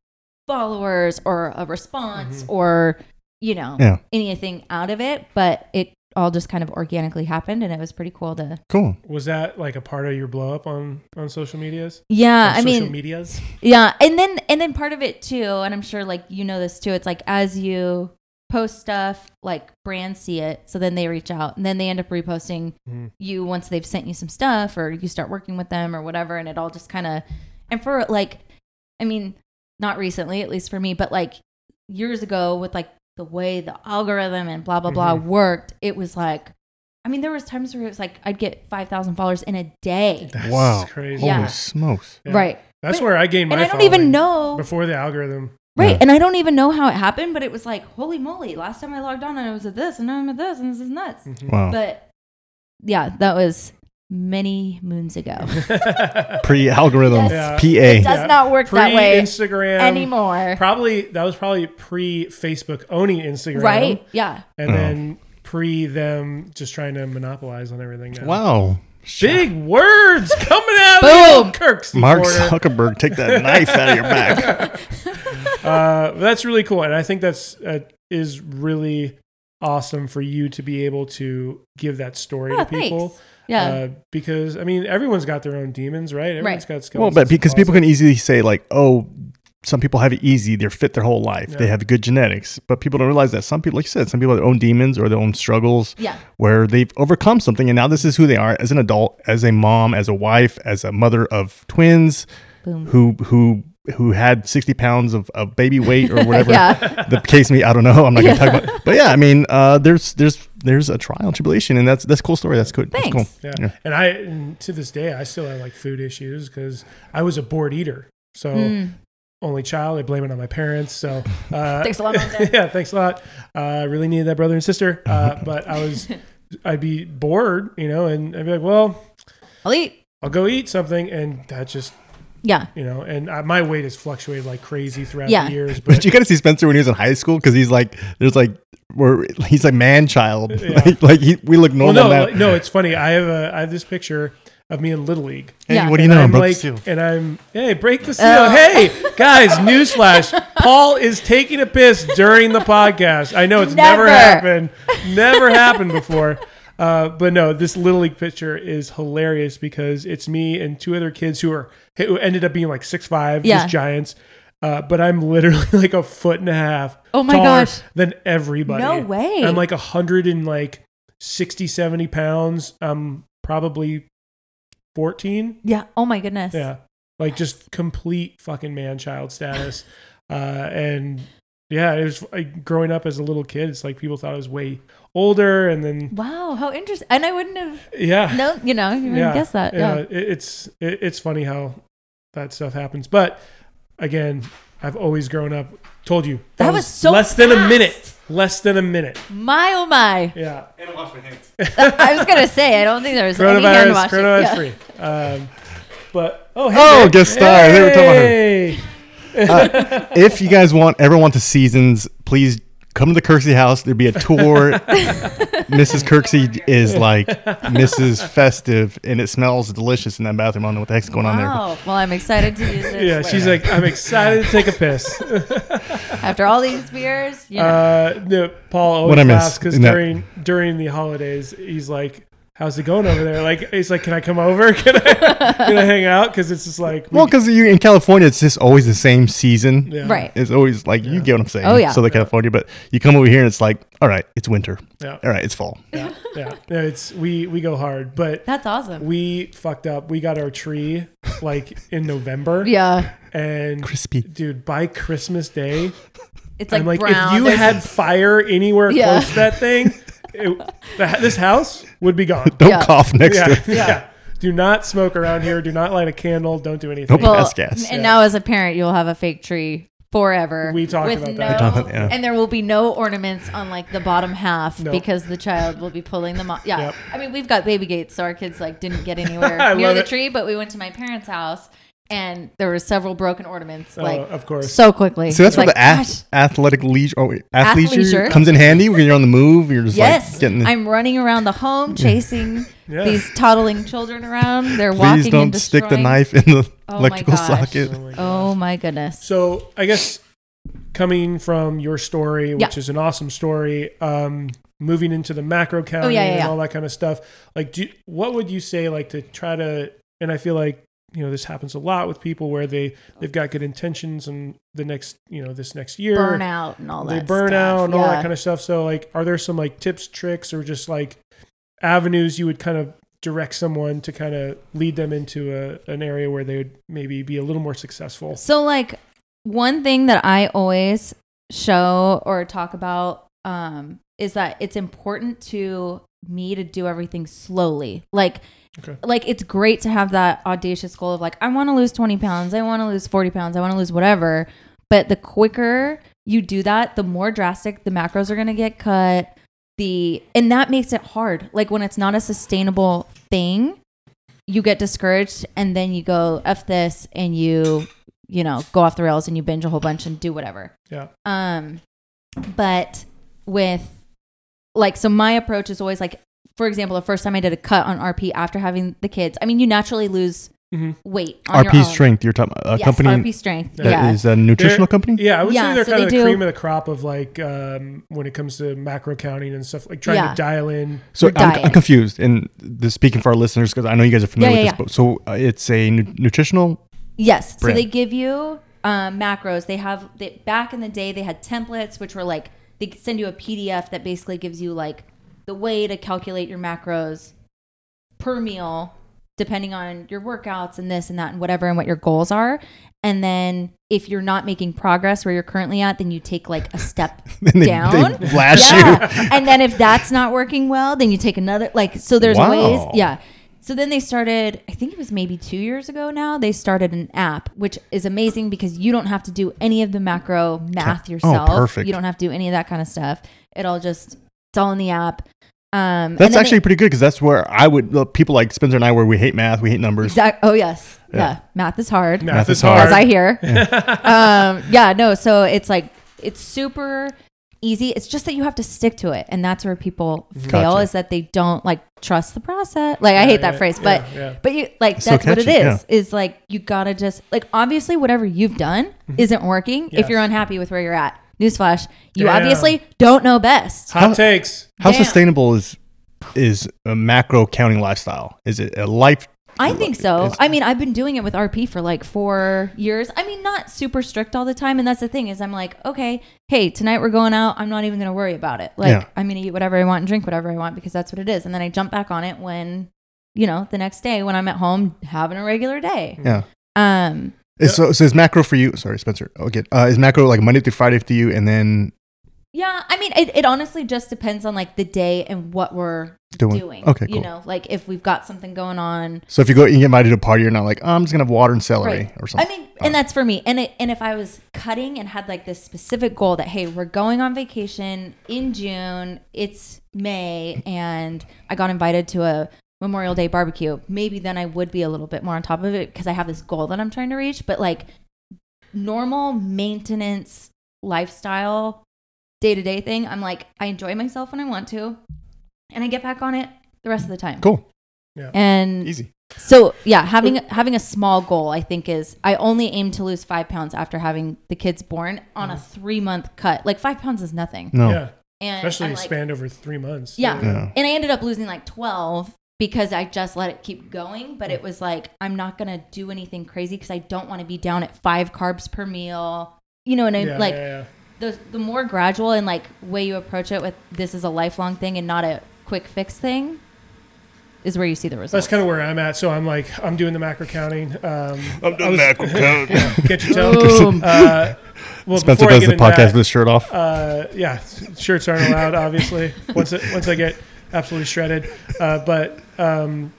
C: followers or a response or you know,
B: Yeah.
C: anything out of it, but it all just kind of organically happened and it was pretty cool to
B: cool.
A: Was that like a part of your blow up on on social medias?
C: Yeah,
A: On
C: Uh, I
A: social
C: mean
A: medias. <laughs>
C: Yeah, and then and then part of it too, and I'm sure like you know this too. It's like as you post stuff, like brands see it, so then they reach out, and then they end up reposting
A: Mhm.
C: you once they've sent you some stuff, or you start working with them, or whatever, and it all just kind of. And for like, I mean, not recently, at least for me, but like
A: Mm-hmm.
C: years ago, with like the way the algorithm and blah blah blah worked, it was like I mean, there was times where it was like I'd get five thousand followers in a day.
A: That's
B: Wow.
A: crazy.
B: Holy
C: Yeah.
B: smokes.
A: Yeah.
C: Right.
A: That's
C: But-
A: where I gained my
C: and I don't
A: following
C: even know.
A: before the
C: <laughs>
A: algorithm.
C: Right.
B: Yeah.
C: And I don't even know how it happened, but it was like, holy moly, last time I logged on, I was at this and now I'm at this and this is nuts.
A: Mhm.
B: Wow.
C: But yeah, that was many moons
A: <laughs>
C: ago.
B: Pre algorithm.
A: Yes.
C: It
B: PA.
C: does
A: Yeah.
C: not work
A: pre
C: that way
A: Instagram
C: anymore.
A: Probably that was probably pre Facebook owning Instagram,
C: Right? Yeah.
A: And
B: Oh.
A: then pre them just trying to monopolize on everything. Now.
B: Wow.
A: Big words coming out
C: Boom.
A: of Kirk's
B: Mark <laughs>
A: corner.
B: Zuckerberg, take
A: <laughs>
B: that knife out of your back.
A: uh, that's really cool, and I think that's uh, is really awesome for you to be able to give that story
C: Yeah,
A: to people.
C: Ah, thanks. Yeah.
A: Uh, because I mean, everyone's got their own demons, right? Everyone's
C: Right.
A: got skeletons.
B: Well, but because people
A: can.
B: can easily say, like, oh, some people have it easy. They're fit their whole life. They
A: Yeah.
B: have good genetics. But people don't realize that some people, like you said, some people have their own demons or their own struggles
C: yeah.
B: where they've overcome something. And now this is who they are as an adult, as a mom, as a wife, as a mother of twins
A: <laughs>
C: Boom.
B: who, who, who had 60 pounds of, of baby weight or <laughs> whatever
C: Yeah.
B: the case may I don't know. I'm not gonna talk about. But yeah, I mean, uh, there's there's there's a trial and tribulation, and that's that's a cool story. That's good. That's cool.
C: Thanks.
A: Yeah.
B: Yeah.
A: And I, and to this day, I still have like food issues because I was a bored eater. So
C: Mm.
A: only child, I blame it on my parents.
B: <laughs>
A: So uh,
C: Thanks a lot, Mom,
A: <laughs>
C: Dad.
A: yeah, thanks a lot. Uh, really needed that brother and sister.
B: <laughs>
A: Uh, but I was, I'd be bored, you know, and I'd be like, well,
C: I'll eat.
A: I'll go eat something, and that just,
C: Yeah.
A: you know, and I, my weight has fluctuated like crazy throughout
C: Yeah.
A: the years. But,
B: But you gotta see Spencer when he was in high school because he's like there's like where he's like man child.
A: Yeah.
B: <laughs> like like he, we look
A: well,
B: normal
A: no,
B: now.
A: like- no, it's funny. I have a, I have this picture of me in Little League.
B: Hey,
C: Yeah.
B: what do you know?
A: I'm
B: Brooke
A: like,
B: Steele?
A: and I'm, hey, break the seal.
C: Oh. <laughs>
A: Hey, guys, newsflash. Paul is taking a piss during the podcast. I know it's never,
C: Never.
A: happened, never happened before. Uh, but no, this Little League picture is hilarious because it's me and two other kids who are, who ended up being like six five,
C: Yeah.
A: just giants. Uh, but I'm literally <laughs> like a foot and a half.
C: Oh my
A: taller
C: gosh.
A: Than everybody.
C: No way.
A: I'm like a hundred and like 60, 70 pounds. I'm probably 14.
C: Yeah. Oh my goodness.
A: Yeah. Like just complete fucking man child status. uh, and yeah, it was like, growing up as a little kid, it's like people thought I was way older. And then,
C: Wow. How interesting. And I wouldn't have
A: yeah.
C: known, you know, you wouldn't
A: yeah. uh,
C: guess that. Yeah.
A: it- it's, it, it's funny how that stuff happens. But again, I've always grown up. Told you.
C: That was so
A: Less than a
C: fast.
A: minute. Less than a minute.
C: My oh
A: <laughs>
C: my.
A: Yeah. <laughs>
C: I was gonna say I don't think there was any hand
A: Coronavirus.
C: washing.
A: Coronavirus
C: Yeah.
A: free. Um, but, oh, hey.
B: Oh,
A: there-
B: guest star. They were talking about her.
A: Hey.
B: if you guys want ever want the seasons, please come to the Kirksey house. There'd be
A: <laughs>
B: a tour. Mrs. Kirksey is like Mrs. Festive, and it smells delicious in that bathroom. I don't know what the heck's going on there.
C: Wow. Well, I'm excited to
A: <laughs>
C: use this.
A: Yeah, she's like, I'm excited to take a piss.
C: after all these beers, you know.
A: Uh, no, Paul always
B: What I miss
A: laughs because
B: in that-
A: during during the holidays, he's like, "How's it going over there?" Like, he's like, "Can I come over? <laughs> Can I can I hang out?" Because it's just like, we-
B: Well, because you in California, it's just always the same season.
A: yeah,
C: right.
B: It's always like you get what I'm saying.
C: Oh, yeah.
B: Southern California, but you come over here and it's like, all right, it's winter.
A: Yeah.
B: All right, it's fall.
A: yeah, yeah. No, it's we we go hard, but
C: That's awesome.
A: we fucked up. We got our tree like in November,
C: <laughs> yeah.
A: and
B: Crispy.
A: dude, by Christmas Day,
C: It's like,
A: I'm like,
C: brown.
A: if you
C: There's-
A: had fire anywhere
C: Yeah.
A: close to that thing,
C: <laughs>
A: it, the, this house would be gone.
B: Don't
C: Yeah.
B: cough next
A: yeah,
B: to
A: <laughs>
B: it.
A: yeah. Do not smoke around here. Do not light a candle. Don't do anything.
B: Nope.
C: well,
B: Gas, gas.
C: and now as a parent, you'll have a fake tree forever.
A: We talked
C: with
A: about
C: no,
A: that.
B: We talked- yeah.
C: And there will be no ornaments on like the bottom half
A: No.
C: because the child will be pulling them off. Yeah,
A: Yep.
C: I mean we've got baby gates, so our kids like
A: <laughs>
C: didn't get
A: I
C: anywhere near
A: love
C: the
A: it.
C: tree. But we went to my parents' house, and there were several broken ornaments,
A: Oh,
C: like
A: of course.
C: so quickly.
B: So that's
C: It's
B: where
C: like,
B: the ath-
C: gosh.
B: athletic leisure, oh, wait, athleisure,
C: Athleisure.
B: comes in handy when you're on the move. You're just
C: Yes,
B: like getting the
C: I'm running around the home
B: <laughs>
C: chasing
A: Yeah.
C: these toddling children around. They're walking.
B: Please don't
C: and
B: stick the
C: destroying-
B: knife in the
C: Oh my
B: electrical
C: gosh.
B: socket.
A: Oh my God.
C: Oh my goodness!
A: So I guess coming from your story, which
C: Yeah.
A: is an awesome story, um, moving into the macro county
C: Oh, yeah, yeah,
A: and
C: yeah.
A: all that kind of stuff, like, do what would you say, like, to try to? And I feel like you know this happens a lot with people where they they've got good intentions and the next you know this next year
C: Burnout and all
A: they
C: that.
A: burn
C: stuff.
A: out and all
C: Yeah.
A: that kind of stuff. So like, are there some like tips, tricks, or just like avenues you would kind of direct someone to kind of lead them into a, an area where they would maybe be a little more successful?
C: So, like, one thing that I always show or talk about um, is that it's important to me to do everything slowly. Like
A: Okay.
C: like it's great to have that audacious goal of like I want to lose 20 pounds, I want to lose 40 pounds, I want to lose whatever, but the quicker you do that, the more drastic the macros are going to get cut. The and that makes it hard. Like when it's not a sustainable thing, you get discouraged and then you go f this and you you know, go off the rails and you binge a whole bunch and do whatever.
A: Yeah.
C: Um, but with like, so my approach is always like, for example, the first time I did a cut on RP after having the kids, I mean, you naturally lose
A: Mhm.
C: weight on your
B: RP
C: own.
B: Strength. You're talking a
C: yes,
B: company
C: RP strength.
B: that
C: Yeah.
B: is a nutritional
A: They're-
B: company.
A: Yeah, I would
C: Yeah,
A: say they're
C: so
A: kind
C: they
A: of the
C: do-
A: cream of the crop of like um, when it comes to macro counting and stuff, like trying
C: Yeah.
A: to dial in.
B: So
C: Your
B: I'm, I'm
C: diet.
B: confused, and this speaking for our listeners because I know you guys are familiar
C: Yeah, yeah,
B: with this. But so uh, it's a nu- nutritional. <laughs>
C: Yes.
B: Brand.
C: So they give you um, macros. They have they, back in the day they had templates, which were like they send you a PDF that basically gives you like the way to calculate your macros per meal, depending on your workouts and this and that and whatever and what your goals are. And then if you're not making progress where you're currently at, then you take like
B: <laughs>
C: a step
B: And they,
C: down.
B: they <laughs> blast
C: <laughs>
B: you.
C: Yeah. and then if that's not working well, then you take another. Like, so there's
B: Wow.
C: ways. Yeah. So then they started, I think it was maybe two years ago now, they started an app, which is amazing because you don't have to do any of the macro math yourself.
B: Oh, perfect.
C: You don't have to do any of that kind of stuff. It all just, it's all in the app. Um, and then
B: That's
C: they-
B: actually pretty good because that's where I would well, people like Spencer and I, where we hate math, we hate numbers.
C: Exact- oh, yes.
B: Yeah.
C: Yeah. Math is hard.
A: Math,
B: Math
A: is
B: is hard.
A: hard.
C: as
A: <laughs>
C: I hear. um, yeah, no. So it's like it's super easy. It's just that you have to stick to it, and that's where people fail
B: Gotcha.
C: is that they don't like trust the process. Like I
A: Yeah,
C: hate that
A: yeah,
C: phrase,
A: yeah,
C: but
A: yeah.
C: but you like
B: so
C: that's what it
B: catchy,
C: is.
B: yeah.
C: Is like you gotta just like obviously whatever you've done isn't working.
A: Mm-hmm. Yes.
C: If you're unhappy with where you're at, newsflash, you
A: Damn.
C: obviously don't know best.
A: Hot takes.
B: How
C: Damn.
B: sustainable is is a macro counting lifestyle? Is it a life?
C: I think so.
B: It's-
C: I mean, I've been doing it with RP for like four years. I mean, not super strict all the time, and that's the thing is, I'm like, okay, hey, tonight we're going out. I'm not even going to worry about it. Like,
B: Yeah.
C: I'm going to eat whatever I want and drink whatever I want because that's what it is. And then I jump back on it when, you know, the next day when I'm at home having a regular day.
B: Yeah.
C: Um,
B: Is- So, so is macro for you? Sorry, Spencer. Okay, uh, is macro like Monday through Friday for you, and then
C: yeah, I mean, it, it honestly just depends on like the day and what we're
B: doing?
C: doing.
B: Okay, cool.
C: you know, like if we've got something going on,
B: So if you go and you get invited to a party, you're not like, oh, I'm just gonna have water and celery or something.
C: I mean, and that's for me. And it, and if I was cutting and had like this specific goal that hey, we're going on vacation in June, it's May, and I got invited to a Memorial Day barbecue, maybe then I would be a little bit more on top of it because I have this goal that I'm trying to reach. But like normal maintenance lifestyle, day to day thing, I'm like I enjoy myself when I want to, and I get back on it the rest of the time.
B: cool,
C: And
B: easy.
C: so yeah, having having a small goal, I think is I only aim to lose five pounds after having the kids born on
A: Mm.
C: a three month cut. Like five pounds is nothing,
B: No,
A: Yeah,
C: and
A: especially
C: I'm
A: you
C: like-
A: spanned over three months.
C: Yeah.
B: Mm. Yeah.
C: and I ended up losing like twelve because I just let it keep going. But it was like I'm not gonna do anything crazy because I don't want to be down at five carbs per meal. You know what I mean?
A: Yeah,
C: like
A: yeah, yeah.
C: the the more gradual and like way you approach it with this is a lifelong thing and not a quick fix thing is where you see the results.
A: That's kind of where I'm at. So I'm like, I'm doing the macro counting. Um,
B: I'm
A: I was- <laughs>
B: macro counting.
A: can't you tell?
C: Boom.
A: Uh, well,
B: Oh. Spencer
A: before I
B: does
A: get
B: the
A: into
B: podcast
A: that-
B: with his shirt off. <laughs>
A: uh, yeah, shirts aren't allowed, obviously. <laughs> once it, once I get absolutely shredded, uh, but um,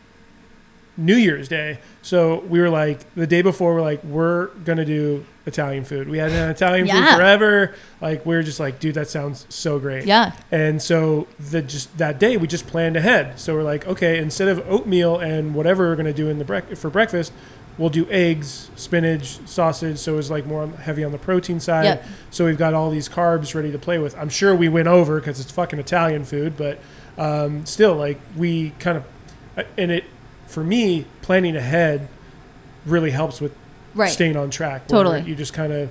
A: New Year's Day. So we were like the day before. We're like we're gonna do Italian food. We had an Italian food
C: Yeah.
A: forever. Like we were just like, dude, that sounds so great.
C: yeah.
A: And so the just that day we just planned ahead. So we're like, okay, instead of oatmeal and whatever we're gonna do in the break for breakfast, we'll do eggs, spinach, sausage. So it's like more on, heavy on the protein side.
C: Yep.
A: So we've got all these carbs ready to play with. I'm sure we went over because it's fucking Italian food, but um, still, like we kind of and it for me planning ahead really helps with
C: Right.
A: staying on track. where
C: Totally.
A: You just kind of,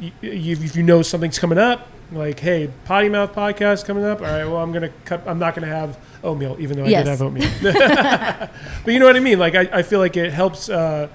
A: you, you, if you know something's coming up, like, hey, Potty Mouth podcast coming up. All right, well, I'm going to cut, I'm not going to have oatmeal, even though I
C: Yes.
A: did have
C: <laughs>
A: oatmeal. <laughs> but you know what I mean? Like, I, I feel like it helps. Uh,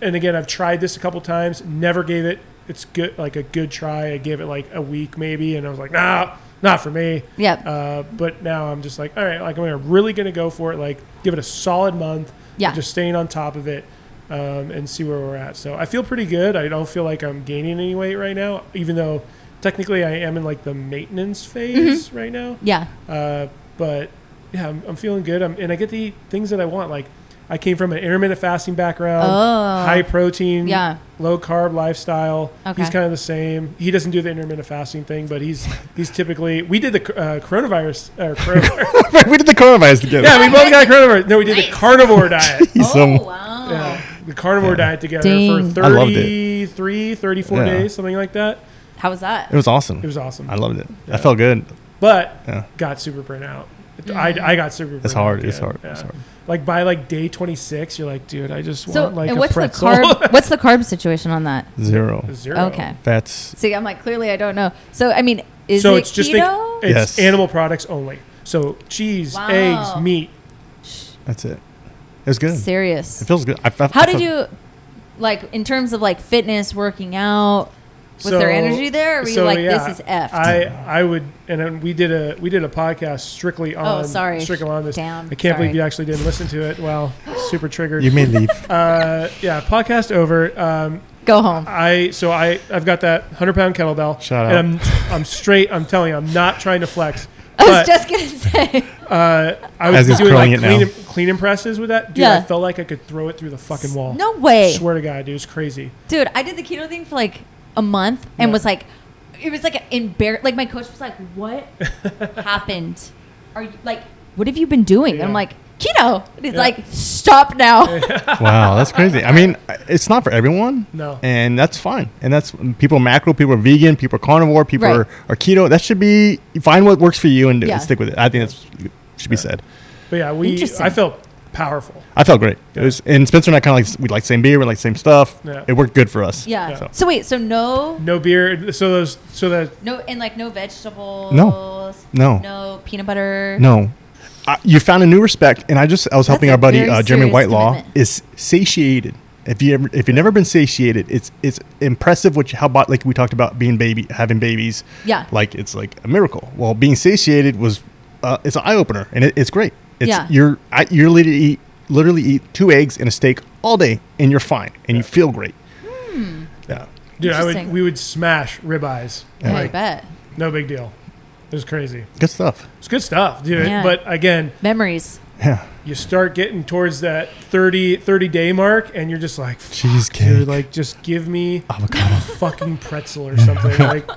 A: and again, I've tried this a couple times, never gave it, it's good, like a good try. I gave it like a week maybe, and I was like, nah, not for me.
C: Yep.
A: Uh, but now I'm just like, all right, like I'm really going to go for it. Like, give it a solid month.
C: Yeah.
A: Just staying on top of it um, and see where we're at. So I feel pretty good. I don't feel like I'm gaining any weight right
C: Mm-hmm.
A: now, even though technically I am in like the maintenance phase right now.
C: yeah.
A: Uh, But yeah, I'm, I'm feeling good. I'm, and I get to eat things that I want. Like I came from an intermittent fasting background,
C: Oh.
A: high protein,
C: Yeah.
A: low carb lifestyle.
C: Okay.
A: He's kind of the same. He doesn't do the intermittent fasting thing, but he's he's typically. We did the uh, coronavirus. Uh, coronavirus.
C: <laughs>
B: we did the coronavirus together.
A: yeah, we both got coronavirus. No, we did the
C: Nice.
A: carnivore diet.
B: <laughs> He's
A: <laughs>
B: so-
C: oh wow.
A: Yeah, the carnivore diet together for
C: Dang.
B: I loved it.
A: 33, 34
B: Yeah.
A: days, something like that.
C: How was that?
B: it was awesome.
A: It was awesome.
B: I loved it. I felt good.
A: but
B: Yeah.
A: got super burnt out.
C: Mm.
A: I, I got super burnt
B: It's hard.
A: out
B: It's
A: again.
B: hard. It's
A: Yeah.
B: hard.
A: Like by like day 26, you're like, dude, I just
C: So
A: want like
C: and
A: a
C: what's the
A: pretzel.
C: carb? what's the carb situation on that?
B: Zero.
A: <laughs> Zero.
C: Okay.
B: Fats.
C: See, I'm like clearly I don't know. So I mean, is
A: so
C: it
A: it's just think-
C: keto?
A: it's
B: Yes.
A: animal products only. So cheese,
C: Wow.
A: eggs, meat.
B: That's it. It was good. It
C: Serious.
B: feels good. I, I,
C: How
B: I
C: did
B: felt-
C: you like in terms of like fitness, working out? Was
A: So-
C: there energy there? Or were you
A: so,
C: like,
A: yeah,
C: this is effed?
A: I I would, and then we did a we did a podcast strictly on
C: Oh, sorry.
A: strictly um, on this.
C: Down.
A: I can't believe
C: Sorry.
A: you actually didn't listen to it.
C: <gasps>
A: Wow, super triggered.
B: <laughs> You may
C: <laughs>
B: leave.
A: uh, yeah, podcast over. Um,
C: Go home. <laughs>
A: I so I I've got that hundred pound kettlebell.
B: Shout out.
A: And I'm I'm straight. I'm telling you, I'm not trying to flex.
C: I was
A: but,
C: just gonna
A: <laughs>
C: say.
A: uh, I was
B: As he's
A: doing
B: curling
A: like
B: it now.
A: clean, clean impresses with that. Dude,
C: Yeah.
A: I felt like I could throw it through the fucking wall.
C: No way,
A: Swear to God, dude, it's crazy.
C: dude. I did the keto thing for like a month and
A: Yeah.
C: was like, it was like embarrassed. Like my coach was like,
A: <laughs>
C: "What happened? Are you like, what have you been doing?" And I'm
A: Yeah.
C: like, "Keto." And he's
A: Yeah.
C: like, "Stop now."
A: <laughs>
B: wow, that's crazy. I mean, it's not for everyone.
A: No.
B: And that's fine. And that's people are macro, people are vegan, people are carnivore, people
C: Right.
B: are, are keto. That should be find what works for you and do-
C: Yeah.
B: stick with it. I think that's should be said.
A: But yeah, we
C: Interesting.
A: I felt powerful.
B: I felt great.
A: Yeah.
B: It was, and Spencer and I kind of like we like same beer, we like same stuff.
A: Yeah.
B: It worked good for us.
C: yeah.
A: Yeah.
C: So. wait, so no,
A: No beer. So those so that
C: no, and like no vegetables.
B: No.
C: No peanut butter.
B: No. I, you found a new respect, and I just I was helping
C: a
B: our buddy
C: very
B: uh, Jeremy
C: serious
B: Whitelaw
C: commitment.
B: is satiated. If you ever, if you've never been satiated, it's it's impressive what you, how about like we talked about being baby having babies.
C: Yeah.
B: like it's like a miracle. Well, being satiated was uh, it's an eye opener, and it, it's great. It's
C: Yeah.
B: you're I, you're literally eat, literally eat two eggs and a steak all day, and you're fine, and you feel great.
C: Hmm.
B: Yeah,
A: dude, I would
C: Interesting.
A: we would smash ribeyes.
C: Yeah, I
A: Like,
C: bet.
A: no big deal. It was crazy.
B: good stuff.
A: It's good stuff, dude.
C: Yeah.
A: But again,
C: Memories.
B: Yeah,
A: you start getting towards that 30, 30 day mark, and you're just like,
B: cheesecake,
A: dude, like just give me
B: avocado.
A: fucking pretzel or something like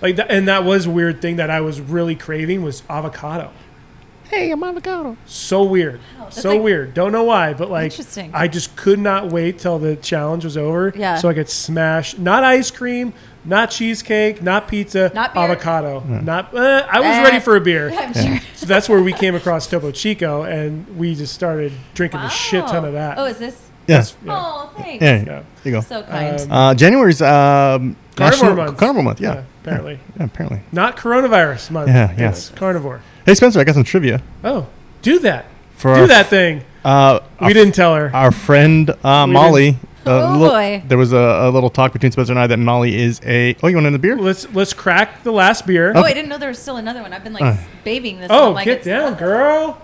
A: like that and that was a weird thing that i was really craving was avocado
B: <laughs> hey, I'm avocado.
A: so weird
C: Oh, that's
A: so
C: like-
A: weird don't know why but like
C: Interesting.
A: i just could not wait till the challenge was over
C: Yeah.
A: so i could smash not ice cream not cheesecake not pizza
C: Not beer.
A: avocado not uh, i was
C: Eh.
A: ready for a beer
C: <laughs> I'm sure.
A: <laughs> so that's where we came across topo chico and we just started drinking a shit ton of that
C: Oh, is this?
B: Yeah,
A: yeah.
C: Oh, thanks.
B: yeah.
A: yeah.
B: There you go.
C: So kind.
A: Um,
B: Uh, January's um,
A: Carnivore
B: National-
A: month.
B: Carnivore month, yeah.
A: Yeah, apparently
B: Yeah, apparently.
A: not coronavirus month
B: Yeah, yeah.
A: it's carnivore
B: Hey, Spencer, I got some trivia
A: oh do that
B: for
A: do
B: our,
A: that thing.
B: Uh,
A: we
B: our,
A: didn't tell her.
B: our friend uh,
A: We
B: Molly.
C: Oh,
B: a little-
C: boy.
B: There was a, a little talk between Spencer and I that Molly is a. Oh, you want another beer?
A: let's let's crack the last beer.
C: oh, I didn't know there was still another one. I've been like
B: Uh.
C: babying this.
A: Oh,
C: one, like,
A: get
C: it's-
A: down, girl.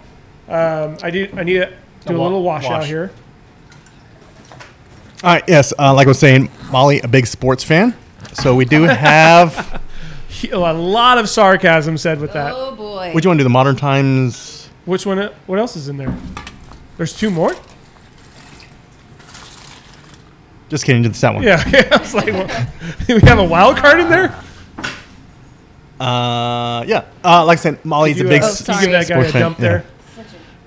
A: Um, I do. I need to do
B: A
A: a
B: wa-
A: little wash, out
B: wash.
A: here.
B: All right, yes. Uh, like I was saying, Molly, a big sports fan. So we
A: <laughs>
B: do have.
A: He- A lot of sarcasm said with that.
C: Oh boy.
B: what do you want to do? The modern times.
A: Which one? What else is in there? There's two more.
B: Just kidding, just that one.
A: Yeah, <laughs> I was like, well, <laughs> we have a wild card in there.
B: Uh, yeah. Uh, like I said, Molly's
A: You,
B: a big.
A: uh,
C: Oh,
A: you
B: s-
C: sorry.
A: give that guy
B: Sports
A: a
B: fan,
A: dump
B: yeah.
A: there.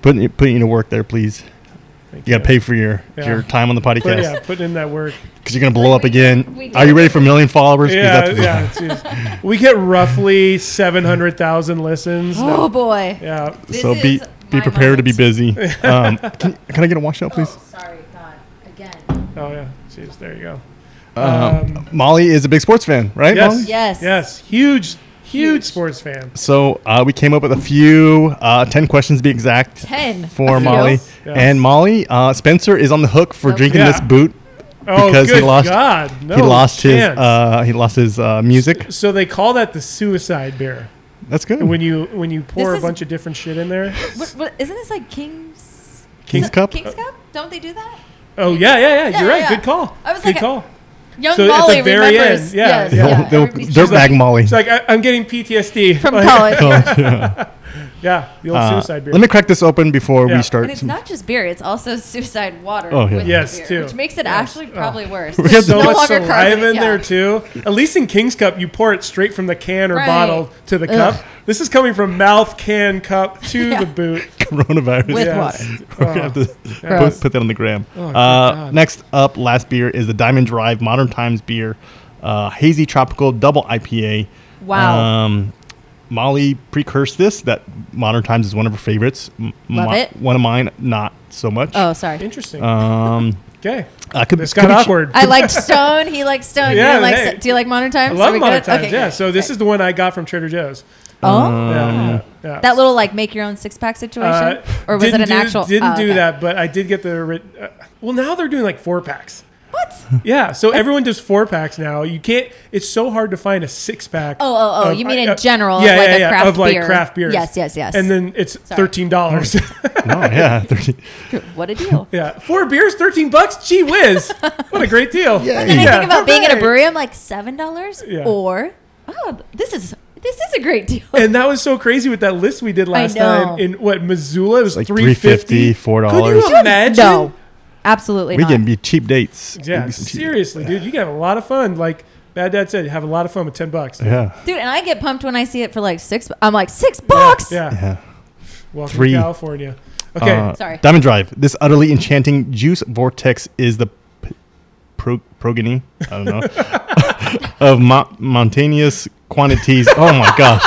B: putting you- putting you to work there, please.
A: Thank
B: You got to pay for your
A: Yeah.
B: your time on the podcast.
A: Put, yeah, putting in that <laughs> work.
B: because you're gonna blow up
C: We-
B: again.
C: we
B: Are you ready for a million followers? 'Cause
A: Yeah, <laughs>
B: that's-
A: yeah. it's- we get roughly seven hundred thousand
C: <gasps>
A: listens.
C: oh boy.
A: Yeah,
B: <laughs>
C: This
B: So
C: is
B: be be
C: my
B: prepared to be
C: moment.
B: busy.
C: <laughs>
B: Um, can, can I get a washout, please?
C: Oh, sorry, God. Again.
A: Oh yeah. Jeez, there you go.
B: Um, Molly is a big sports fan, right? Molly?
A: Yes.
C: Oh. Yes.
A: Yes. Huge, huge, sports fan.
B: So uh, we came up with a few uh, ten questions to be exact.
C: 10.
B: for
C: Yes.
B: Molly
A: Yeah.
B: and Molly. Uh, Spencer is on the hook for
C: Nope.
B: drinking
A: Yeah.
B: this boot.
A: Oh,
B: Because he
A: good
B: lost-
A: God. No
B: he lost
A: chance.
B: his uh, he lost his uh, music.
A: so they call that the suicide beer
B: That's good.
A: when you when you pour
C: This
A: a
C: is-
A: bunch of different shit in there.
C: What, what, isn't this like King's
B: King's Cup. Uh,
C: King's Cup? Don't they do that?
A: Oh yeah, yeah, yeah.
C: Yeah,
A: You're right.
C: yeah.
A: Good call.
C: I was
A: Good
C: like, uh,
A: call.
C: Young
A: So at the
C: Molly
A: very
C: remembers.
A: end, yeah,
B: <laughs>
C: Yes,
B: They'll-
A: yeah.
B: they'll
C: Everybody's
B: dirtbag
C: like-
A: <laughs>
B: Molly. <laughs>
A: It's like I, I'm getting PTSD
C: <laughs> From
A: Like,
C: college.
B: Oh, yeah.
A: Yeah, the old
B: Uh,
A: suicide beer.
B: Let me crack this open before
A: Yeah.
B: we start.
C: And it's not just beer; it's also suicide water.
B: Oh, yeah.
C: with the
A: Yes,
C: beer,
A: too. Oh.
C: Which makes it actually probably
B: <laughs>
C: worse. <laughs>
B: We
A: There's
B: had
C: It's
A: so
B: the-
C: no
A: much saliva
C: longer carbonated,
A: in
C: yeah.
A: there too. At least in King's Cup, you pour it straight from the can or
C: Right.
A: bottle to the
C: Ugh.
A: cup. This is coming from mouth, can, cup to
C: <laughs> Yeah.
A: the boot.
B: <laughs> coronavirus.
C: With
A: Yes. Oh.
C: water.
B: We're gonna have <laughs> to
C: Gross.
B: put, put that on the gram.
A: good
B: uh,
A: God.
B: next up, last beer is the Diamond Drive Modern Times beer, uh, hazy tropical double IPA.
C: Wow.
B: Um, Molly precursed this. That Modern Times is one of her favorites. M-
C: Love it.
B: One of mine, not so much.
A: <laughs>
C: Oh, sorry.
A: Interesting.
B: Um,
A: okay,
B: I could,
A: this
B: could
A: got
B: be-
A: awkward.
C: I liked Stone. He likes Stone.
A: Yeah,
C: you like,
A: hey.
C: do you like Modern Times?
A: I
C: Are
A: love
C: we
A: Modern
C: good?
A: Times.
C: Okay,
A: yeah,
C: good.
A: so this
C: Okay.
A: is the one I got from Trader Joe's.
C: oh
B: Uh,
A: Yeah, yeah, Um, yeah.
C: that little like make your own six pack situation,
A: Uh,
C: or was it
A: didn't
C: an
A: do,
C: actual?
A: Didn't
C: oh,
A: do
C: okay.
A: that, but I did get the. ri- Uh, well, now they're doing like four packs.
C: What?
A: Yeah, so everyone does four packs now. You can't. It's so hard to find a six pack.
C: Oh, oh, oh! you mean in general,
A: uh, yeah,
C: of like
A: yeah,
C: a
A: yeah,
C: craft
A: of like
C: beer?
A: craft beers.
C: Yes, yes, yes.
A: And then it's thirteen dollars.
C: <laughs>
A: <laughs>
B: No, yeah. <laughs> 30
C: what
B: <laughs>
C: a deal!
A: yeah, four beers, thirteen bucks. Gee whiz, what a great deal! Yeah,
C: And then I think about being in a brewery. I'm like seven dollars,
A: Yeah.
C: or oh, this is this is a great deal.
A: And that was so crazy with that list we did last
C: know.
A: time in what Missoula. It was
B: Like
A: three fifty,
B: $3.50, $4.
A: Could you imagine?
C: No, absolutely
B: We
C: not.
B: can be cheap dates. We
A: Yeah,
B: can be cheap-
A: seriously, dude, you can have a lot of fun. Like Bad Dad said, have a lot of fun with ten bucks.
B: Yeah.
C: Dude, and I get pumped when I see it for like six. I'm like six bucks.
A: Yeah,
B: Yeah.
A: welcome
B: Three.
A: to California. Okay, <laughs>
B: Uh,
C: Sorry.
B: Diamond Drive. This utterly enchanting juice vortex is the p- pro- progeny, I don't know, <laughs> of mo- mountainous quantities. Oh my gosh.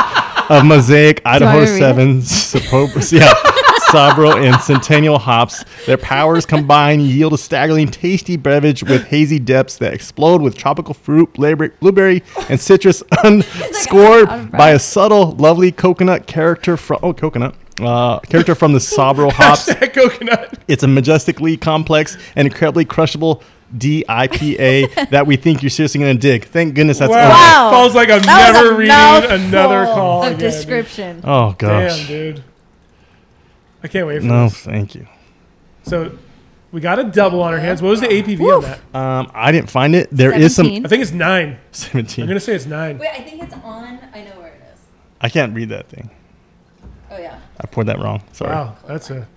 B: Of mosaic, Idaho
C: want me to read
B: 7,
C: it?
B: Sapobras, yeah, Sabro, and Centennial hops. Their powers combined yield a staggering, tasty beverage with hazy depths that explode with tropical fruit, blabber- blueberry, and citrus, unscored
C: out of breath.
B: by a subtle, lovely coconut character from oh coconut uh, character from the
A: <laughs>
B: Sabro hops.
A: that coconut.
B: It's a majestically complex and incredibly crushable
A: <laughs>
B: DIPA that we think you're seriously gonna dig. Thank goodness that's
A: Wow.
B: over.
C: Wow.
A: Falls like I'm
C: That was
A: never
C: a
A: reading another
C: mouthful
A: call
C: of
A: again, dude.
C: description.
B: Oh
A: Damn,
B: gosh,
A: dude. I can't wait for
B: no,
A: this.
B: thank you.
A: So we got a double on our hands. What was the APV on that?
B: Um, I didn't find it. There is
A: I
B: <laughs> some
A: think it's nine. I'm
B: 17.
A: gonna say it's nine.
C: Wait, I think it's on. I know where it is.
B: I can't read that thing.
C: Oh yeah.
B: I poured that wrong. Sorry.
A: Wow, that's a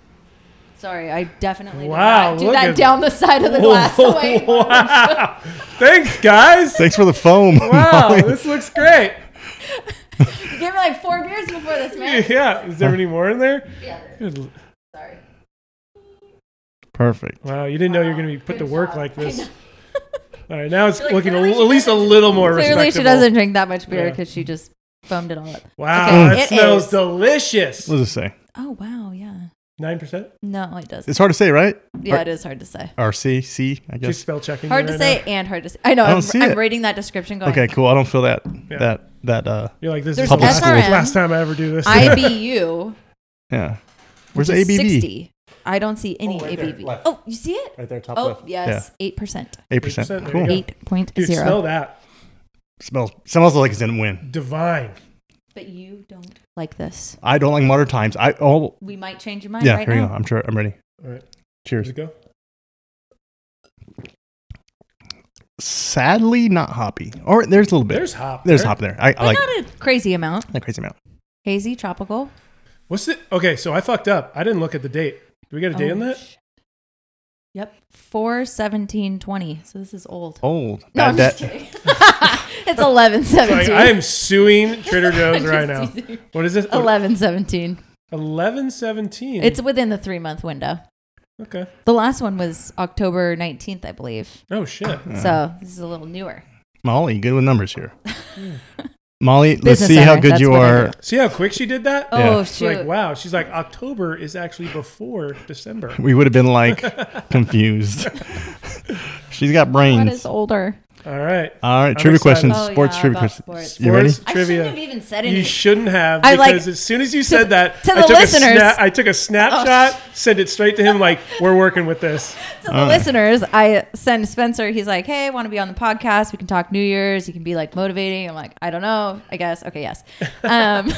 C: Sorry, I definitely
A: Wow,
C: did not do
A: look
C: that
A: at-
C: down the
A: <laughs>
C: side of the glass. Wait.
A: wow. Thanks,
B: <laughs>
A: guys.
B: Thanks for the foam.
A: Wow,
B: Molly.
A: this looks great. <laughs>
C: You gave me like four beers before this, man.
A: Yeah, is there any more in there?
C: Yeah,
A: Good l-
C: sorry.
B: <laughs> Perfect.
A: Wow, you didn't know you were gonna be put to
C: Good
A: work
C: job.
A: like
C: I
A: this.
C: know.
A: <laughs> All right, now it's
C: Like,
A: looking a
C: clearly
A: l-
C: she
A: at least a
C: doesn't-
A: little more
C: Clearly, she
A: respectable.
C: doesn't drink that much beer
A: Yeah.
C: because she just foamed it all up.
A: Wow,
C: Okay,
A: that
C: it
A: smells
C: is.
A: delicious.
B: What does it say?
C: Oh wow, yeah.
A: Nine percent.
C: No, it doesn't.
B: It's hard to say, right?
C: yeah,
B: Or-
C: it is hard to say.
B: Or C, C, I
A: She's
B: guess.
A: spell checking.
C: Hard
A: me
C: to
A: right
C: say
A: now.
C: and hard to say. I know.
B: I
C: I'm,
B: don't see
C: I'm
B: it.
C: reading that description going. <laughs>
B: Okay, cool. I don't feel that.
A: Yeah.
B: That. That. Uh.
A: You're like this
C: There's
A: is the last,
B: SRM.
A: last time I ever do this.
C: IBU.
B: Yeah. <laughs> Where's the
C: is
B: ABV?
C: 60. I don't see any
B: Oh, right there,
C: ABV.
B: left.
C: Oh, you see it?
B: Right there, top
C: Oh, yes, eight percent,
B: Eight
A: 8%, there
B: percent.
A: you
B: Cool.
A: go.
C: eight
A: <laughs>
C: point
A: Dude,
C: zero.
A: smell that.
B: Smells smells like it's in win.
A: Divine.
C: But you don't like this.
B: I don't like modern times. I oh
C: We might change your mind
B: yeah.
C: right
B: here you
C: now.
B: go. I'm sure. I'm ready.
A: All right,
B: Cheers.
A: here's it go.
B: Sadly, not hoppy. Or there's a little bit.
A: There's hop.
B: There's
A: there.
B: hop there. I, I
C: But
B: like
C: not a crazy amount.
B: that crazy amount.
C: Hazy, tropical.
A: What's the? Okay, so I fucked up. I didn't look at the date. Do we get a date
C: Oh,
A: on that?
C: shit. Yep, four seventeen twenty. So this is old.
B: Old.
C: No, I'm just kidding. <laughs> it's eleven
A: Like,
C: seventeen.
A: I am suing Trader
C: <laughs>
A: Joe's
C: I'm
A: right now.
C: just teasing.
A: What is this?
C: Eleven seventeen.
A: Eleven seventeen.
C: It's within the three month window.
A: okay.
C: The last one was October nineteenth, I believe.
A: Oh shit.
C: So this is a little newer.
B: Molly, good with numbers
C: <laughs>
B: here. Molly, let's
C: Business
B: see how
C: owner,
B: good
C: that's
B: you
C: what I
B: are.
C: do.
A: See how quick she did that?
C: Oh
B: Yeah.
A: She's
C: shoot!
A: like, wow. She's like, October is actually before December.
B: We would have
A: <laughs>
B: been like
C: <laughs>
B: confused. She's got
C: What
B: brains.
C: is older?
A: All right.
B: All right,
A: I'm
B: trivia
A: excited.
B: questions.
C: Oh,
B: sports
C: yeah,
B: trivia
C: about
B: questions.
C: sports.
B: You ready?
A: Sports
C: I
A: trivia.
C: shouldn't have even said
A: You
C: anything.
A: shouldn't have
C: I,
A: because
C: like-
A: as soon as you said that,
C: to
A: I
C: the
A: took a
C: listeners. Oh.
A: sna- I took a snapshot, sent it straight to him.
C: <laughs>
A: Like we're working with this.
C: to the listeners, I send Spencer. He's like, "Hey, want to be on the podcast? We can talk New Year's. You can be like motivating." I'm like, "I don't know. I guess.
A: <laughs>
C: Okay, yes." Um, <laughs>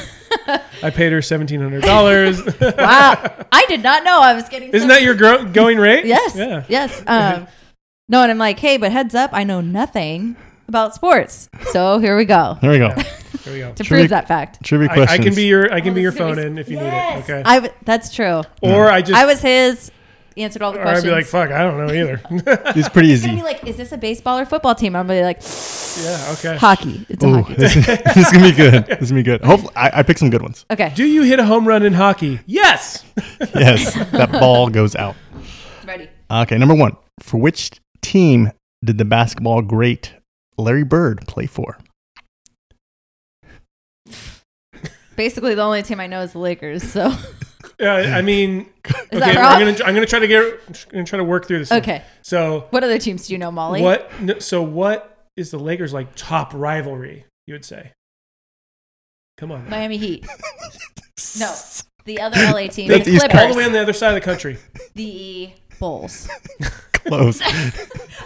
A: I paid her seventeen hundred dollars. <laughs>
C: wow, I did not know I was getting.
A: Isn't
C: so-
A: that your gro- going rate?
C: Yes.
A: Yeah.
C: Yes. Um, no, and I'm like, "Hey, but heads up, I know nothing about sports. So here we go. <laughs>
B: There we go.
A: There we go.
C: to
B: Should we-
C: prove that fact.
B: Trivia
A: I,
B: questions.
A: I can be your I can
C: Oh,
A: be
C: this
A: your
C: is gonna
A: phone
C: be-
A: in if you
C: Yes!
A: need it. Okay.
C: I w- that's true.
A: or I just
C: I was his. He answered all the
A: or I'd
C: questions.
A: be like, fuck, I don't know either. <laughs>
B: It's
C: <laughs>
B: pretty
C: He's gonna
B: easy.
C: be like, is this a baseball or football team? I'm gonna be like,
A: yeah. Okay.
C: hockey. It's a
B: Ooh,
C: hockey. team.
B: this, this is <laughs> gonna be
C: <laughs>
B: good. This is gonna be good. Hopefully, I, I picked some good ones.
C: Okay.
A: Do you hit a home run in hockey? Yes. <laughs>
B: Yes, that ball goes out.
C: Ready.
B: Okay, number one. For which team did the basketball great Larry Bird play
C: <laughs>
B: for?
C: Basically, the only team I know is the Lakers. So <laughs> is
A: Uh, I mean,
C: that
A: okay. I'm
C: wrong?
A: gonna I'm gonna try to get I'm gonna try to work through this. one.
C: Okay.
A: So
C: What other teams do you know, Molly?
A: what? no, So what is the Lakers like top rivalry? You would say. Come on. now. <laughs>
C: Miami Heat. No, the other LA team,
B: That's
C: the
B: East
C: Clippers,
B: Coast.
A: All the way on the other side of the country.
C: the Bulls.
B: Close.
C: <laughs> I'm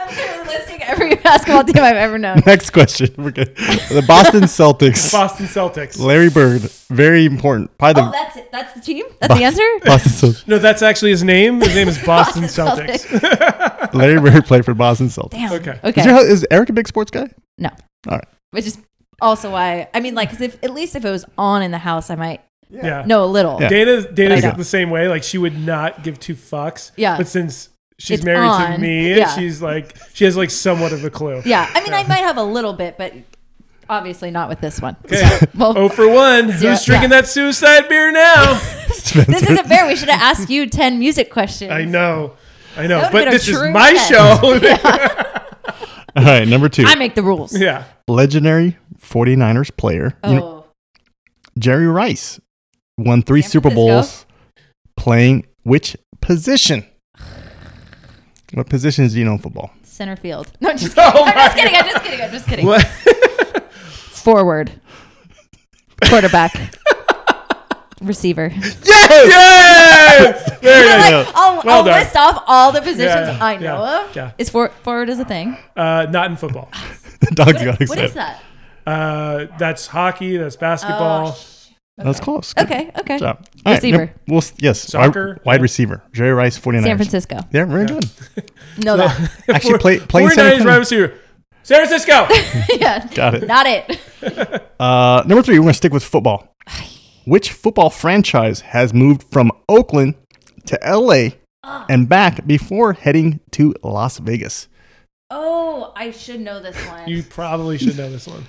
C: literally listing every basketball team I've ever known.
B: Next question. We're good. The
C: <laughs>
B: Boston Celtics.
A: Boston Celtics.
B: Larry Bird, very important. Probably
C: Oh,
B: the
C: that's it. That's the team. That's the answer.
B: <laughs> Boston Celtics.
A: No, that's actually his name. His name
C: <laughs>
A: is Boston,
C: Boston
A: Celtics. <laughs>
B: Larry Bird played for Boston Celtics.
C: Damn.
A: Okay.
B: Is,
C: Okay.
B: your, is Eric a big sports guy?
C: No.
B: All right. <laughs>
C: Which is also why I mean, like, 'cause if at least if it was on in the house, I might
A: Yeah.
C: know a little.
B: Yeah.
A: Data Data's
C: There you go.
A: the same way. Like she would not give two fucks.
C: Yeah.
A: But since she's
C: It's
A: married to
C: on.
A: me,
C: Yeah.
A: she's like she has like somewhat of a clue.
C: Yeah, I mean, I might have a little bit, but obviously not with this one.
A: Okay.
C: <laughs>
A: <laughs>
C: Well,
A: Oh for one. Who's drinking that suicide beer now?
C: this isn't fair. We should have asked you ten music questions.
A: I know. I know.
C: That would've been
A: But
C: a
A: this is
C: true
A: my
C: test. <laughs>
A: show.
B: All right. Number two.
C: I make the rules.
A: <laughs> yeah.
B: legendary 49ers player
C: Oh,
B: Jerry Rice won three
C: San
B: Super
C: Francisco.
B: Bowls playing which position? What positions do you know in football?
C: center field. No, I'm just kidding.
A: <laughs> Oh my
C: I'm just kidding. I'm just kidding. I'm just kidding.
A: What?
C: Forward, quarterback,
A: <laughs>
C: receiver.
A: Yes! There you
C: Like,
B: Yeah.
C: I'll,
A: Well
C: I'll
A: done.
C: list off all the positions
A: Yeah,
C: I know
A: yeah,
C: of.
A: yeah.
C: Is for, forward is a thing.
A: go. Uh, not in football.
B: <laughs> The dog
C: What-
B: got
C: what is
B: excited.
C: that?
A: Uh, that's hockey, that's
C: Oh,
A: <laughs> basketball.
B: That's close. Good
C: Okay. Okay.
B: job. All right,
C: Receiver.
B: yep, Well, s- yes.
A: Soccer.
B: Wide, wide receiver. Jerry Rice 49ers.
C: San Francisco.
B: Yeah, very good.
C: Know
B: <laughs>
C: that.
B: Actually, play, playing center.
A: 49ers
B: field.
A: right receiver. San Francisco.
C: <laughs> yeah.
B: Got it.
C: Not it.
B: Uh, number three, we're going to stick with football. Which football franchise has moved from Oakland to LA and back before heading to Las Vegas?
C: Oh, I should know this one.
A: you probably should know this
C: <laughs>
A: one.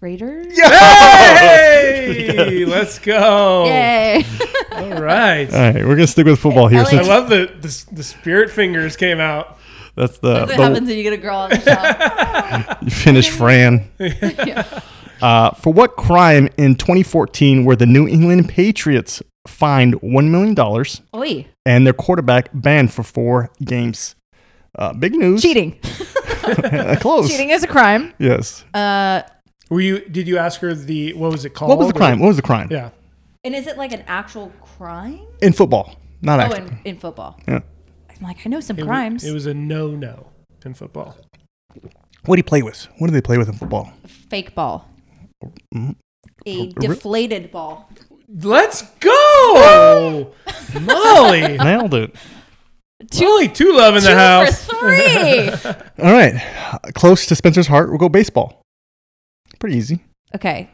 C: Raiders. Oh.
A: Hey! Let's go.
B: <laughs>
C: Yay.
A: All right.
B: All right, we're going to stick with football here.
C: LA
A: I
B: Since
A: love the, the the spirit fingers came out.
B: that's the,
C: That's what happens when you get a girl on the <laughs> show.
B: you finish Fran. <laughs> Uh, for what crime in 2014 were the New England Patriots fined $1 million
C: Oi.
B: and their quarterback banned for four games? Uh, big news. <laughs> Uh,
C: Cheating.
B: Close.
C: Cheating is a crime.
B: Yes.
C: Uh,
A: Were you? Did you ask her the what was it called?
B: What was the
A: Or-
B: crime? What was the crime?
A: Yeah.
C: and is it like an actual crime?
B: In football, not
C: Oh,
B: actually.
C: in, in football.
B: Yeah.
C: I'm like, I know some
A: It, wa-
C: crimes.
A: It was a no no in football.
B: What do you play with? What do they play with in
C: <laughs>
B: football?
C: Fake ball. A
B: Mm-hmm. re-
C: deflated ball.
A: Let's go,
C: <laughs>
A: Molly.
B: Nailed it.
A: Molly, two love in the
C: Two
A: house.
C: for
B: <laughs>
C: three.
B: All right. Close to Spencer's heart, we'll go baseball. Pretty easy.
C: okay.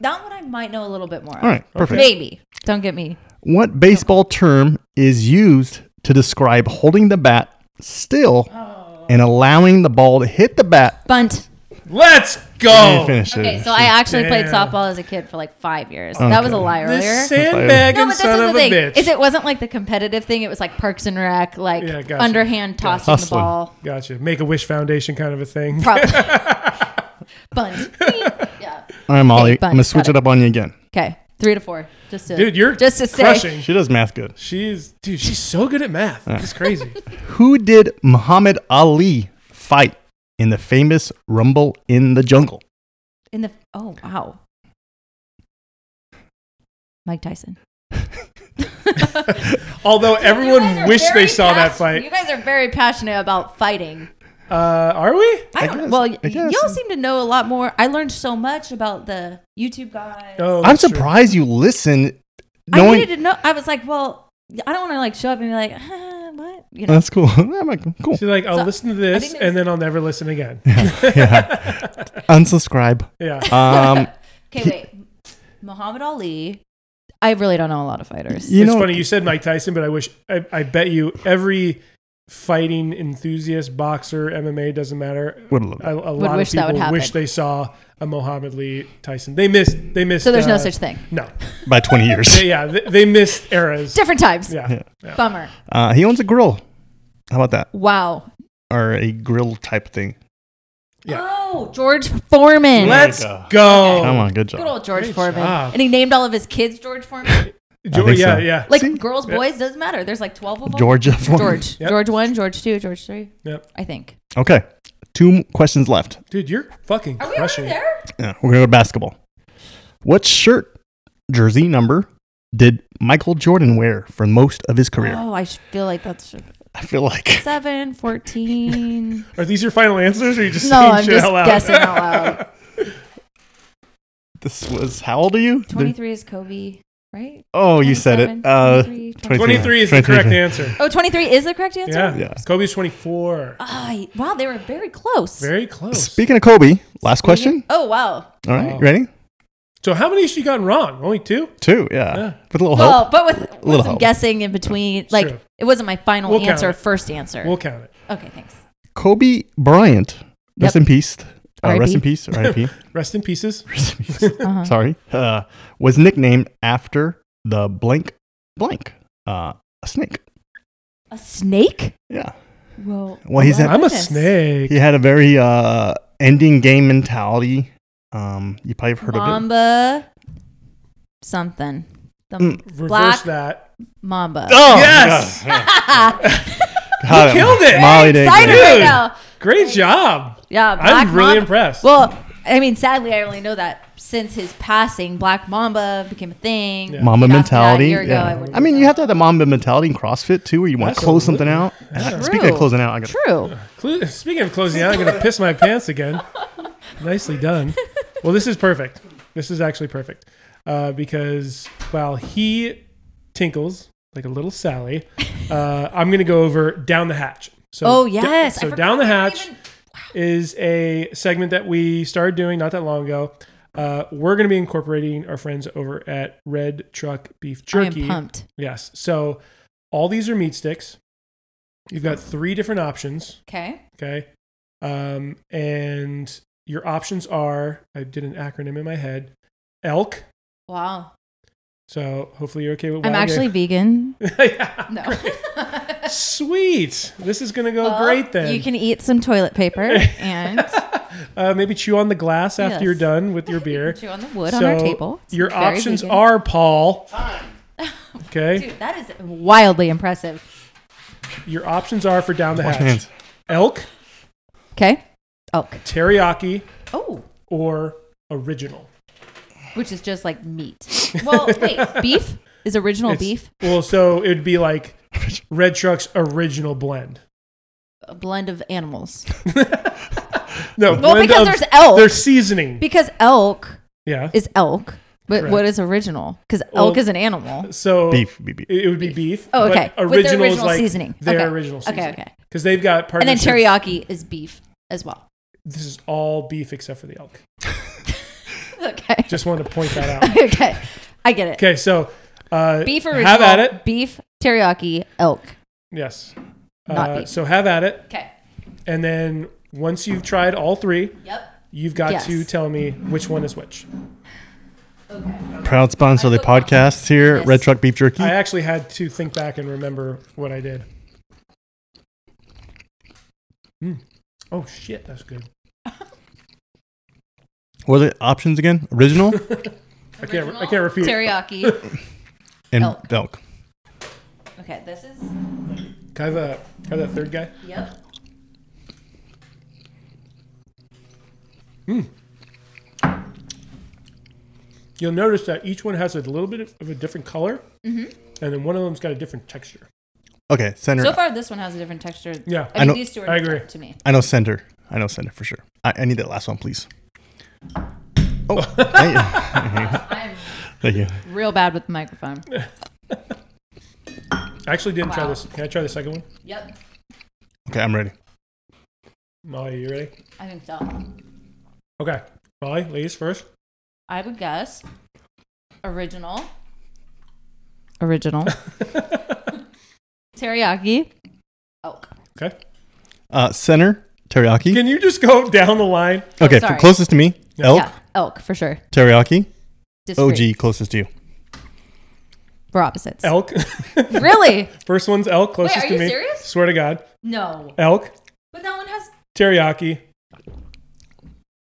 C: That one I might know a little bit more. of.
B: All right. Perfect.
C: Maybe. Don't get me.
B: What baseball term is used to describe holding the bat still
C: Oh.
B: and allowing the ball to hit the bat?
C: Bunt.
A: Let's
B: and
A: go.
B: finish
C: Oh. Okay,
B: it.
C: so I actually played
A: Damn.
C: softball as a kid for like five years. That was a
B: Okay.
C: lie earlier.
A: This sandbagging
C: No, but this
A: son
C: is
A: of
C: the
A: a
C: thing.
A: bitch.
C: Is it wasn't like the competitive thing? It was like Parks and Rec, like
A: Yeah, gotcha.
C: underhand tossing the
B: Hustling.
C: ball.
A: gotcha. Make a wish foundation kind of a thing.
C: Probably. Bunt. yeah.
B: All right, Molly,
C: Okay, fine,
B: I'm going to switch
C: got
B: it.
C: it.
B: up on you again.
C: Okay. Three to four. Just to
A: <laughs> Dude, you're
C: just to say
A: crushing.
B: She does math good.
A: She's dude. She's so good at math. It's crazy.
B: Who did Muhammad Ali fight in the famous Rumble in the Jungle?
C: in the oh wow. Mike Tyson.
A: Although
C: <laughs> You guys
A: everyone
C: are
A: wished
C: very
A: they saw that
C: pas-
A: fight.
C: You guys are very passionate about fighting.
A: Uh, are we?
C: I
B: I
C: don't
B: guess-
C: well,
B: I
C: y-
B: guess.
C: y'all seem to know a lot more. I learned so much about the YouTube guys.
A: Oh,
B: I'm
A: that's true.
B: surprised you listen.
C: I
B: Knowing
C: needed to know. I was like, well, I don't want to like show up and be like, ah, what?
A: <laughs>
C: You know,
B: Oh, that's cool. <laughs> I'm like, cool.
A: She's like, I'll
C: So,
A: listen to this
B: <laughs>
C: think
A: and then I'll never listen again.
C: <laughs>
B: Unsubscribe.
A: Yeah.
B: Um,
C: Okay, wait. Muhammad Ali. I really don't know a lot of fighters.
B: You
A: it's
B: know,
A: funny you said Mike Tyson, but I wish I, I bet you every fighting enthusiast, boxer, MMA doesn't matter.
B: Would love it.
A: A, a lot
C: wish
A: of
C: that would
A: people wish
C: happen.
A: they saw a Muhammad Lee Tyson. They missed. They missed.
C: So there's
A: uh,
C: no such thing.
A: No.
B: by 20 years.
A: <laughs> They- yeah, they, they missed eras.
C: Different times.
A: Yeah.
C: Bummer.
B: Uh, he owns a grill. How about that?
C: Wow.
B: Or a grill type thing.
A: Yeah.
C: Oh, George Foreman.
A: Let's
B: go.
A: go.
B: Come on, good job.
C: Good old George
A: Great
C: Foreman.
A: job.
C: And he named all of his kids
A: <laughs>
C: George Foreman.
A: Jo-
B: I think
A: yeah,
B: so.
A: yeah.
C: Like
B: See?
C: girls, boys, doesn't matter. There's like 12 of them.
B: Georgia. Foreman.
C: George.
A: Yep.
C: George 1, George 2, George 3.
A: Yep.
C: I think.
B: Okay. Two m- questions left.
A: Dude, you're fucking
C: Are we
A: crushing.
C: already
A: it.
C: there?
B: Yeah, we're going to go to basketball. What shirt, jersey number did Michael Jordan wear for most of his career?
C: Oh, I sh- feel like that's
B: I feel like <laughs>
A: <laughs>
C: 7, 14.
A: Are these your final answers, or are you just
C: no,
A: saying
C: I'm
A: shit
C: just
A: out loud?
C: guessing
A: <laughs>
C: out
B: <laughs>
C: loud.
B: this was. How old are you?
C: 23 is Kobe, right?
B: Oh, you said it.
C: 27,
B: Uh,
C: 23,
A: 23 is the correct answer.
C: Oh, 23 is the correct answer?
A: Yeah.
B: Yeah.
A: Kobe's 24.
C: Ah, wow, they were very close.
A: Very close.
B: Speaking of Kobe, last question.
C: Oh, wow.
B: All right,
A: Wow.
B: ready?
A: so how many has she gotten wrong? Only two?
B: Two, yeah.
A: Yeah.
B: With a little help.
C: Well, but with, with
B: Little
C: some
B: help.
C: guessing in between. Like,
A: Sure.
C: it wasn't my final
A: We'll count
C: answer,
A: it.
C: first answer.
A: We'll count it.
C: okay,
A: <laughs>
C: thanks.
B: Kobe Bryant, rest
C: Yep.
B: in peace. Uh,
C: R.I.P..
B: rest in
A: <laughs>
B: peace. R.I.P.
A: Rest in pieces.
B: Rest in peace.
C: Uh-huh.
B: Sorry. Uh, was nicknamed after the blank blank uh, a snake.
C: A snake?
B: Yeah.
C: Well,
B: Well, he's
C: oh my
B: at-
A: I'm a
C: goodness.
A: snake.
B: He had a very uh, ending game mentality. Um, you probably have heard of it.
C: Mamba something. The
B: Mm.
A: Reverse
C: Black-
A: that.
C: Mamba.
B: Oh, <laughs>
A: Yes!
B: yeah.
C: Excited
B: Got
A: You killed it!
B: Molly did.
A: Excited!
B: good.
A: Dude.
C: right now.
A: Great job.
C: Yeah, Black
A: I'm really
C: Mamba-
A: impressed.
C: Well, I mean, sadly, I only know that since his passing, Black Mamba became a thing.
A: Yeah.
B: Mamba
C: If you asked me that
B: mentality.
C: A year ago,
B: yeah.
C: I
B: I,
C: wouldn't
B: mean,
C: know.
B: you have to have the Mamba mentality in CrossFit too, where you want to close something out. Speaking of
C: True.
B: closing out, I got
C: True.
A: Clu- Speaking of closing out, I'm going to piss my pants again. Nicely done. Well, this is perfect. This is actually perfect uh, because while he tinkles like a little Sally, uh, I'm going to go over down the hatch. So
C: Oh,
A: da-
C: yes. I
A: so
C: forgot
A: down the
C: we didn't
A: hatch
C: even-
A: is a segment that we started doing not that long ago. Uh, we're going to be incorporating our friends over at Red Truck Beef
C: I
A: Jerky.
C: am pumped.
A: Yes. So all these are meat sticks. You've got three different options.
C: Okay.
A: Okay. Um, and your options are I did an acronym in my head elk.
C: Wow.
A: So hopefully you're okay with
C: I'm
A: wild <laughs>
C: actually vegan.
A: game. yeah.
C: No. <laughs>
A: Sweet. This is going to go
C: Well,
A: great then.
C: You can eat some
A: <laughs>
C: toilet paper and
A: uh, maybe chew on the glass after
C: Yes.
A: you're done with your
C: <laughs>
A: beer.
C: chew on the wood on our
A: So
C: table. It's
A: Your
C: very
A: options
C: vegan.
A: are
C: <laughs>
A: Paul. Okay.
C: Dude, that is wildly impressive.
A: Your options are for down the
B: Wash
A: hatch
B: my hands.
A: elk,
C: Okay. Elk.
A: teriyaki,
C: Oh,
A: or original.
C: which is just like meat. Well,
A: <laughs>
C: wait, beef is original
A: It's-
C: beef,
A: Well, so it would be like Red Truck's original blend.
C: a blend of animals.
A: No,
C: Well,
A: blend
C: because
A: of-
C: there's elk.
A: There's seasoning.
C: Because elk
A: yeah.
C: is elk, but
A: Correct.
C: what is original? Because
A: Well-
C: elk is an animal.
A: So
B: beef. beef, beef.
A: It, it would be beef.
C: Oh, okay.
A: But
C: With their
A: original is
C: original
A: like
C: seasoning.
A: Their
C: Okay.
A: original
C: Okay,
A: seasoning.
C: okay.
A: Because they've got
C: And then
A: partnerships.
C: teriyaki is beef as well. <laughs>
A: This is all beef except for the elk.
C: Okay. <laughs>
A: Just wanted to point that out.
C: okay. I get it.
A: Okay, so uh,
C: Beef original.
A: Have at it.
C: Beef, teriyaki, elk.
A: Yes.
C: Not
A: Uh,
C: beef.
A: so have at it,
C: Okay.
A: and then once you've tried all three,
C: Yep.
A: you've got
C: Yes.
A: to tell me which one is which.
B: Proud sponsor of the podcast here,
C: Yes.
B: Red Truck Beef Jerky.
A: I actually had to think back and remember what I did. Mm. Oh shit, that's good.
B: What are the options again?
C: <laughs>
B: Original
A: I can't. I can't repeat. <laughs>
C: Teriyaki.
B: and elk.
C: Elk. okay, this is.
A: Can I have, a, can I have that third guy?
C: Yep.
A: You'll notice that each one has a little bit of a different color,
C: Mm-hmm.
A: and then one of them's got a different texture.
B: Okay, center.
C: So far, this one has a different texture.
A: Yeah.
C: I
B: I
C: mean,
B: know-
C: these two are
A: I
C: different
A: agree.
C: to me.
B: I know center. I know center for sure. I, I need that last one, please. Oh,
C: <laughs>
B: thank you.
C: I'm
B: Thank you.
C: real bad with the microphone.
A: <laughs> I actually didn't try
C: Wow.
A: this. Can I try the second one?
C: Yep.
B: Okay, I'm ready.
A: Molly, you ready?
C: I think so.
A: Okay. Molly, ladies first.
C: I would guess original.
A: <laughs>
C: Original. Teriyaki. Oh,
A: Okay.
B: Uh, center teriyaki.
A: Can you just go down the line?
B: okay, for
C: sorry.
B: closest to me, elk
C: yeah, elk for sure.
B: teriyaki.
A: Oh,
C: Disagree.
B: OG closest to you.
C: We're opposites.
A: Elk.
C: <laughs>
A: <laughs>
C: Really?
A: First one's elk, closest
C: are
A: to
C: you
A: me.
C: serious?
A: Swear to God.
C: No.
A: Elk,
C: But that one has
A: teriyaki,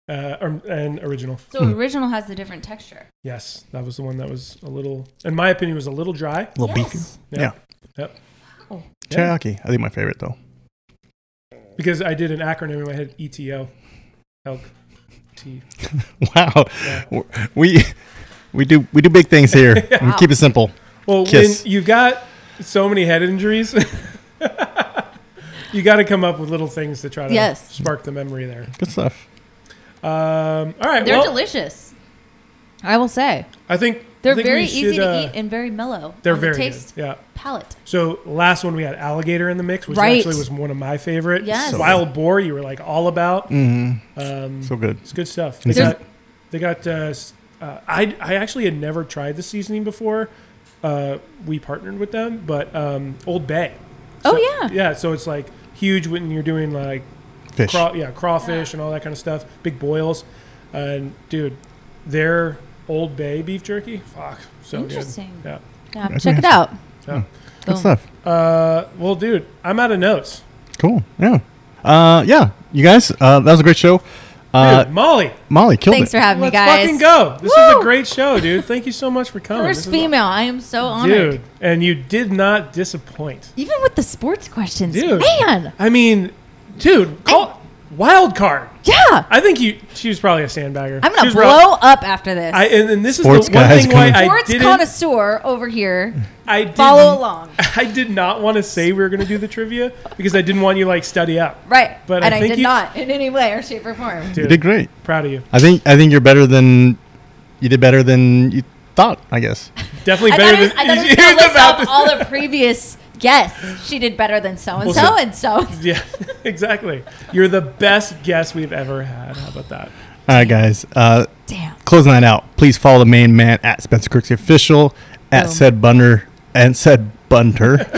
A: uh, or- and original.
C: so original has the different texture.
A: Yes, that was the one that was a little, in my opinion, was a little dry.
B: A little beefy.
C: Yes.
B: Yeah.
A: Yep.
C: Oh.
A: Yeah.
B: Teriyaki. I think my favorite though. <laughs>
A: Because I did an acronym in my head, E ETO. Elk. T.
B: Wow. We we do we do big things
C: <laughs>
B: here. We keep it simple.
A: Well,
B: Kiss.
A: when you've got so many head injuries, <laughs> you got to come up with little things to try to
C: Yes.
A: spark the memory there.
B: Good stuff.
A: Um, all right.
C: They're
A: well,
C: delicious. I will say.
A: I think
C: They're
A: I think we
C: very easy
A: should,
C: to
A: uh,
C: eat and very mellow.
A: They're
C: on the
A: very
C: taste
A: good. Yeah.
C: palate.
A: So last one we had alligator in the mix, which
C: Right.
A: actually was one of my favorite.
C: Yes. So
A: Wild boar, you were like all about. Um,
B: So good.
A: it's good stuff. They
C: There's-
A: got, they got. Uh, s- uh, I I actually had never tried the seasoning before. Uh, we partnered with them, but um, Old Bay.
C: Oh,
A: So-
C: yeah.
A: Yeah. So it's like huge when you're doing like
B: Fish.
A: Craw, yeah, crawfish and all that kind of stuff. Big boils, and dude, their Old Bay beef jerky. Fuck, so good.
C: Interesting.
A: Yeah.
C: Yeah, check it out.
A: yeah.
B: Good
C: Boom.
B: stuff.
A: Uh, well, dude, I'm out of notes.
B: Cool. Yeah. Uh, yeah. You guys, uh, that was a great show.
A: Dude,
B: Uh,
A: Molly,
B: Molly killed
C: Thanks
B: it.
C: for having
A: let's
C: me, guys.
A: fucking go. This is a
C: Woo!
A: great show, dude. Thank you so much for coming. This
C: First
A: is-
C: female. I am so honored.
A: dude, and you did not disappoint,
C: Even with the sports questions.
A: dude.
C: Man.
A: I mean, dude, call wild card.
C: Yeah.
A: I think you. She was probably a sandbagger.
C: I'm
A: She
C: going to
A: was
C: blow
A: prob-
C: up after this.
A: I, and, and this is
B: Sports
A: the one
B: guys
A: thing why
B: coming.
A: I
C: sports
A: didn't.
C: connoisseur over here.
A: I did
C: Follow along.
A: <laughs> I did not want to say we were going to do the trivia because I didn't want you like study up.
C: Right.
A: But
C: and
A: I
C: I,
A: think
C: did
A: you-
C: not in any way or shape or form.
B: You
A: Dude,
B: did great.
A: proud of you.
B: I think I think you're better than you did better than you thought. I guess.
A: Definitely
C: I thought
A: better
C: it was, I
A: than <laughs>
C: thought it was gonna
A: Here's
C: list
A: about
C: off
A: this-
C: all the previous guests. She did better than so and so
A: We'll see.
C: and so.
A: Yeah, <laughs> exactly. You're the best guest we've ever had. How about that?
B: All right, guys. Uh,
C: Damn.
B: closing that out. Please follow the main man at Spencer Crooksy official at
C: Boom.
B: said bunter and said bunter <laughs>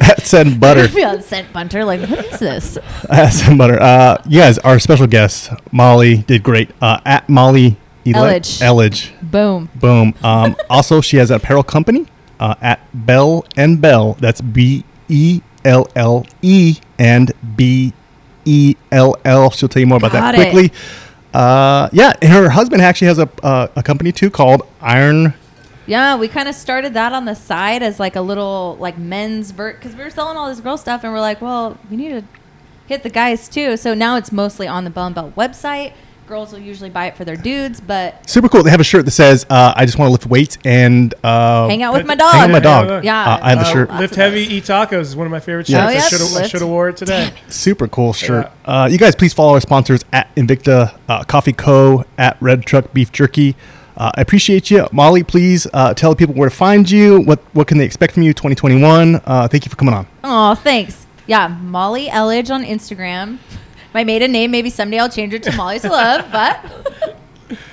B: at said
C: <laughs>
B: butter
C: Be on scent bunter. Like, what is this?
B: at said butter. Uh, you guys, our special guest Molly did great. Uh, at Molly
C: Elledge.
B: Elledge.
C: Boom.
B: Boom. Um, <laughs> also, she has an apparel company uh, at Bell and Bell. That's B E L L E and B E L L. She'll tell you more about
C: Got
B: that
C: it.
B: quickly. Uh, yeah, and her husband actually has a uh, a company too called Iron.
C: Yeah, we kind of started that on the side as like a little like men's vert because we were selling all this girl stuff and we're like, well, we need to hit the guys too. So now it's mostly on the Bell and Bell website. Girls will usually buy it for their dudes, but
B: Super cool. They have a shirt that says uh, "I just want to lift weights and uh,
C: hang out
A: But-
C: with my
A: Oh, hang out
C: dog.
B: hang out with my dog."
C: Yeah.
B: Uh, I have the
C: Uh,
B: shirt.
C: Lots
A: Lift
C: of
A: heavy,
C: those.
A: eat tacos is one of my favorite
B: Yeah.
A: shirts.
B: Oh,
A: I
B: yes.
A: should have I
C: Lift.
A: should have wore it today.
B: Super cool shirt.
A: Yeah.
B: Uh, you guys, please follow our sponsors at Invicta uh, Coffee Co. at Red Truck Beef Jerky. Uh, I appreciate you, Molly. Please uh, tell people where to find you. What what can they expect from you? 2021. Uh, thank you for coming on.
C: Oh, thanks. Yeah, Molly Elledge on Instagram. My maiden name, maybe someday I'll change it to
A: <laughs>
C: Molly's Love, but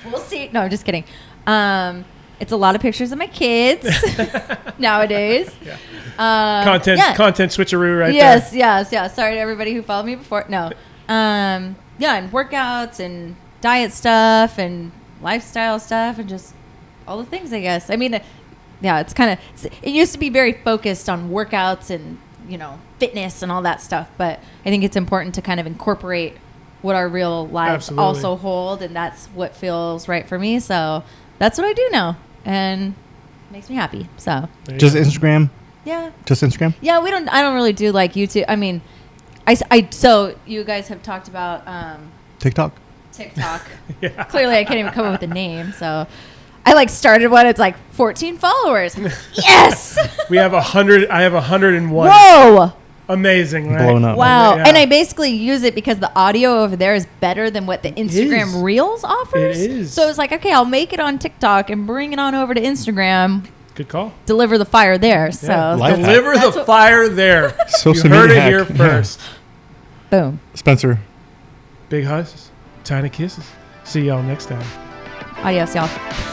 C: we'll see. No, I'm just kidding. Um, it's a lot of pictures of
A: <laughs>
C: my kids nowadays.
A: Yeah.
C: Um,
A: Content
C: yeah.
A: content switcheroo right
C: yes, yes, yes. Sorry to everybody who followed me before. No. Um, yeah, and workouts and diet stuff and lifestyle stuff and just all the things, I guess. I mean, uh, yeah, it's kind of, it used to be very focused on workouts and, you know, fitness and all that stuff. But I think it's important to kind of incorporate what our real lives
A: Absolutely.
C: also hold. And that's what feels right for me. So that's what I do now. And it makes me happy. So,
A: there.
B: Just
A: There you
B: Instagram.
C: yeah.
B: Just Instagram.
C: Yeah, we don't. I don't really do like YouTube. I mean, I, s- I- so you guys have talked about um,
B: TikTok.
C: <laughs> TikTok.
A: go. Yeah.
C: Clearly, I can't even come up with a name. So, I like started one. It's like 14 followers. <laughs> yes.
A: We have a hundred. I have a hundred
C: <laughs>
A: and one.
C: Whoa!
A: Amazing, right?
B: Blown up.
C: Wow.
A: Yeah.
C: And I basically use it because the audio over there is better than what the
A: is.
C: Instagram Reels offers.
A: It is.
C: So it's like, okay, I'll make it on TikTok and bring it on over to Instagram.
A: Good call.
C: Deliver the fire there. So
A: Yeah.
B: Life hack.
A: Deliver
C: That's
A: the
C: what-
A: fire
B: <laughs>
A: there. you
B: Social
A: heard
B: media
A: it
B: hack.
A: here
B: Yeah.
A: first.
C: boom.
B: Spencer.
A: Big hugs, tiny kisses. See y'all next time.
C: Adios, y'all.